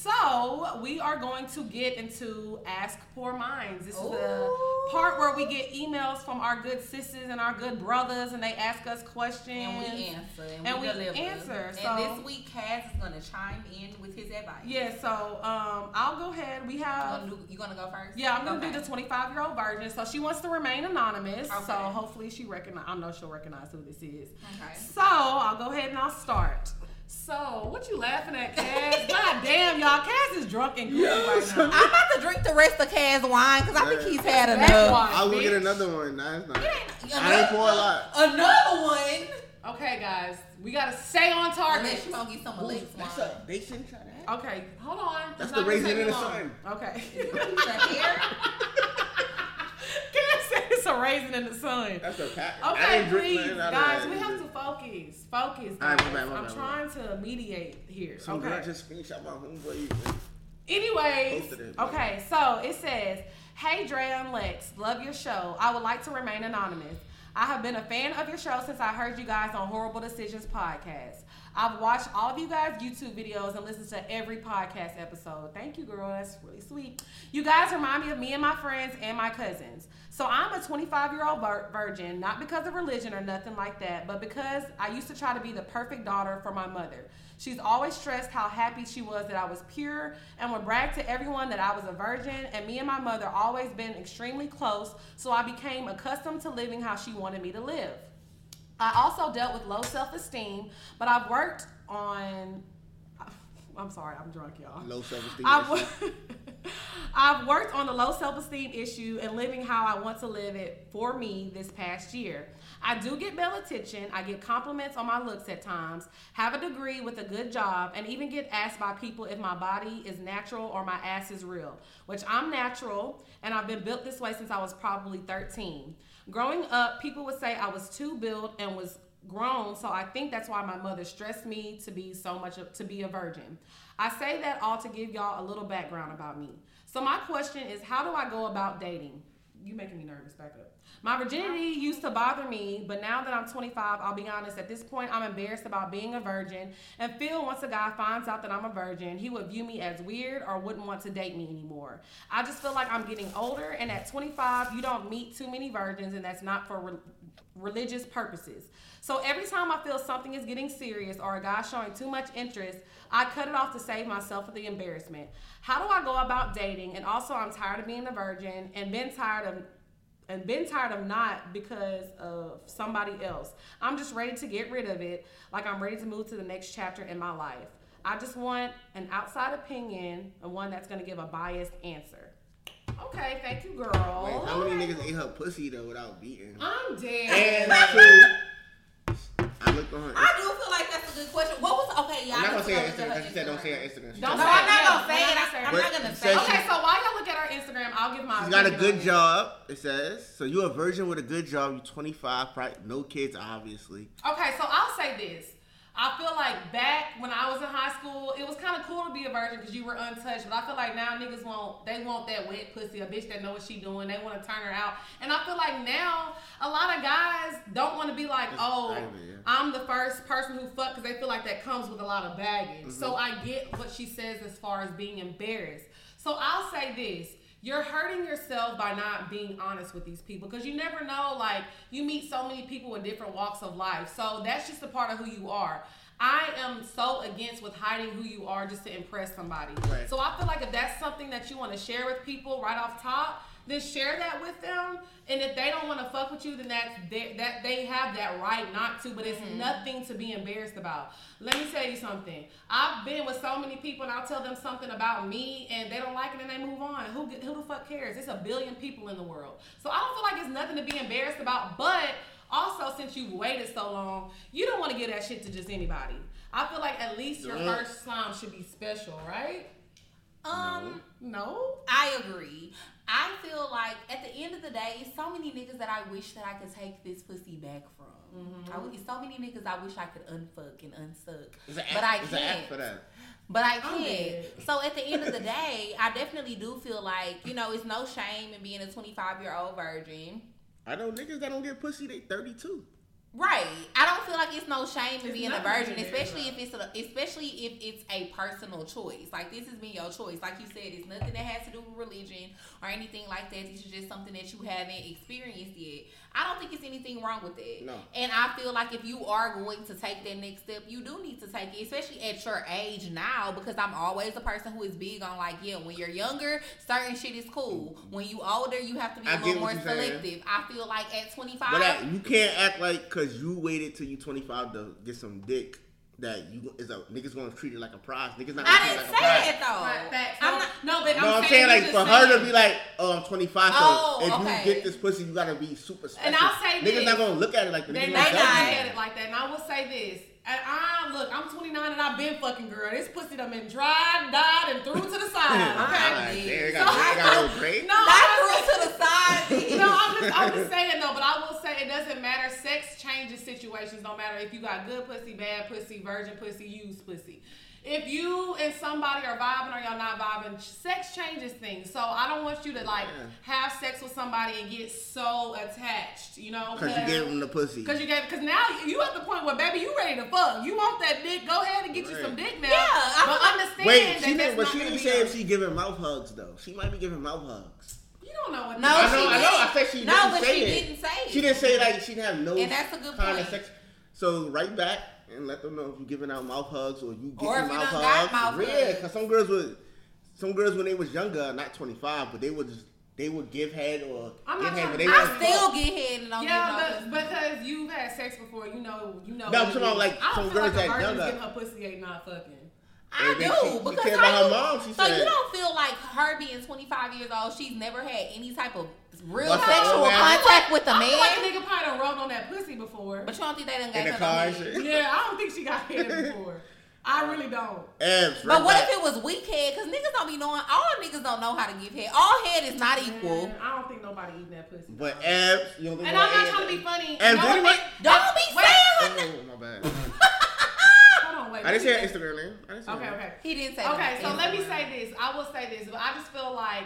[SPEAKER 1] So we are going to get into Ask Poor Minds. This is the
[SPEAKER 2] Ooh.
[SPEAKER 1] part where we get emails from our good sisters and our good brothers and they ask us questions.
[SPEAKER 2] And we answer. And,
[SPEAKER 1] And
[SPEAKER 2] we,
[SPEAKER 1] we
[SPEAKER 2] deliver.
[SPEAKER 1] answer,
[SPEAKER 2] And
[SPEAKER 1] so-
[SPEAKER 2] this week, Cass is going to chime in with his advice.
[SPEAKER 1] Yeah, so um, I'll go ahead. We
[SPEAKER 2] You
[SPEAKER 1] have
[SPEAKER 2] gonna do- You going to go first?
[SPEAKER 1] Yeah, I'm gonna
[SPEAKER 2] Okay.
[SPEAKER 1] do the 25 year old version. So she wants to remain anonymous. So
[SPEAKER 2] Okay.
[SPEAKER 1] hopefully she recognize. I know she'll recognize who this is.
[SPEAKER 2] Okay.
[SPEAKER 1] So I'll go ahead and I'll start. So what you laughing at,
[SPEAKER 2] (laughs)
[SPEAKER 1] Cass? God damn, y'all, Cass is drunk and goofy right now.
[SPEAKER 4] I'm about to drink the rest of Kaz's wine because I think he's had
[SPEAKER 1] That's
[SPEAKER 4] enough.
[SPEAKER 1] why,
[SPEAKER 3] I will get
[SPEAKER 1] bitch.
[SPEAKER 3] another one. Nah, it's not. I
[SPEAKER 2] Another-
[SPEAKER 3] ain't pour a lot.
[SPEAKER 2] Another one.
[SPEAKER 1] Okay, guys, we gotta stay on target.
[SPEAKER 2] Unless you going to get some of Lick's
[SPEAKER 3] That's
[SPEAKER 2] wine.
[SPEAKER 3] a, they shouldn't try that.
[SPEAKER 1] Okay, hold on. It's
[SPEAKER 3] That's
[SPEAKER 1] not gonna
[SPEAKER 3] the raisin
[SPEAKER 1] take
[SPEAKER 3] in
[SPEAKER 1] me
[SPEAKER 3] the
[SPEAKER 1] long.
[SPEAKER 3] sun.
[SPEAKER 1] Okay. (laughs)
[SPEAKER 2] The hair.
[SPEAKER 1] Cass said it's a raisin in the sun.
[SPEAKER 3] That's a pack. I
[SPEAKER 1] Okay,
[SPEAKER 3] ain't drink
[SPEAKER 1] please,
[SPEAKER 3] nothing out of
[SPEAKER 1] guys,
[SPEAKER 3] that.
[SPEAKER 1] we have to focus. Focus,
[SPEAKER 3] All
[SPEAKER 1] guys.
[SPEAKER 3] right, my bad, my
[SPEAKER 1] I'm
[SPEAKER 3] bad, my
[SPEAKER 1] trying to mediate here.
[SPEAKER 3] Some
[SPEAKER 1] okay.
[SPEAKER 3] girl just screenshot my homeboy.
[SPEAKER 1] Anyways,
[SPEAKER 3] Posted it.
[SPEAKER 1] okay, so it says, Hey Dre and Lex, love your show. I would like to remain anonymous. I have been a fan of your show since I heard you guys on Horrible Decisions podcast. I've watched all of you guys' YouTube videos and listened to every podcast episode. Thank you, girl. That's really sweet. You guys remind me of me and my friends and my cousins. So I'm a 25 year old vir- virgin, not because of religion or nothing like that, but because I used to try to be the perfect daughter for my mother. She's always stressed how happy she was that I was pure and would brag to everyone that I was a virgin. And me and my mother always been extremely close, so I became accustomed to living how she wanted me to live. I also dealt with low self esteem, but I've worked on. I'm sorry, I'm drunk, y'all.
[SPEAKER 3] Low self-esteem
[SPEAKER 1] I've,
[SPEAKER 3] issue.
[SPEAKER 1] wo- (laughs) I've worked on the low self esteem issue and living how I want to live it for me this past year. I do get male attention. I get compliments on my looks at times, have a degree with a good job, and even get asked by people if my body is natural or my ass is real, which I'm natural and I've been built this way since I was probably 13. Growing up, people would say I was too built and was grown so i think that's why my mother stressed me to be so much to be a virgin i say that all to give y'all a little background about me so my question is how do i go about dating you making me nervous back up my virginity used to bother me but now that i'm 25 i'll be honest at this point i'm embarrassed about being a virgin and feel once a guy finds out that i'm a virgin he would view me as weird or wouldn't want to date me anymore i just feel like i'm getting older and at 25 you don't meet too many virgins and that's not for re- religious purposes. So every time I feel something is getting serious or a guy showing too much interest, I cut it off to save myself from the embarrassment. How do I go about dating? And also, I'm tired of being a virgin and been tired of and been tired of not because of somebody else. I'm just ready to get rid of it, like I'm ready to move to the next chapter in my life. I just want an outside opinion and one that's going to give a biased answer. Okay, thank you, girl.
[SPEAKER 3] Wait, how many niggas ate her pussy though without beating?
[SPEAKER 1] I'm dead.
[SPEAKER 3] And two, I looked on her.
[SPEAKER 2] I do feel like that's a good question. What was okay? Yeah,
[SPEAKER 3] I'm
[SPEAKER 2] I
[SPEAKER 3] not gonna
[SPEAKER 2] just
[SPEAKER 3] say her
[SPEAKER 2] looked
[SPEAKER 3] Instagram.
[SPEAKER 2] at her
[SPEAKER 3] because She said don't say her Instagram. She
[SPEAKER 1] Don't
[SPEAKER 2] No,
[SPEAKER 3] said-
[SPEAKER 1] say
[SPEAKER 2] I'm not
[SPEAKER 1] Yeah,
[SPEAKER 2] gonna say
[SPEAKER 1] we're
[SPEAKER 2] it.
[SPEAKER 1] not
[SPEAKER 2] I- I'm
[SPEAKER 3] saying
[SPEAKER 2] not
[SPEAKER 3] it.
[SPEAKER 2] gonna
[SPEAKER 3] But
[SPEAKER 2] say
[SPEAKER 3] says
[SPEAKER 2] it.
[SPEAKER 3] she-
[SPEAKER 1] Okay, so while y'all look at our Instagram, I'll give my.
[SPEAKER 3] She's got a
[SPEAKER 1] opinion on
[SPEAKER 3] good
[SPEAKER 1] it.
[SPEAKER 3] job. It says so. You a virgin with a good job. You 25, probably no kids, obviously.
[SPEAKER 1] Okay, so I'll say this. I feel like back when I was in high school, it was kind of cool to be a virgin because you were untouched. But I feel like now niggas want they want that wet pussy, a bitch that know what she doing. They want to turn her out. And I feel like now a lot of guys don't want to be like,
[SPEAKER 3] It's
[SPEAKER 1] oh,
[SPEAKER 3] private, yeah.
[SPEAKER 1] I'm the first person who fucked because they feel like that comes with a lot of baggage. So I get what she says as far as being embarrassed. So I'll say this. You're hurting yourself by not being honest with these people because you never know. Like, you meet so many people in different walks of life. So that's just a part of who you are. I am so against with hiding who you are just to impress somebody.
[SPEAKER 3] Right.
[SPEAKER 1] So I feel like if that's something that you want to share with people right off top, then share that with them. And if they don't want to fuck with you, then that's they, that they have that right not to. But it's nothing to be embarrassed about. Let me tell you something. I've been with so many people, and I'll tell them something about me, and they don't like it, and they move on. Who g- who the fuck cares? It's a billion people in the world, so I don't feel like it's nothing to be embarrassed about. But also, since you've waited so long, you don't want to give that shit to just anybody. I feel like at least your
[SPEAKER 3] Yeah.
[SPEAKER 1] first time should be special, right?
[SPEAKER 2] Um,
[SPEAKER 1] No.
[SPEAKER 2] I agree. I feel like at the end of the day, it's so many niggas that I wish that I could take this pussy back from.
[SPEAKER 3] Mm-hmm.
[SPEAKER 2] I w it's so many niggas I wish I could unfuck and unsuck,
[SPEAKER 3] It's an app,
[SPEAKER 2] but I
[SPEAKER 3] it's an app for
[SPEAKER 2] can't.
[SPEAKER 3] that.
[SPEAKER 2] But I
[SPEAKER 1] I'm
[SPEAKER 2] can't.
[SPEAKER 1] dead.
[SPEAKER 2] So at the end of the day, I definitely do feel like you know it's no shame in being a 25 year old virgin.
[SPEAKER 3] I know niggas that don't get pussy. They thirty two.
[SPEAKER 2] Right. I don't feel like it's no shame in
[SPEAKER 1] It's
[SPEAKER 2] being a
[SPEAKER 1] nothing to
[SPEAKER 2] virgin,
[SPEAKER 1] be
[SPEAKER 2] especially
[SPEAKER 1] mad
[SPEAKER 2] if it's a, especially if it's a personal choice. Like this has been your choice. Like you said, it's nothing that has to do with religion or anything like that. This is just something that you haven't experienced yet. I don't think it's anything wrong with that.
[SPEAKER 3] No.
[SPEAKER 2] And I feel like if you are going to take that next step, you do need to take it, especially at your age now, because I'm always a person who is big on like, yeah, when you're younger, certain shit is cool. When you older, you have to be
[SPEAKER 3] I
[SPEAKER 2] a
[SPEAKER 3] get
[SPEAKER 2] little more
[SPEAKER 3] what you're saying.
[SPEAKER 2] selective. I feel like at 25,
[SPEAKER 3] But that, you can't act like because you waited till you twenty five to get some dick that you is a niggas gonna treat it like a prize. Niggas not gonna
[SPEAKER 2] I
[SPEAKER 3] treat it
[SPEAKER 2] didn't
[SPEAKER 3] like
[SPEAKER 2] say
[SPEAKER 3] a prize.
[SPEAKER 2] that though.
[SPEAKER 1] Right, facts. No,
[SPEAKER 2] I'm not-
[SPEAKER 1] no, but
[SPEAKER 3] No,
[SPEAKER 1] I'm,
[SPEAKER 3] I'm saying like
[SPEAKER 1] just
[SPEAKER 3] for her
[SPEAKER 1] saying-
[SPEAKER 3] to be like, oh, I'm 25, so
[SPEAKER 2] Oh,
[SPEAKER 3] if
[SPEAKER 2] okay.
[SPEAKER 3] you get this pussy, you gotta be super special.
[SPEAKER 1] And I'll say
[SPEAKER 3] niggas
[SPEAKER 1] this.
[SPEAKER 3] not gonna look at it like that.
[SPEAKER 1] They
[SPEAKER 3] Niggas
[SPEAKER 1] not
[SPEAKER 3] gonna
[SPEAKER 1] looking
[SPEAKER 3] judge
[SPEAKER 1] at
[SPEAKER 3] you.
[SPEAKER 1] it like that. And I will say this. And I look, I'm 29 and I've been fucking girl. This pussy done been dried, dyed, and threw to
[SPEAKER 3] (laughs)
[SPEAKER 1] the
[SPEAKER 3] All
[SPEAKER 1] side.
[SPEAKER 3] right,
[SPEAKER 1] Okay.
[SPEAKER 3] there you
[SPEAKER 1] So
[SPEAKER 3] go. I got a
[SPEAKER 1] I
[SPEAKER 3] little
[SPEAKER 1] (laughs)
[SPEAKER 3] break.
[SPEAKER 1] no,
[SPEAKER 4] That threw to the side. bitch.
[SPEAKER 1] no, I'm just, I'm just saying though, but I will say it doesn't matter. Sex changes situations. No matter if you got good pussy, bad pussy, virgin pussy, used pussy. If you and somebody are vibing or y'all not vibing, sex changes things. So I don't want you to like
[SPEAKER 3] Yeah.
[SPEAKER 1] have sex with somebody and get so attached. You know,
[SPEAKER 3] Cause you gave him the pussy.
[SPEAKER 1] Cause you gave, cause now you at the point where baby, you ready to fuck. You want that dick? Go ahead and get you
[SPEAKER 3] Right.
[SPEAKER 1] some dick now.
[SPEAKER 4] Yeah, I feel
[SPEAKER 1] but
[SPEAKER 4] like-
[SPEAKER 1] understand
[SPEAKER 3] Wait,
[SPEAKER 1] that
[SPEAKER 3] she
[SPEAKER 1] that's
[SPEAKER 3] didn't. But
[SPEAKER 1] not
[SPEAKER 3] she
[SPEAKER 1] gonna
[SPEAKER 3] didn't
[SPEAKER 1] be
[SPEAKER 3] say
[SPEAKER 1] a-
[SPEAKER 3] if she giving mouth hugs though. She might be giving mouth hugs.
[SPEAKER 1] You don't know what.
[SPEAKER 4] No,
[SPEAKER 1] that
[SPEAKER 3] I know,
[SPEAKER 4] she
[SPEAKER 3] I
[SPEAKER 1] is.
[SPEAKER 3] know.
[SPEAKER 4] didn't.
[SPEAKER 3] I said she
[SPEAKER 4] No,
[SPEAKER 3] didn't
[SPEAKER 4] but
[SPEAKER 3] say
[SPEAKER 4] she
[SPEAKER 3] it.
[SPEAKER 4] didn't say it.
[SPEAKER 3] She didn't say like she didn't have no.
[SPEAKER 4] And that's a good
[SPEAKER 3] kind
[SPEAKER 4] point.
[SPEAKER 3] Of sex. So right back and let them know if you giving out mouth hugs or you getting
[SPEAKER 4] Or if you
[SPEAKER 3] mouth
[SPEAKER 4] done got
[SPEAKER 3] hugs.
[SPEAKER 4] mouth
[SPEAKER 3] yeah,
[SPEAKER 4] hugs.
[SPEAKER 3] cause some girls would, some girls when they was younger, not twenty five, but they would just they would give head or
[SPEAKER 1] I'm
[SPEAKER 3] give
[SPEAKER 1] not
[SPEAKER 3] head,
[SPEAKER 1] trying
[SPEAKER 3] but
[SPEAKER 1] to-
[SPEAKER 3] they
[SPEAKER 1] I'm
[SPEAKER 3] wouldn't-
[SPEAKER 1] still-
[SPEAKER 4] Still get head and don't
[SPEAKER 1] Yeah,
[SPEAKER 4] get
[SPEAKER 1] but
[SPEAKER 4] no.
[SPEAKER 1] because you've had sex before, you know, you know.
[SPEAKER 3] No, I'm
[SPEAKER 1] what it
[SPEAKER 3] talking about,
[SPEAKER 1] is.
[SPEAKER 3] like,
[SPEAKER 1] I don't
[SPEAKER 3] some
[SPEAKER 1] feel like
[SPEAKER 3] girls that
[SPEAKER 1] a virgin
[SPEAKER 3] done
[SPEAKER 1] giving her pussy ain't not fucking.
[SPEAKER 2] I
[SPEAKER 3] And then she-
[SPEAKER 2] do
[SPEAKER 3] she
[SPEAKER 2] because
[SPEAKER 3] cared
[SPEAKER 2] how
[SPEAKER 3] about her
[SPEAKER 2] you-
[SPEAKER 3] mom, she
[SPEAKER 2] so you
[SPEAKER 3] said.
[SPEAKER 2] don't feel like her being 25 years old, she's never had any type of real
[SPEAKER 3] What's that
[SPEAKER 2] sexual
[SPEAKER 3] old man?
[SPEAKER 2] contact with a
[SPEAKER 1] I feel like a
[SPEAKER 2] man.
[SPEAKER 1] nigga probably done rubbed on that pussy
[SPEAKER 3] (laughs)
[SPEAKER 1] before.
[SPEAKER 2] But you don't think they done
[SPEAKER 3] in
[SPEAKER 2] gave
[SPEAKER 3] the
[SPEAKER 2] her
[SPEAKER 3] car and
[SPEAKER 2] no head.
[SPEAKER 3] shit.
[SPEAKER 1] yeah, I don't think she got (laughs) hit before. I really don't.
[SPEAKER 3] Abs, right
[SPEAKER 4] But what
[SPEAKER 3] back.
[SPEAKER 4] if it was weak head? Cause niggas don't be knowing. All niggas don't know how to give head. All head is not equal.
[SPEAKER 1] Man, I don't think nobody eating that pussy.
[SPEAKER 3] But abs, you know.
[SPEAKER 1] and I'm not trying to be funny.
[SPEAKER 3] And
[SPEAKER 1] No,
[SPEAKER 3] then
[SPEAKER 1] wait,
[SPEAKER 3] what-
[SPEAKER 4] Don't be
[SPEAKER 1] Wait.
[SPEAKER 4] saying.
[SPEAKER 3] (laughs) Oh, my bad.
[SPEAKER 1] Hold on, wait.
[SPEAKER 3] I didn't say her
[SPEAKER 1] wait.
[SPEAKER 3] Instagram name. I didn't say her
[SPEAKER 1] Okay,
[SPEAKER 3] name.
[SPEAKER 1] okay.
[SPEAKER 4] He didn't say.
[SPEAKER 1] Okay,
[SPEAKER 4] that.
[SPEAKER 1] so let me say this. I will say this, but I just feel like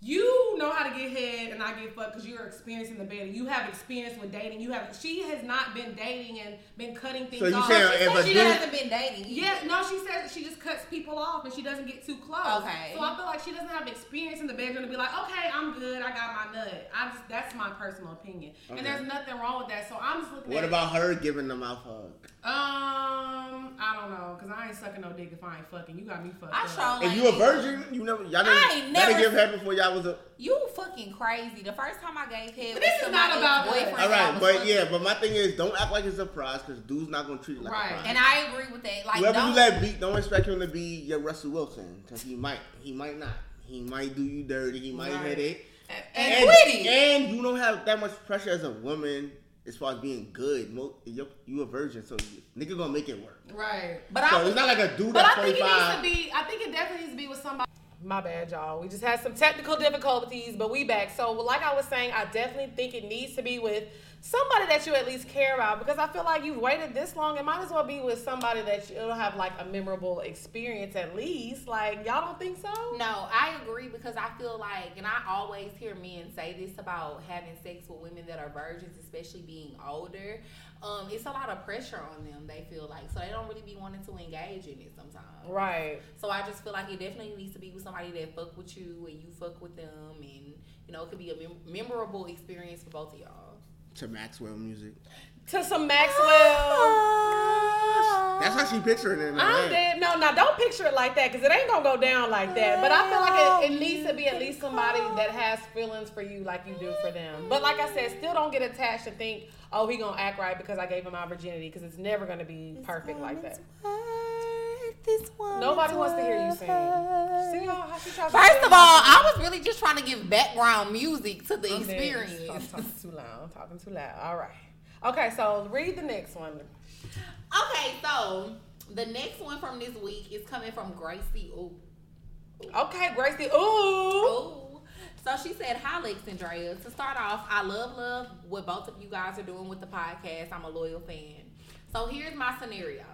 [SPEAKER 1] you know how to get head and I get fucked because you're experiencing the bed. You have experience with dating. You have. She has not been dating and been cutting things
[SPEAKER 3] So you
[SPEAKER 1] off.
[SPEAKER 3] saying
[SPEAKER 1] She said
[SPEAKER 3] if a
[SPEAKER 4] She
[SPEAKER 1] she
[SPEAKER 3] dude-
[SPEAKER 1] doesn't-
[SPEAKER 4] hasn't been dating. either.
[SPEAKER 1] Yeah, no, she says that she just cuts people off and she doesn't get too close.
[SPEAKER 4] Okay.
[SPEAKER 1] So I feel like she doesn't have experience in the bedroom to be like, okay, I'm good, I got my nut. I just that's my personal opinion,
[SPEAKER 3] Okay.
[SPEAKER 1] and there's nothing wrong with that. So I'm just looking.
[SPEAKER 3] What
[SPEAKER 1] at,
[SPEAKER 3] about her giving the mouth hug?
[SPEAKER 1] Um, I don't know, cause I ain't sucking no dick if I ain't fucking. You got me fucked.
[SPEAKER 4] I
[SPEAKER 1] up.
[SPEAKER 4] sure
[SPEAKER 3] If
[SPEAKER 4] like
[SPEAKER 3] you a virgin, you never y'all didn't,
[SPEAKER 4] I ain't
[SPEAKER 3] y'all
[SPEAKER 4] never
[SPEAKER 3] didn't give
[SPEAKER 4] seen-
[SPEAKER 3] head before y'all was a.
[SPEAKER 4] You fucking crazy. The first time I gave head,
[SPEAKER 1] But
[SPEAKER 4] was
[SPEAKER 1] this
[SPEAKER 4] to
[SPEAKER 1] is
[SPEAKER 4] my
[SPEAKER 1] not about us.
[SPEAKER 4] boyfriend.
[SPEAKER 3] All right,
[SPEAKER 4] was
[SPEAKER 3] but
[SPEAKER 4] fucking-
[SPEAKER 3] yeah, but my thing is, don't act like it's a prize because dude's not gonna treat it like
[SPEAKER 1] Right.
[SPEAKER 3] a prize.
[SPEAKER 4] And I agree with that. Like,
[SPEAKER 3] Whoever
[SPEAKER 4] don't,
[SPEAKER 3] you let beat, don't expect him to be your Russell Wilson because he might, he might not, he might do you dirty, he might
[SPEAKER 1] Right.
[SPEAKER 3] hit it,
[SPEAKER 1] And-
[SPEAKER 4] and quit it.
[SPEAKER 3] and you don't have that much pressure as a woman as far as being good. Mo- You you a virgin, so you, nigga gonna make it work.
[SPEAKER 1] Right.
[SPEAKER 4] but I
[SPEAKER 3] So it's not like a dude
[SPEAKER 1] But
[SPEAKER 3] that's
[SPEAKER 1] I think
[SPEAKER 3] twenty
[SPEAKER 1] it needs to
[SPEAKER 3] five.
[SPEAKER 1] be. I think it definitely needs to be with somebody. My bad, y'all. We just had some technical difficulties, but we back. So, like I was saying, I definitely think it needs to be with somebody that you at least care about because I feel like you've waited this long. It might as well be with somebody that you'll have like a memorable experience at least. Like, y'all don't think so?
[SPEAKER 2] No, I agree because I feel like, and I always hear men say this about having sex with women that are virgins, especially being older. Um, it's a lot of pressure on them. They feel like so they don't really be wanting to engage in it sometimes.
[SPEAKER 1] Right.
[SPEAKER 2] So I just feel like it definitely needs to be with somebody that fuck with you and you fuck with them, and you know it could be a mem- memorable experience for both of y'all.
[SPEAKER 3] To Maxwell music.
[SPEAKER 1] To some Maxwell.
[SPEAKER 2] Oh.
[SPEAKER 3] That's how she picturing it. in her
[SPEAKER 1] I'm
[SPEAKER 3] head.
[SPEAKER 1] dead. No, no, don't picture it like that because it ain't gonna go down like that. But I feel like it, it needs to be at least somebody that has feelings for you like you do for them. But like I said, still don't get attached to think, oh, he gonna act right because I gave him my virginity because it's never gonna be perfect like that. Nobody wants to hear you sing. See how, how she tries to
[SPEAKER 4] First
[SPEAKER 1] sing?
[SPEAKER 4] of all, I was really just trying to give background music to the
[SPEAKER 1] I'm dead. I'm
[SPEAKER 4] experience.
[SPEAKER 1] talking too loud. I'm talking too loud. All right. Okay, so read the next one.
[SPEAKER 2] Okay, so the next one from this week is coming from Gracie. Ooh.
[SPEAKER 1] Okay, Gracie.
[SPEAKER 4] Oh.
[SPEAKER 1] Ooh.
[SPEAKER 2] Ooh. Oh. So she said, Hi, Lex and Drea. To start off, I love, love what both of you guys are doing with the podcast. I'm a loyal fan. So here's my scenario.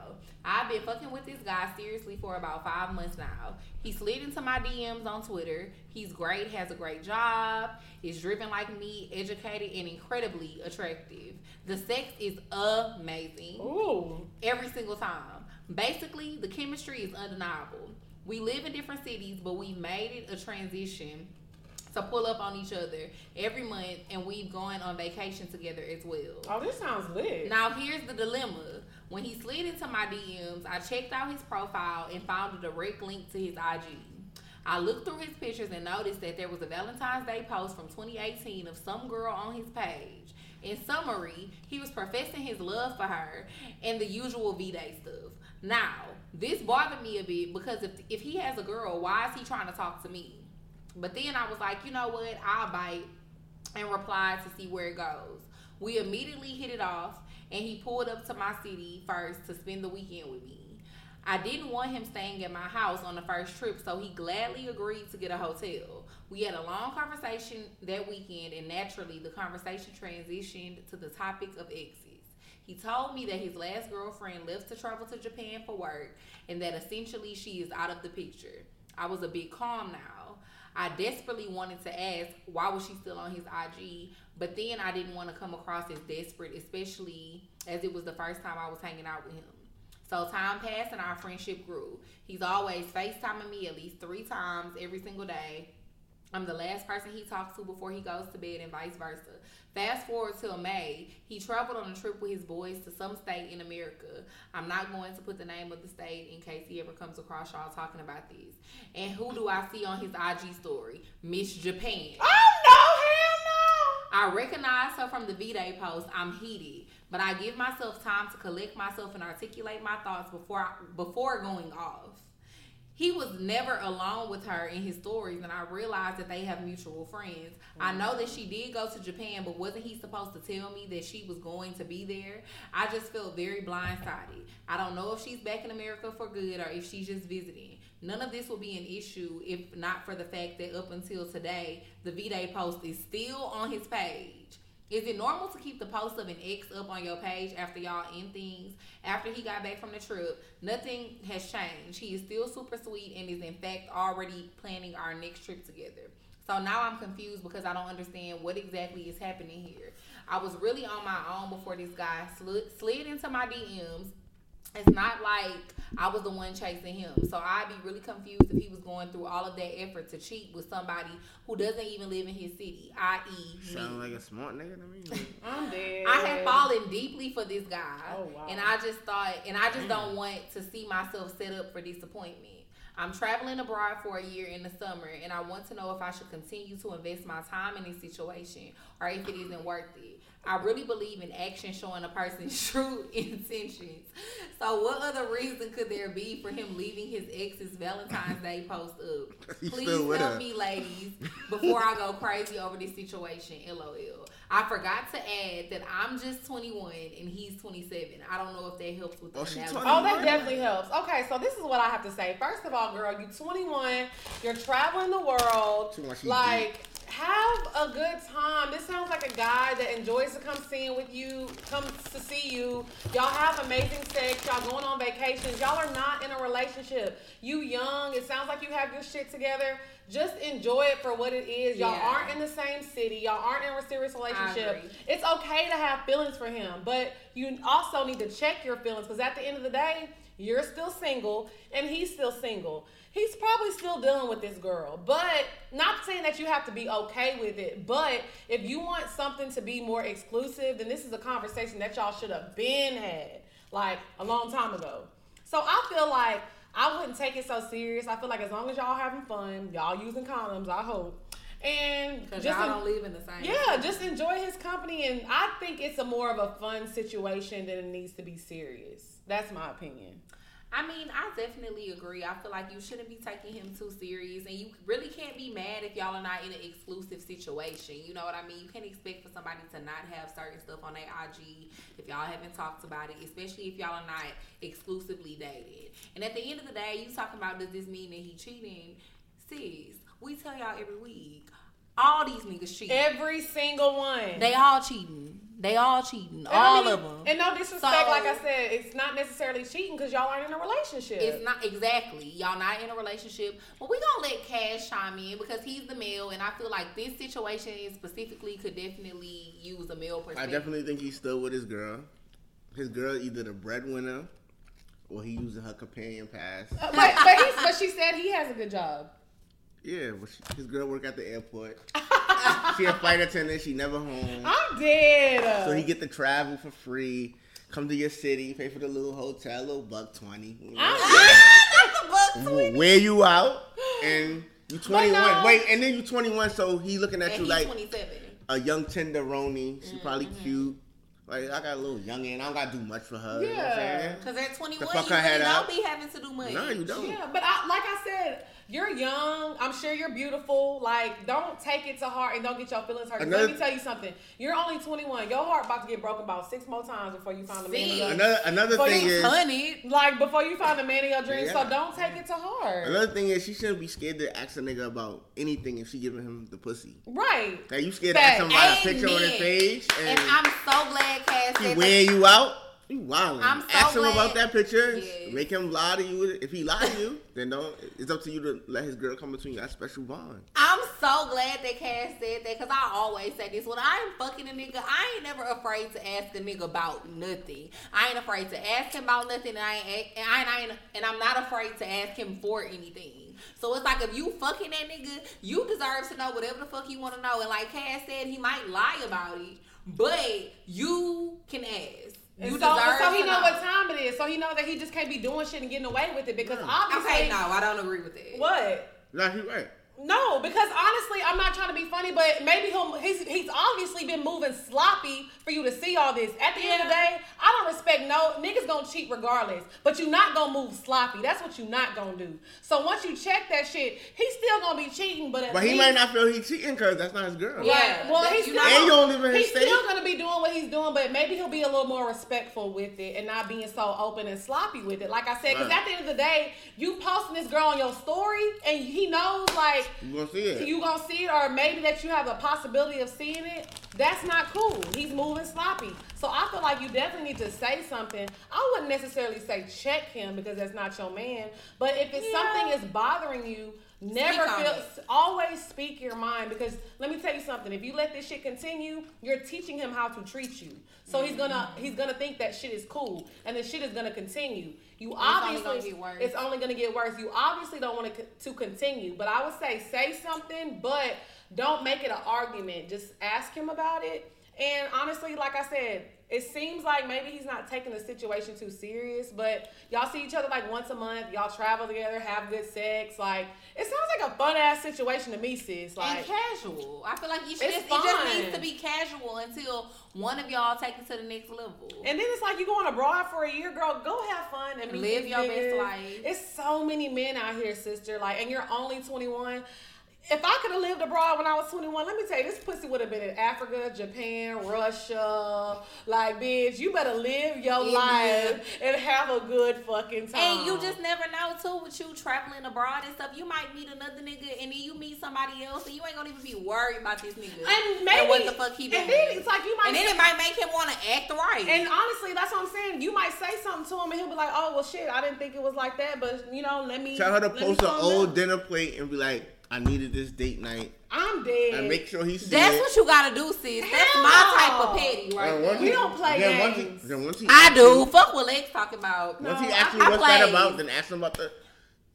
[SPEAKER 2] I've been fucking with this guy seriously for about five months now. He slid into my DMs on Twitter. He's great, has a great job, is driven like me, educated, and incredibly attractive. The sex is amazing
[SPEAKER 1] Ooh.
[SPEAKER 2] every single time. Basically, the chemistry is undeniable. We live in different cities, but we made it a transition to pull up on each other every month, and we've gone on vacation together as well.
[SPEAKER 1] Oh, this sounds lit.
[SPEAKER 2] Now, here's the dilemma. When he slid into my DMs, I checked out his profile and found a direct link to his IG. I looked through his pictures and noticed that there was a Valentine's Day post from 2018 of some girl on his page. In summary, he was professing his love for her and the usual V Day stuff. Now, this bothered me a bit because if, if he has a girl, why is he trying to talk to me? But then I was like, you know what? I'll bite and replied to see where it goes. We immediately hit it off, and he pulled up to my city first to spend the weekend with me. I didn't want him staying at my house on the first trip, so he gladly agreed to get a hotel. We had a long conversation that weekend, and naturally, the conversation transitioned to the topic of exes. He told me that his last girlfriend left to travel to Japan for work and that essentially she is out of the picture. I was a bit calm now. I desperately wanted to ask why was she still on his IG, but then I didn't want to come across as desperate, especially as it was the first time I was hanging out with him. So time passed and our friendship grew. He's always FaceTiming me at least three times every single day. I'm the last person he talks to before he goes to bed and vice versa. Fast forward till May, he traveled on a trip with his boys to some state in America. I'm not going to put the name of the state in case he ever comes across y'all talking about this. And who do I see on his IG story? Miss Japan.
[SPEAKER 1] Oh
[SPEAKER 2] I recognize her from the V-Day post. I'm heated, but I give myself time to collect myself and articulate my thoughts before I, before going off. He was never alone with her in his stories, and I realized that they have mutual friends. I know that she did go to Japan, but wasn't he supposed to tell me that she was going to be there? I just felt very blindsided. I don't know if she's back in America for good or if she's just visiting. None of this will be an issue if not for the fact that up until today, the V Day post is still on his page. Is it normal to keep the post of an ex up on your page after y'all end things? After he got back from the trip, nothing has changed. He is still super sweet and is in fact already planning our next trip together. So now I'm confused because I don't understand what exactly is happening here. I was really on my own before this guy slid, slid into my DMs it's not like I was the one chasing him. So I'd be really confused if he was going through all of that effort to cheat with somebody who doesn't even live in his city, i.e.,
[SPEAKER 3] Sound
[SPEAKER 2] me.
[SPEAKER 3] like a smart nigga to me.
[SPEAKER 1] hell no! I'm dead.
[SPEAKER 2] I have fallen deeply for this guy.
[SPEAKER 1] Oh, wow.
[SPEAKER 2] And I just thought, and I
[SPEAKER 3] Mm.
[SPEAKER 2] just don't want to see myself set up for disappointment. I'm traveling abroad for a year in the summer, and I want to know if I should continue to invest my time in this situation or if it isn't worth it. I really believe in action showing a person's (laughs) true intentions. So, what other reason could there be for him leaving his ex's Valentine's Day post
[SPEAKER 3] (laughs)
[SPEAKER 2] up?
[SPEAKER 3] He's
[SPEAKER 2] Please
[SPEAKER 3] still with
[SPEAKER 2] help
[SPEAKER 3] her.
[SPEAKER 2] me,
[SPEAKER 3] (laughs)
[SPEAKER 2] ladies, before I go crazy over this situation. LOL. I forgot to add that I'm just 21 and he's 27. I don't know if that helps with the
[SPEAKER 3] Oh, she
[SPEAKER 2] analysis.
[SPEAKER 3] 21.
[SPEAKER 1] Oh, that definitely helps. Okay, so this is what I have to say. First of all, girl, you 21, you're traveling the world.
[SPEAKER 3] She wants you
[SPEAKER 1] Like, have a good time. This sounds like a guy that enjoys to come seeing with you, comes to see you. Y'all have amazing sex. Y'all going on vacations. Y'all are not in a relationship. You young. It sounds like you have your shit together. Just enjoy it for what it is. Y'all
[SPEAKER 2] Yeah.
[SPEAKER 1] aren't in the same city. Y'all aren't in a serious relationship.
[SPEAKER 2] agree.
[SPEAKER 1] It's okay to have feelings for him, but you also need to check your feelings because at the end of the day, you're still single and he's still single. He's probably still dealing with this girl, but not saying that you have to be okay with it. But if you want something to be more exclusive, then this is a conversation that y'all should have been had like a long time ago. So I feel like I wouldn't take it so serious. I feel like as long as y'all having fun, y'all using condoms, I hope. And
[SPEAKER 2] Because
[SPEAKER 1] just
[SPEAKER 2] y'all
[SPEAKER 1] en-
[SPEAKER 2] don't live in the same.
[SPEAKER 1] yeah, just enjoy his company, and I think it's a more of a fun situation than it needs to be serious. That's my opinion.
[SPEAKER 2] I mean, I definitely agree. I feel like you shouldn't be taking him too serious, and you really can't be mad if y'all are not in an exclusive situation. You know what I mean? You can't expect for somebody to not have certain stuff on their IG if y'all haven't talked about it, especially if y'all are not exclusively dated. And at the end of the day, you talking about does this mean that he cheating? Sis, we tell y'all every week, all these niggas cheating.
[SPEAKER 1] Every single one.
[SPEAKER 2] they all cheating. They all cheating.
[SPEAKER 1] And I
[SPEAKER 2] all
[SPEAKER 1] mean,
[SPEAKER 2] of them.
[SPEAKER 1] And no disrespect,
[SPEAKER 2] So-
[SPEAKER 1] like I said, it's not necessarily cheating because y'all aren't in a relationship.
[SPEAKER 2] It's not exactly y'all not in a relationship, but we gonna let Cash chime in because he's the male, and I feel like this situation specifically could definitely use a male
[SPEAKER 3] I
[SPEAKER 2] perspective.
[SPEAKER 3] definitely think he's still with his girl. His girl either the breadwinner or he using her companion pass.
[SPEAKER 1] Uh, but but, he, but she said he has a good job.
[SPEAKER 3] Yeah, but she, his girl work at the
[SPEAKER 1] (laughs)
[SPEAKER 3] airport. she a flight attendant. She never home.
[SPEAKER 1] I'm dead.
[SPEAKER 3] So he get to travel for free. Come to your city, pay for the little hotel, little buck twenty. (laughs)
[SPEAKER 1] I'm
[SPEAKER 2] (laughs)
[SPEAKER 3] Wear you out, and you twenty
[SPEAKER 1] no.
[SPEAKER 3] one. Wait, and then you twenty one. So he looking at
[SPEAKER 2] and
[SPEAKER 3] you
[SPEAKER 2] he's
[SPEAKER 3] like
[SPEAKER 2] 27.
[SPEAKER 3] a young tenderoni. She probably
[SPEAKER 1] Mm-hmm.
[SPEAKER 3] cute. Like I got a little youngin. I don't gotta do much for her. You know what I'm
[SPEAKER 1] Yeah.
[SPEAKER 3] saying?
[SPEAKER 2] Cause at 21,
[SPEAKER 3] fuck
[SPEAKER 2] you
[SPEAKER 3] her
[SPEAKER 2] really
[SPEAKER 3] head
[SPEAKER 2] don't
[SPEAKER 3] up.
[SPEAKER 2] be having to do much.
[SPEAKER 3] No, you don't.
[SPEAKER 1] Yeah, but I, like I said, you're young. I'm sure you're beautiful. Like, don't take it to heart and don't get your feelings hurt. 'Cause Let
[SPEAKER 3] Another-
[SPEAKER 1] me tell you something. You're only 21. Your heart about to get broken about six more times before you find a man. of
[SPEAKER 2] See?
[SPEAKER 1] your-
[SPEAKER 3] Another another
[SPEAKER 1] But
[SPEAKER 3] thing
[SPEAKER 1] he's
[SPEAKER 3] is
[SPEAKER 2] Honey,
[SPEAKER 1] Like before you find a man of your dreams.
[SPEAKER 3] Yeah.
[SPEAKER 1] So don't take it to heart.
[SPEAKER 3] another thing is she shouldn't be scared to ask a nigga about anything if she giving him the pussy.
[SPEAKER 1] right.
[SPEAKER 3] Like you scared to ask him about a picture on his
[SPEAKER 2] Amen.
[SPEAKER 3] page
[SPEAKER 2] and
[SPEAKER 3] and,
[SPEAKER 2] I'm so glad Cash
[SPEAKER 3] he
[SPEAKER 2] said that.
[SPEAKER 3] wearing you out. You wildin'.
[SPEAKER 2] I'm so
[SPEAKER 3] ask him
[SPEAKER 2] glad-
[SPEAKER 3] about that picture.
[SPEAKER 2] Yes.
[SPEAKER 3] Make him lie to you. If he lie to you, then don't. It's up to you to let his girl come between that special bond.
[SPEAKER 2] I'm so glad that Cass said that because I always say this. When I am fucking a nigga, I ain't never afraid to ask a nigga about nothing. I ain't afraid to ask him about nothing, and I ain't, and I, and I ain't- and I'm not afraid to ask him for anything. So it's like if you fucking that nigga, you deserve to know whatever the fuck you want to know. And like Cass said, he might lie about it, but you can ask. You
[SPEAKER 1] And so, so he
[SPEAKER 2] to
[SPEAKER 1] know what time it is. So he know that he just can't be doing shit and getting away with it because obviously
[SPEAKER 2] Mm. Okay, no, I don't agree with that.
[SPEAKER 1] what.
[SPEAKER 3] Nah, he right.
[SPEAKER 1] No, because honestly, I'm not trying to be funny, but maybe he'll, he's he's obviously been moving sloppy for you to see all this. At the end of the day, I don't respect no niggas gonna cheat regardless, but you not gonna move sloppy. That's what you not gonna do. So once you check that shit, he's still gonna be cheating, but at
[SPEAKER 3] But he
[SPEAKER 1] least,
[SPEAKER 3] might not feel he cheating because that's not his girl.
[SPEAKER 1] Right.
[SPEAKER 2] Yeah,
[SPEAKER 1] well,
[SPEAKER 2] that-
[SPEAKER 1] he's
[SPEAKER 2] you
[SPEAKER 1] still,
[SPEAKER 2] know-
[SPEAKER 3] And you don't live in his
[SPEAKER 1] he's
[SPEAKER 3] state.
[SPEAKER 1] still gonna be doing what he's doing, but maybe he'll be a little more respectful with it and not being so open and sloppy with it. Like I said, because
[SPEAKER 3] Right.
[SPEAKER 1] at the end of the day, you posting this girl on your story, and he knows like
[SPEAKER 3] You gonna see it?
[SPEAKER 1] you gonna see it, or maybe that you have a possibility of seeing it. That's not cool. He's moving sloppy. So I feel like you definitely need to say something. I wouldn't necessarily say check him because that's not your man. But if it's something is bothering you, never
[SPEAKER 2] on
[SPEAKER 1] feel.
[SPEAKER 2] it.
[SPEAKER 1] Always speak your mind because let me tell you something. If you let this shit continue, you're teaching him how to treat you. So he's gonna he's gonna think that shit is cool, and the shit is gonna continue. You
[SPEAKER 2] only
[SPEAKER 1] obviously
[SPEAKER 2] gonna get worse.
[SPEAKER 1] it's only gonna get worse. You obviously don't want to co- to continue, but I would say say something, but don't make it an argument. Just ask him about it. And honestly, like I said, it seems like maybe he's not taking the situation too serious. But y'all see each other like once a month. Y'all travel together, have good sex. Like it sounds like a fun ass situation to me, sis. Like
[SPEAKER 2] and casual. I feel like you should
[SPEAKER 1] It's
[SPEAKER 2] just, it just
[SPEAKER 1] fine.
[SPEAKER 2] needs to be casual until one of y'all take it to the next level.
[SPEAKER 1] And then it's like you going abroad for a year, girl. Go have fun and meet
[SPEAKER 2] Live
[SPEAKER 1] these
[SPEAKER 2] your best
[SPEAKER 1] niggas.
[SPEAKER 2] life.
[SPEAKER 1] It's so many men out here, sister. Like, and you're only 21. If I could have lived abroad when I was 21, let me tell you, this pussy would have been in Africa, Japan, Russia. Like, bitch, you better live your
[SPEAKER 2] India.
[SPEAKER 1] life and have a good fucking time.
[SPEAKER 2] And you just never know too with you traveling abroad and stuff. You might meet another nigga and then you meet somebody else and you ain't gonna even be worried about this nigga.
[SPEAKER 1] and maybe
[SPEAKER 2] what the fuck he doing.
[SPEAKER 1] And then it's like you might
[SPEAKER 2] And then
[SPEAKER 1] say-
[SPEAKER 2] it might make him wanna act right.
[SPEAKER 1] And honestly, that's what I'm saying. You might say something to him, and he'll be like, "Oh, well, shit, I didn't think it was like that." But you know, let me
[SPEAKER 3] Tell her to
[SPEAKER 1] let me
[SPEAKER 3] post an
[SPEAKER 1] calm
[SPEAKER 3] old
[SPEAKER 1] down.
[SPEAKER 3] dinner plate and be like, "I needed this date night,"
[SPEAKER 1] I'm dead.
[SPEAKER 3] and make sure he sees
[SPEAKER 2] That's
[SPEAKER 3] it.
[SPEAKER 2] what you gotta do, sis. That's
[SPEAKER 1] Hell
[SPEAKER 2] my type
[SPEAKER 1] no.
[SPEAKER 2] of petty right
[SPEAKER 3] And once
[SPEAKER 1] We
[SPEAKER 2] there.
[SPEAKER 3] he-
[SPEAKER 1] don't play
[SPEAKER 3] then once he-
[SPEAKER 1] games.
[SPEAKER 3] then once he
[SPEAKER 2] I
[SPEAKER 3] actually-
[SPEAKER 2] do. Fuck what Lex talk about.
[SPEAKER 1] No.
[SPEAKER 3] Once he
[SPEAKER 1] I-
[SPEAKER 3] actually
[SPEAKER 2] I
[SPEAKER 3] what's that
[SPEAKER 2] play.
[SPEAKER 3] about, then ask him about the.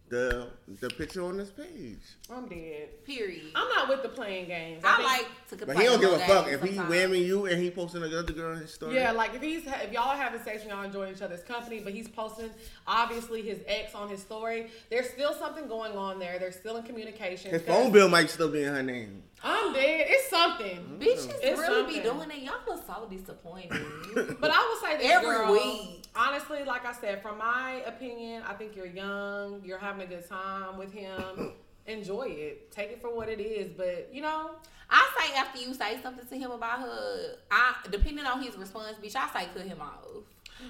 [SPEAKER 3] the the picture on this page.
[SPEAKER 1] I'm dead.
[SPEAKER 2] Period.
[SPEAKER 1] I'm not with the playing games.
[SPEAKER 2] I
[SPEAKER 1] think-
[SPEAKER 2] like to
[SPEAKER 3] But he don't give a fuck if he
[SPEAKER 2] sometimes.
[SPEAKER 3] whamming you and he posting another girl in his story.
[SPEAKER 1] Yeah, like if he's if y'all having sex and y'all enjoying each other's company, but he's posting obviously his ex on his story. There's still something going on there. They're still in communication.
[SPEAKER 3] his
[SPEAKER 1] 'Cause
[SPEAKER 3] phone bill might still be in her name.
[SPEAKER 1] I'm dead. It's
[SPEAKER 3] Mm-hmm.
[SPEAKER 1] something.
[SPEAKER 2] Bitches
[SPEAKER 1] It's
[SPEAKER 2] really be
[SPEAKER 1] something.
[SPEAKER 2] doing it. Y'all are so disappointed.
[SPEAKER 1] But I will say this,
[SPEAKER 2] Every
[SPEAKER 1] girl,
[SPEAKER 2] week.
[SPEAKER 1] Honestly, like I said, from my opinion, I think you're young. You're having a good time with
[SPEAKER 3] (clears throat)
[SPEAKER 1] him. Enjoy it. Take it for what it is. But you know,
[SPEAKER 2] (laughs) I say after you say something to him about her, I depending on his response, bitch, I say cut him off.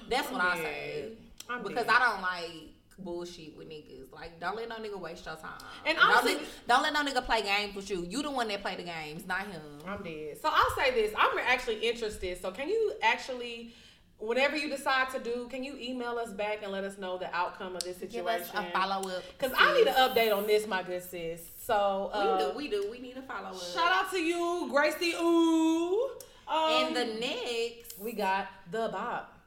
[SPEAKER 2] That's what I say.
[SPEAKER 1] I'm
[SPEAKER 2] Because
[SPEAKER 1] dead.
[SPEAKER 2] I don't like bullshit with niggas. Like, don't let no nigga waste your time.
[SPEAKER 1] And
[SPEAKER 2] don't,
[SPEAKER 1] honestly-
[SPEAKER 2] let, don't let no nigga play games with you. You the one that play the games, not him.
[SPEAKER 1] I'm dead. So I'll say this. I'm actually interested. So can you actually, whatever you decide to do, can you email us back and let us know the outcome of this
[SPEAKER 2] Give
[SPEAKER 1] situation?
[SPEAKER 2] us a follow up.
[SPEAKER 1] Because I need an update on this, my good sis. So uh,
[SPEAKER 2] we do. We do. We need a follow up.
[SPEAKER 1] shout out to you, Gracie. Ooh. Um,
[SPEAKER 2] And the next,
[SPEAKER 1] we got the bop.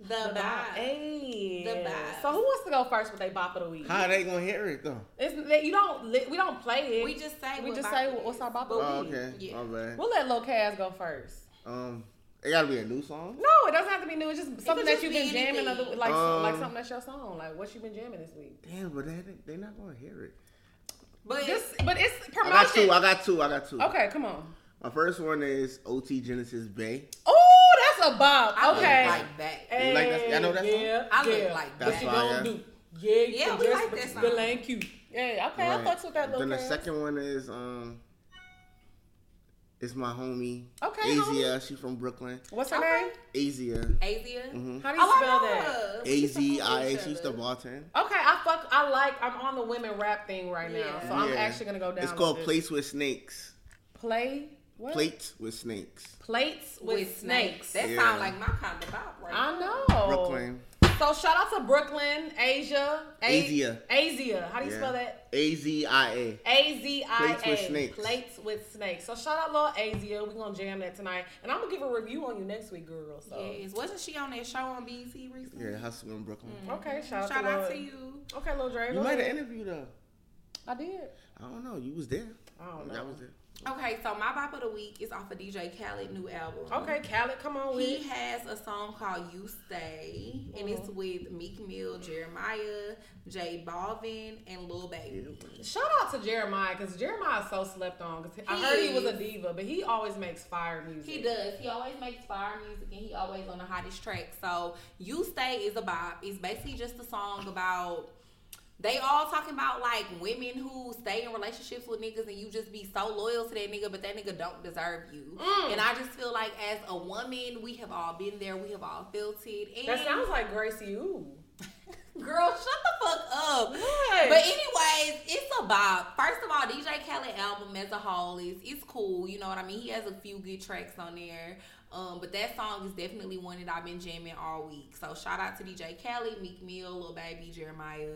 [SPEAKER 2] the,
[SPEAKER 1] The bop.
[SPEAKER 2] vibe.
[SPEAKER 1] Hey.
[SPEAKER 2] The bop.
[SPEAKER 1] So who wants to go first with a bop of the week?
[SPEAKER 3] How they gonna hear it though?
[SPEAKER 1] It's, they, you don't. li- We don't play it.
[SPEAKER 2] We just say.
[SPEAKER 1] We
[SPEAKER 2] what
[SPEAKER 1] just
[SPEAKER 2] vibe
[SPEAKER 1] say
[SPEAKER 2] it is.
[SPEAKER 1] what's our bop
[SPEAKER 2] But
[SPEAKER 3] Oh,
[SPEAKER 2] we-
[SPEAKER 3] okay.
[SPEAKER 2] yeah.
[SPEAKER 3] My bad.
[SPEAKER 1] we'll let Lil Kaz go first.
[SPEAKER 3] Um, it gotta be a new song.
[SPEAKER 1] No, it doesn't have to be new. It's just something
[SPEAKER 2] could
[SPEAKER 1] that you've
[SPEAKER 2] just
[SPEAKER 1] been
[SPEAKER 2] be
[SPEAKER 1] jamming,
[SPEAKER 2] anything.
[SPEAKER 1] other, like
[SPEAKER 3] Um,
[SPEAKER 1] like something that's your song. Like what you been jamming this week.
[SPEAKER 3] Damn, but they they not gonna hear it.
[SPEAKER 2] But
[SPEAKER 1] This, but it's
[SPEAKER 3] I got
[SPEAKER 1] promotion.
[SPEAKER 3] two. I got two. I got two.
[SPEAKER 1] okay, come on.
[SPEAKER 3] My first one is OT Genesis Bay.
[SPEAKER 1] Oh, that's a bop.
[SPEAKER 2] I
[SPEAKER 1] okay.
[SPEAKER 2] look like that.
[SPEAKER 3] You like that- y'all know that song?
[SPEAKER 1] Yeah,
[SPEAKER 2] I look
[SPEAKER 1] yeah.
[SPEAKER 2] like
[SPEAKER 1] What
[SPEAKER 3] that.
[SPEAKER 1] you
[SPEAKER 3] That's
[SPEAKER 1] gonna
[SPEAKER 3] fire.
[SPEAKER 1] do? Yeah, you
[SPEAKER 2] Yeah,
[SPEAKER 1] can
[SPEAKER 2] we
[SPEAKER 1] dress,
[SPEAKER 2] like
[SPEAKER 1] but
[SPEAKER 2] that
[SPEAKER 1] you
[SPEAKER 2] song.
[SPEAKER 1] still ain't cute. Yeah, okay, I
[SPEAKER 3] Right.
[SPEAKER 1] fucks with that little.
[SPEAKER 3] Then the
[SPEAKER 1] Kaz.
[SPEAKER 3] second one is um, it's my homie.
[SPEAKER 1] Okay,
[SPEAKER 3] Azia. She from Brooklyn.
[SPEAKER 1] What's her
[SPEAKER 2] Okay.
[SPEAKER 1] name?
[SPEAKER 3] Azia.
[SPEAKER 2] Azia.
[SPEAKER 3] Mhm.
[SPEAKER 1] How do you
[SPEAKER 2] Oh, I
[SPEAKER 1] spell
[SPEAKER 2] know
[SPEAKER 1] that?
[SPEAKER 2] her. We
[SPEAKER 3] A
[SPEAKER 2] used to
[SPEAKER 3] Z
[SPEAKER 2] follow
[SPEAKER 3] I
[SPEAKER 2] each
[SPEAKER 3] A. She's the
[SPEAKER 2] other.
[SPEAKER 3] bartender.
[SPEAKER 1] Okay, I fuck. I like. I'm on the women rap thing right now,
[SPEAKER 2] Yeah.
[SPEAKER 1] so I'm
[SPEAKER 3] Yeah.
[SPEAKER 1] actually gonna go down.
[SPEAKER 3] It's called Plates with Snakes.
[SPEAKER 1] Play. What?
[SPEAKER 3] Plates with Snakes.
[SPEAKER 1] Plates with, snakes.
[SPEAKER 2] That
[SPEAKER 3] Yeah.
[SPEAKER 2] sound like my kind of bop right
[SPEAKER 1] I know.
[SPEAKER 3] Brooklyn.
[SPEAKER 1] So shout out to Brooklyn, Asia, A-
[SPEAKER 3] Asia.
[SPEAKER 1] Asia. How do you
[SPEAKER 3] Yeah.
[SPEAKER 1] spell that?
[SPEAKER 3] A Z I A.
[SPEAKER 1] A Z I A.
[SPEAKER 3] Plates with snakes.
[SPEAKER 1] Plates with snakes. So shout out, little Asia. We're gonna jam that tonight, and I'm gonna give a review on you next week, girl. So
[SPEAKER 2] Yes. Wasn't she on that show on BC recently?
[SPEAKER 3] Yeah, hustle in Brooklyn.
[SPEAKER 1] okay, shout, out,
[SPEAKER 2] Shout out
[SPEAKER 1] to,
[SPEAKER 2] to
[SPEAKER 1] Lil-
[SPEAKER 2] you.
[SPEAKER 1] Okay, little Dre.
[SPEAKER 3] You
[SPEAKER 1] go
[SPEAKER 3] might have
[SPEAKER 1] ahead.
[SPEAKER 3] interviewed her.
[SPEAKER 1] I did.
[SPEAKER 3] I don't know. You was there.
[SPEAKER 1] I don't know.
[SPEAKER 3] That was there.
[SPEAKER 2] Okay, so my bop of the week is off of DJ Khaled new album.
[SPEAKER 1] Okay, Khaled, come on with.
[SPEAKER 2] He
[SPEAKER 1] it.
[SPEAKER 2] has a song called You Stay, and it's
[SPEAKER 1] Mm-hmm.
[SPEAKER 2] with Meek Mill, Jeremiah, J Balvin, and Lil Baby.
[SPEAKER 1] Shout out to Jeremiah because Jeremiah is so slept on. Because I
[SPEAKER 2] He
[SPEAKER 1] heard he was a
[SPEAKER 2] is.
[SPEAKER 1] diva, but he always makes fire music.
[SPEAKER 2] He does. He always makes fire music and he always on the hottest track. So You Stay is a bop. It's basically just a song about they all talking about like women who stay in relationships with niggas and you just be so loyal to that nigga, but that nigga don't deserve you.
[SPEAKER 1] Mm.
[SPEAKER 2] And I just feel like as a woman, we have all been there, we have all felt it. And
[SPEAKER 1] That sounds like Gracie. Ooh.
[SPEAKER 2] girl, shut the fuck up.
[SPEAKER 1] Yes.
[SPEAKER 2] But anyways, it's a bop. First of all, DJ Khaled album as a whole is it's cool. You know what I mean? He has a few good tracks on there. Um, but that song is definitely one that I've been jamming all week. So shout out to DJ Khaled, Meek Mill, Lil Baby, Jeremiah,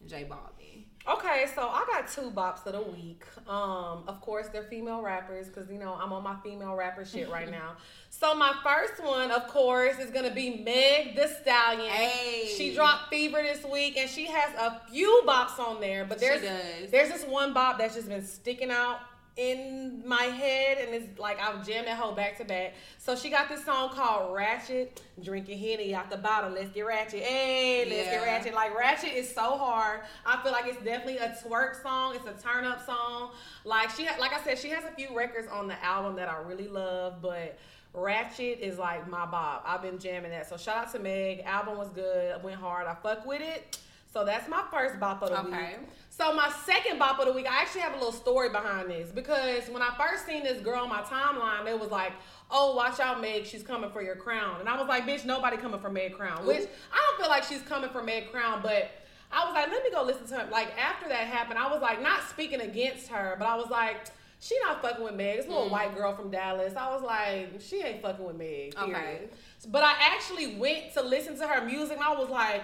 [SPEAKER 2] and J Balvin.
[SPEAKER 1] Okay, so I got two bops of the week. Um, of course, they're female rappers because you know I'm on my female rapper shit right
[SPEAKER 2] (laughs)
[SPEAKER 1] now. So my first one, of course, is gonna be Meg The Stallion.
[SPEAKER 2] Hey.
[SPEAKER 1] She dropped Fever this week, and she has a few bops on there. But there's
[SPEAKER 2] does.
[SPEAKER 1] there's this one bop that's just been sticking out in my head, and it's like I've jammed that whole back to back. So she got this song called Ratchet, drinking henny out the bottle. Let's get ratchet, hey, let's get
[SPEAKER 2] Yeah.
[SPEAKER 1] ratchet. Like Ratchet is so hard. I feel like it's definitely a twerk song. It's a turn up song. Like she, ha- like I said, she has a few records on the album that I really love, but Ratchet is like my bob. I've been jamming that. So shout out to Meg. Album was good. Went hard. I fuck with it. So that's my first bop of the
[SPEAKER 2] Okay.
[SPEAKER 1] week. So my second bop of the week, I actually have a little story behind this because when I first seen this girl on my timeline, it was like, "Oh, watch out, Meg, she's coming for your crown," and I was like, "Bitch, nobody coming for Meg Crown," which I don't feel like she's coming for Meg Crown, but I was like, "Let me go listen to him." Like after that happened, I was like, not speaking against her, but I was like. She not fucking with Meg. It's a
[SPEAKER 2] Mm.
[SPEAKER 1] little white girl from Dallas. I was like, she ain't fucking with Meg. Period.
[SPEAKER 2] Okay.
[SPEAKER 1] But I actually went to listen to her music, and I was like,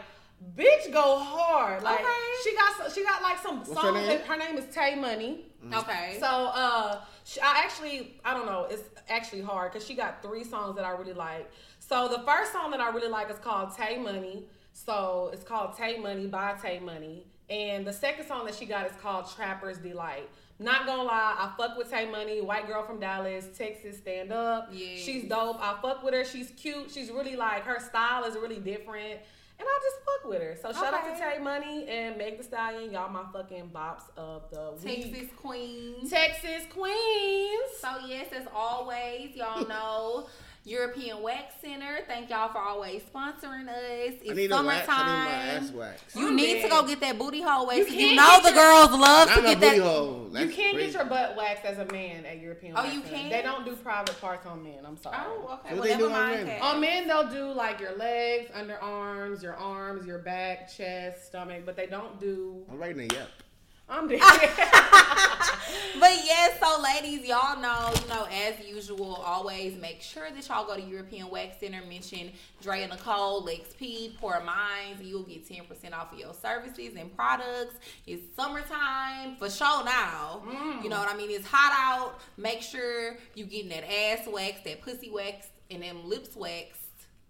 [SPEAKER 1] "Bitch, go hard!" Like
[SPEAKER 2] Okay.
[SPEAKER 1] she got some, she got like some
[SPEAKER 3] her
[SPEAKER 1] songs.
[SPEAKER 3] name?
[SPEAKER 1] that- her name is Tay Money.
[SPEAKER 2] Okay.
[SPEAKER 1] So uh, sh I actually I don't know. It's actually hard because she got three songs that I really like. So the first song that I really like is called Tay Money. So it's called Tay Money by Tay Money. And the second song that she got is called Trapper's Delight. Not gonna lie, I fuck with Tay Money, white girl from Dallas, Texas, stand up.
[SPEAKER 2] Yes.
[SPEAKER 1] She's dope. I fuck with her. She's cute. She's really like her style is really different. And I just fuck with her. So shout out to
[SPEAKER 2] Okay.
[SPEAKER 1] Tay Money and Meg the Stallion. Y'all my fucking bops of the week.
[SPEAKER 2] Texas Queen.
[SPEAKER 1] Texas Queens.
[SPEAKER 2] So yes, as always, (laughs) y'all know European Wax Center. Thank y'all for always sponsoring us. It's
[SPEAKER 3] I need a wax. I need my
[SPEAKER 2] summertime.
[SPEAKER 3] ass waxed.
[SPEAKER 2] you need to go get that booty hole wax. You,
[SPEAKER 1] You can't
[SPEAKER 2] know
[SPEAKER 1] get
[SPEAKER 2] the
[SPEAKER 1] your-
[SPEAKER 2] girls love to
[SPEAKER 3] Not my
[SPEAKER 2] get
[SPEAKER 3] booty
[SPEAKER 2] that.
[SPEAKER 3] hole.
[SPEAKER 1] You
[SPEAKER 3] That's
[SPEAKER 1] can get
[SPEAKER 3] crazy.
[SPEAKER 1] your butt waxed as a man at European.
[SPEAKER 2] Oh,
[SPEAKER 1] Wax
[SPEAKER 2] you
[SPEAKER 1] Center.
[SPEAKER 2] can?
[SPEAKER 1] They don't do private parts on men. I'm sorry.
[SPEAKER 2] Oh, okay.
[SPEAKER 3] What
[SPEAKER 2] well,
[SPEAKER 3] they
[SPEAKER 2] never
[SPEAKER 3] do on
[SPEAKER 2] mind.
[SPEAKER 3] women?
[SPEAKER 1] On
[SPEAKER 2] Kat.
[SPEAKER 1] men, they'll do like your legs, underarms, your arms, your back, chest, stomach, but they don't do.
[SPEAKER 3] I'm writing a yep.
[SPEAKER 1] I'm
[SPEAKER 2] (laughs)
[SPEAKER 1] dead.
[SPEAKER 2] But yes, so ladies, y'all know, you know, as usual, always make sure that y'all go to European Wax Center, mention Dre and Nicole, Lex P, Poor Minds, and you'll get 10% off of your services and products. It's summertime for sure now. You know what I mean? It's hot out. Make sure you getting that ass wax, that pussy wax, and them lips waxed.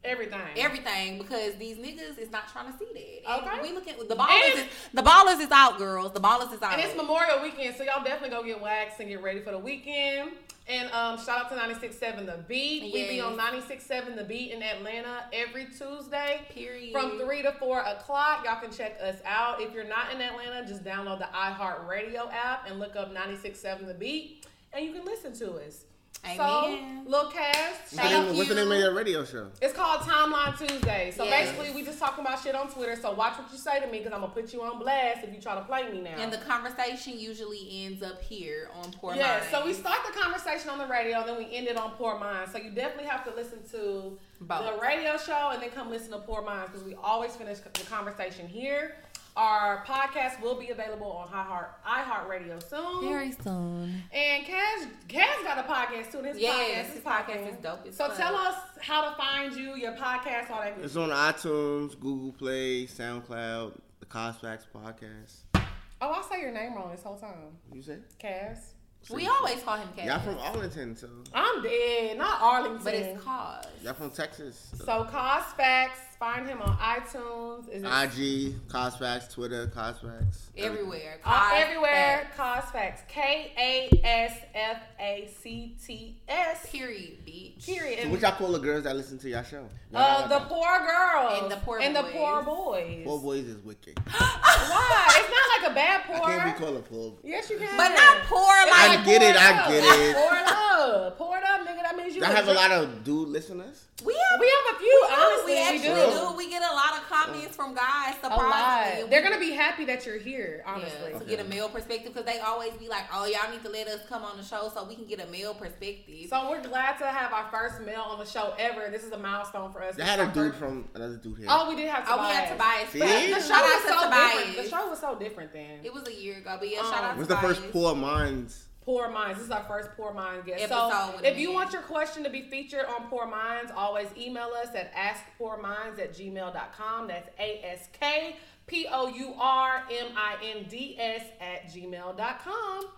[SPEAKER 1] Everything.
[SPEAKER 2] Everything because these niggas is not trying to see that. And
[SPEAKER 1] Okay.
[SPEAKER 2] We looking the ballers.
[SPEAKER 1] And-
[SPEAKER 2] Is, the ballers is out, girls. The ballers is out.
[SPEAKER 1] and it's Memorial Weekend, so y'all definitely go get waxed and get ready for the weekend. And um, shout out to 96.7 The Beat. We be
[SPEAKER 2] Yes.
[SPEAKER 1] on 96.7 The Beat in Atlanta every Tuesday.
[SPEAKER 2] Period.
[SPEAKER 1] From 3 to 4 o'clock, y'all can check us out. If you're not in Atlanta, just download the iHeartRadio app and look up 96.7 The Beat, and you can listen to us.
[SPEAKER 2] Amen.
[SPEAKER 1] So, Lil Cass,
[SPEAKER 3] What's
[SPEAKER 1] shout
[SPEAKER 3] the
[SPEAKER 1] out
[SPEAKER 3] name- What's the name of
[SPEAKER 1] you.
[SPEAKER 3] your radio show?
[SPEAKER 1] It's called Timeline Tuesday. So
[SPEAKER 2] Yes.
[SPEAKER 1] basically, we just talking about shit on Twitter. So watch what you say to me, because I'm gonna put you on blast if you try to play me now.
[SPEAKER 2] And the conversation usually ends up here on Poor
[SPEAKER 1] yeah,
[SPEAKER 2] Minds.
[SPEAKER 1] so we start the conversation on the radio, then we end it on Poor Minds. So you definitely have to listen to
[SPEAKER 2] Both.
[SPEAKER 1] the radio show and then come listen to Poor Minds because we always finish c- the conversation here. Our podcast will be available on iHeart iHeartRadio soon.
[SPEAKER 2] soon.
[SPEAKER 1] and Kaz Kaz got a podcast too. and His
[SPEAKER 2] Yes,
[SPEAKER 1] podcast,
[SPEAKER 2] his podcast is dope as
[SPEAKER 1] So
[SPEAKER 2] fuck.
[SPEAKER 1] tell us how to find you, your podcast, all that. good
[SPEAKER 3] It's on iTunes, Google Play, SoundCloud, the Cosfax podcast.
[SPEAKER 1] Oh, I say your name wrong this whole time.
[SPEAKER 3] You say?
[SPEAKER 1] Cass.
[SPEAKER 2] We always call him Cat.
[SPEAKER 3] Y'all from Arlington, so
[SPEAKER 1] I'm dead, not Arlington.
[SPEAKER 2] but it's cause.
[SPEAKER 3] y'all from Texas. So.
[SPEAKER 1] so Cosfax. Find him on iTunes. Is it
[SPEAKER 3] IG, Cosfax, Twitter, Cosfax.
[SPEAKER 2] Everywhere.
[SPEAKER 1] Uh,
[SPEAKER 2] Cause
[SPEAKER 1] everywhere?
[SPEAKER 2] Facts.
[SPEAKER 1] Cosfax. K A S F A C T S.
[SPEAKER 2] Period, bitch.
[SPEAKER 1] Period.
[SPEAKER 3] So
[SPEAKER 1] And,
[SPEAKER 3] what y'all call the girls that listen to y'all show? Y'all
[SPEAKER 1] uh,
[SPEAKER 3] got
[SPEAKER 1] the
[SPEAKER 3] that.
[SPEAKER 1] poor girls
[SPEAKER 2] And the poor
[SPEAKER 1] and the
[SPEAKER 2] boys.
[SPEAKER 1] poor boys.
[SPEAKER 3] Poor boys is wicked.
[SPEAKER 1] Why? It's not like a bad
[SPEAKER 3] I can't be
[SPEAKER 1] poor.
[SPEAKER 3] called a poor boy.
[SPEAKER 1] Yes, you can.
[SPEAKER 2] But not poor like
[SPEAKER 3] I get it, I get it.
[SPEAKER 1] Pour it up, pour it up, nigga. That means you.
[SPEAKER 3] Y'all
[SPEAKER 1] a
[SPEAKER 3] have a
[SPEAKER 1] drink-
[SPEAKER 3] lot of dude listeners?
[SPEAKER 2] we have
[SPEAKER 1] We have a few.
[SPEAKER 2] we
[SPEAKER 1] honestly,
[SPEAKER 2] actually
[SPEAKER 1] we do.
[SPEAKER 2] do. We get a lot of comments from guys.
[SPEAKER 1] a
[SPEAKER 2] Surprisingly,
[SPEAKER 1] lot. They're gonna be happy that you're here, honestly.
[SPEAKER 2] Yeah, to get a male perspective because they always be like, "Oh, y'all need to let us come on the show so we can get a male perspective."
[SPEAKER 1] So we're glad to have our first male on the show ever. This is a milestone for us.
[SPEAKER 3] They had a
[SPEAKER 1] Our
[SPEAKER 3] dude
[SPEAKER 1] first-
[SPEAKER 3] from another dude here.
[SPEAKER 1] Oh, we did have.
[SPEAKER 2] oh, we had
[SPEAKER 1] Tobias.
[SPEAKER 2] Tobias.
[SPEAKER 3] See?
[SPEAKER 2] back.
[SPEAKER 1] The
[SPEAKER 3] The
[SPEAKER 1] show
[SPEAKER 2] Shout out
[SPEAKER 1] was
[SPEAKER 2] to
[SPEAKER 1] so different. The
[SPEAKER 2] Tobias.
[SPEAKER 1] show was so different then.
[SPEAKER 2] It was a year ago, but yeah,
[SPEAKER 1] Um,
[SPEAKER 2] shout out
[SPEAKER 3] What's
[SPEAKER 2] to
[SPEAKER 3] the first
[SPEAKER 2] Tobias.
[SPEAKER 3] poor minds?
[SPEAKER 1] Poor Minds. This is our first Poor Minds guest.
[SPEAKER 2] Episode
[SPEAKER 1] So
[SPEAKER 2] with
[SPEAKER 1] if
[SPEAKER 2] a
[SPEAKER 1] you
[SPEAKER 2] man.
[SPEAKER 1] want your question to be featured on Poor Minds, always email us at askpoorminds at gmail.com. That's A-S-K. P O U R M I N D S at gmail.com.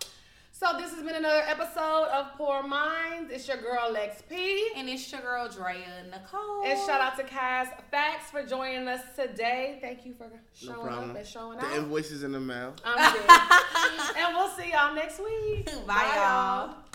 [SPEAKER 1] So, this has been another episode of Poor Minds. It's your girl, Lex P.
[SPEAKER 2] And it's your girl Drea Nicole.
[SPEAKER 1] And shout out to Kaz Facts for joining us today. Thank you for
[SPEAKER 3] No
[SPEAKER 1] showing up
[SPEAKER 3] problem.
[SPEAKER 1] and showing
[SPEAKER 3] the
[SPEAKER 1] out.
[SPEAKER 3] invoices in the mail.
[SPEAKER 1] (laughs) I'm good. and we'll see y'all next week.
[SPEAKER 2] Bye, y'all.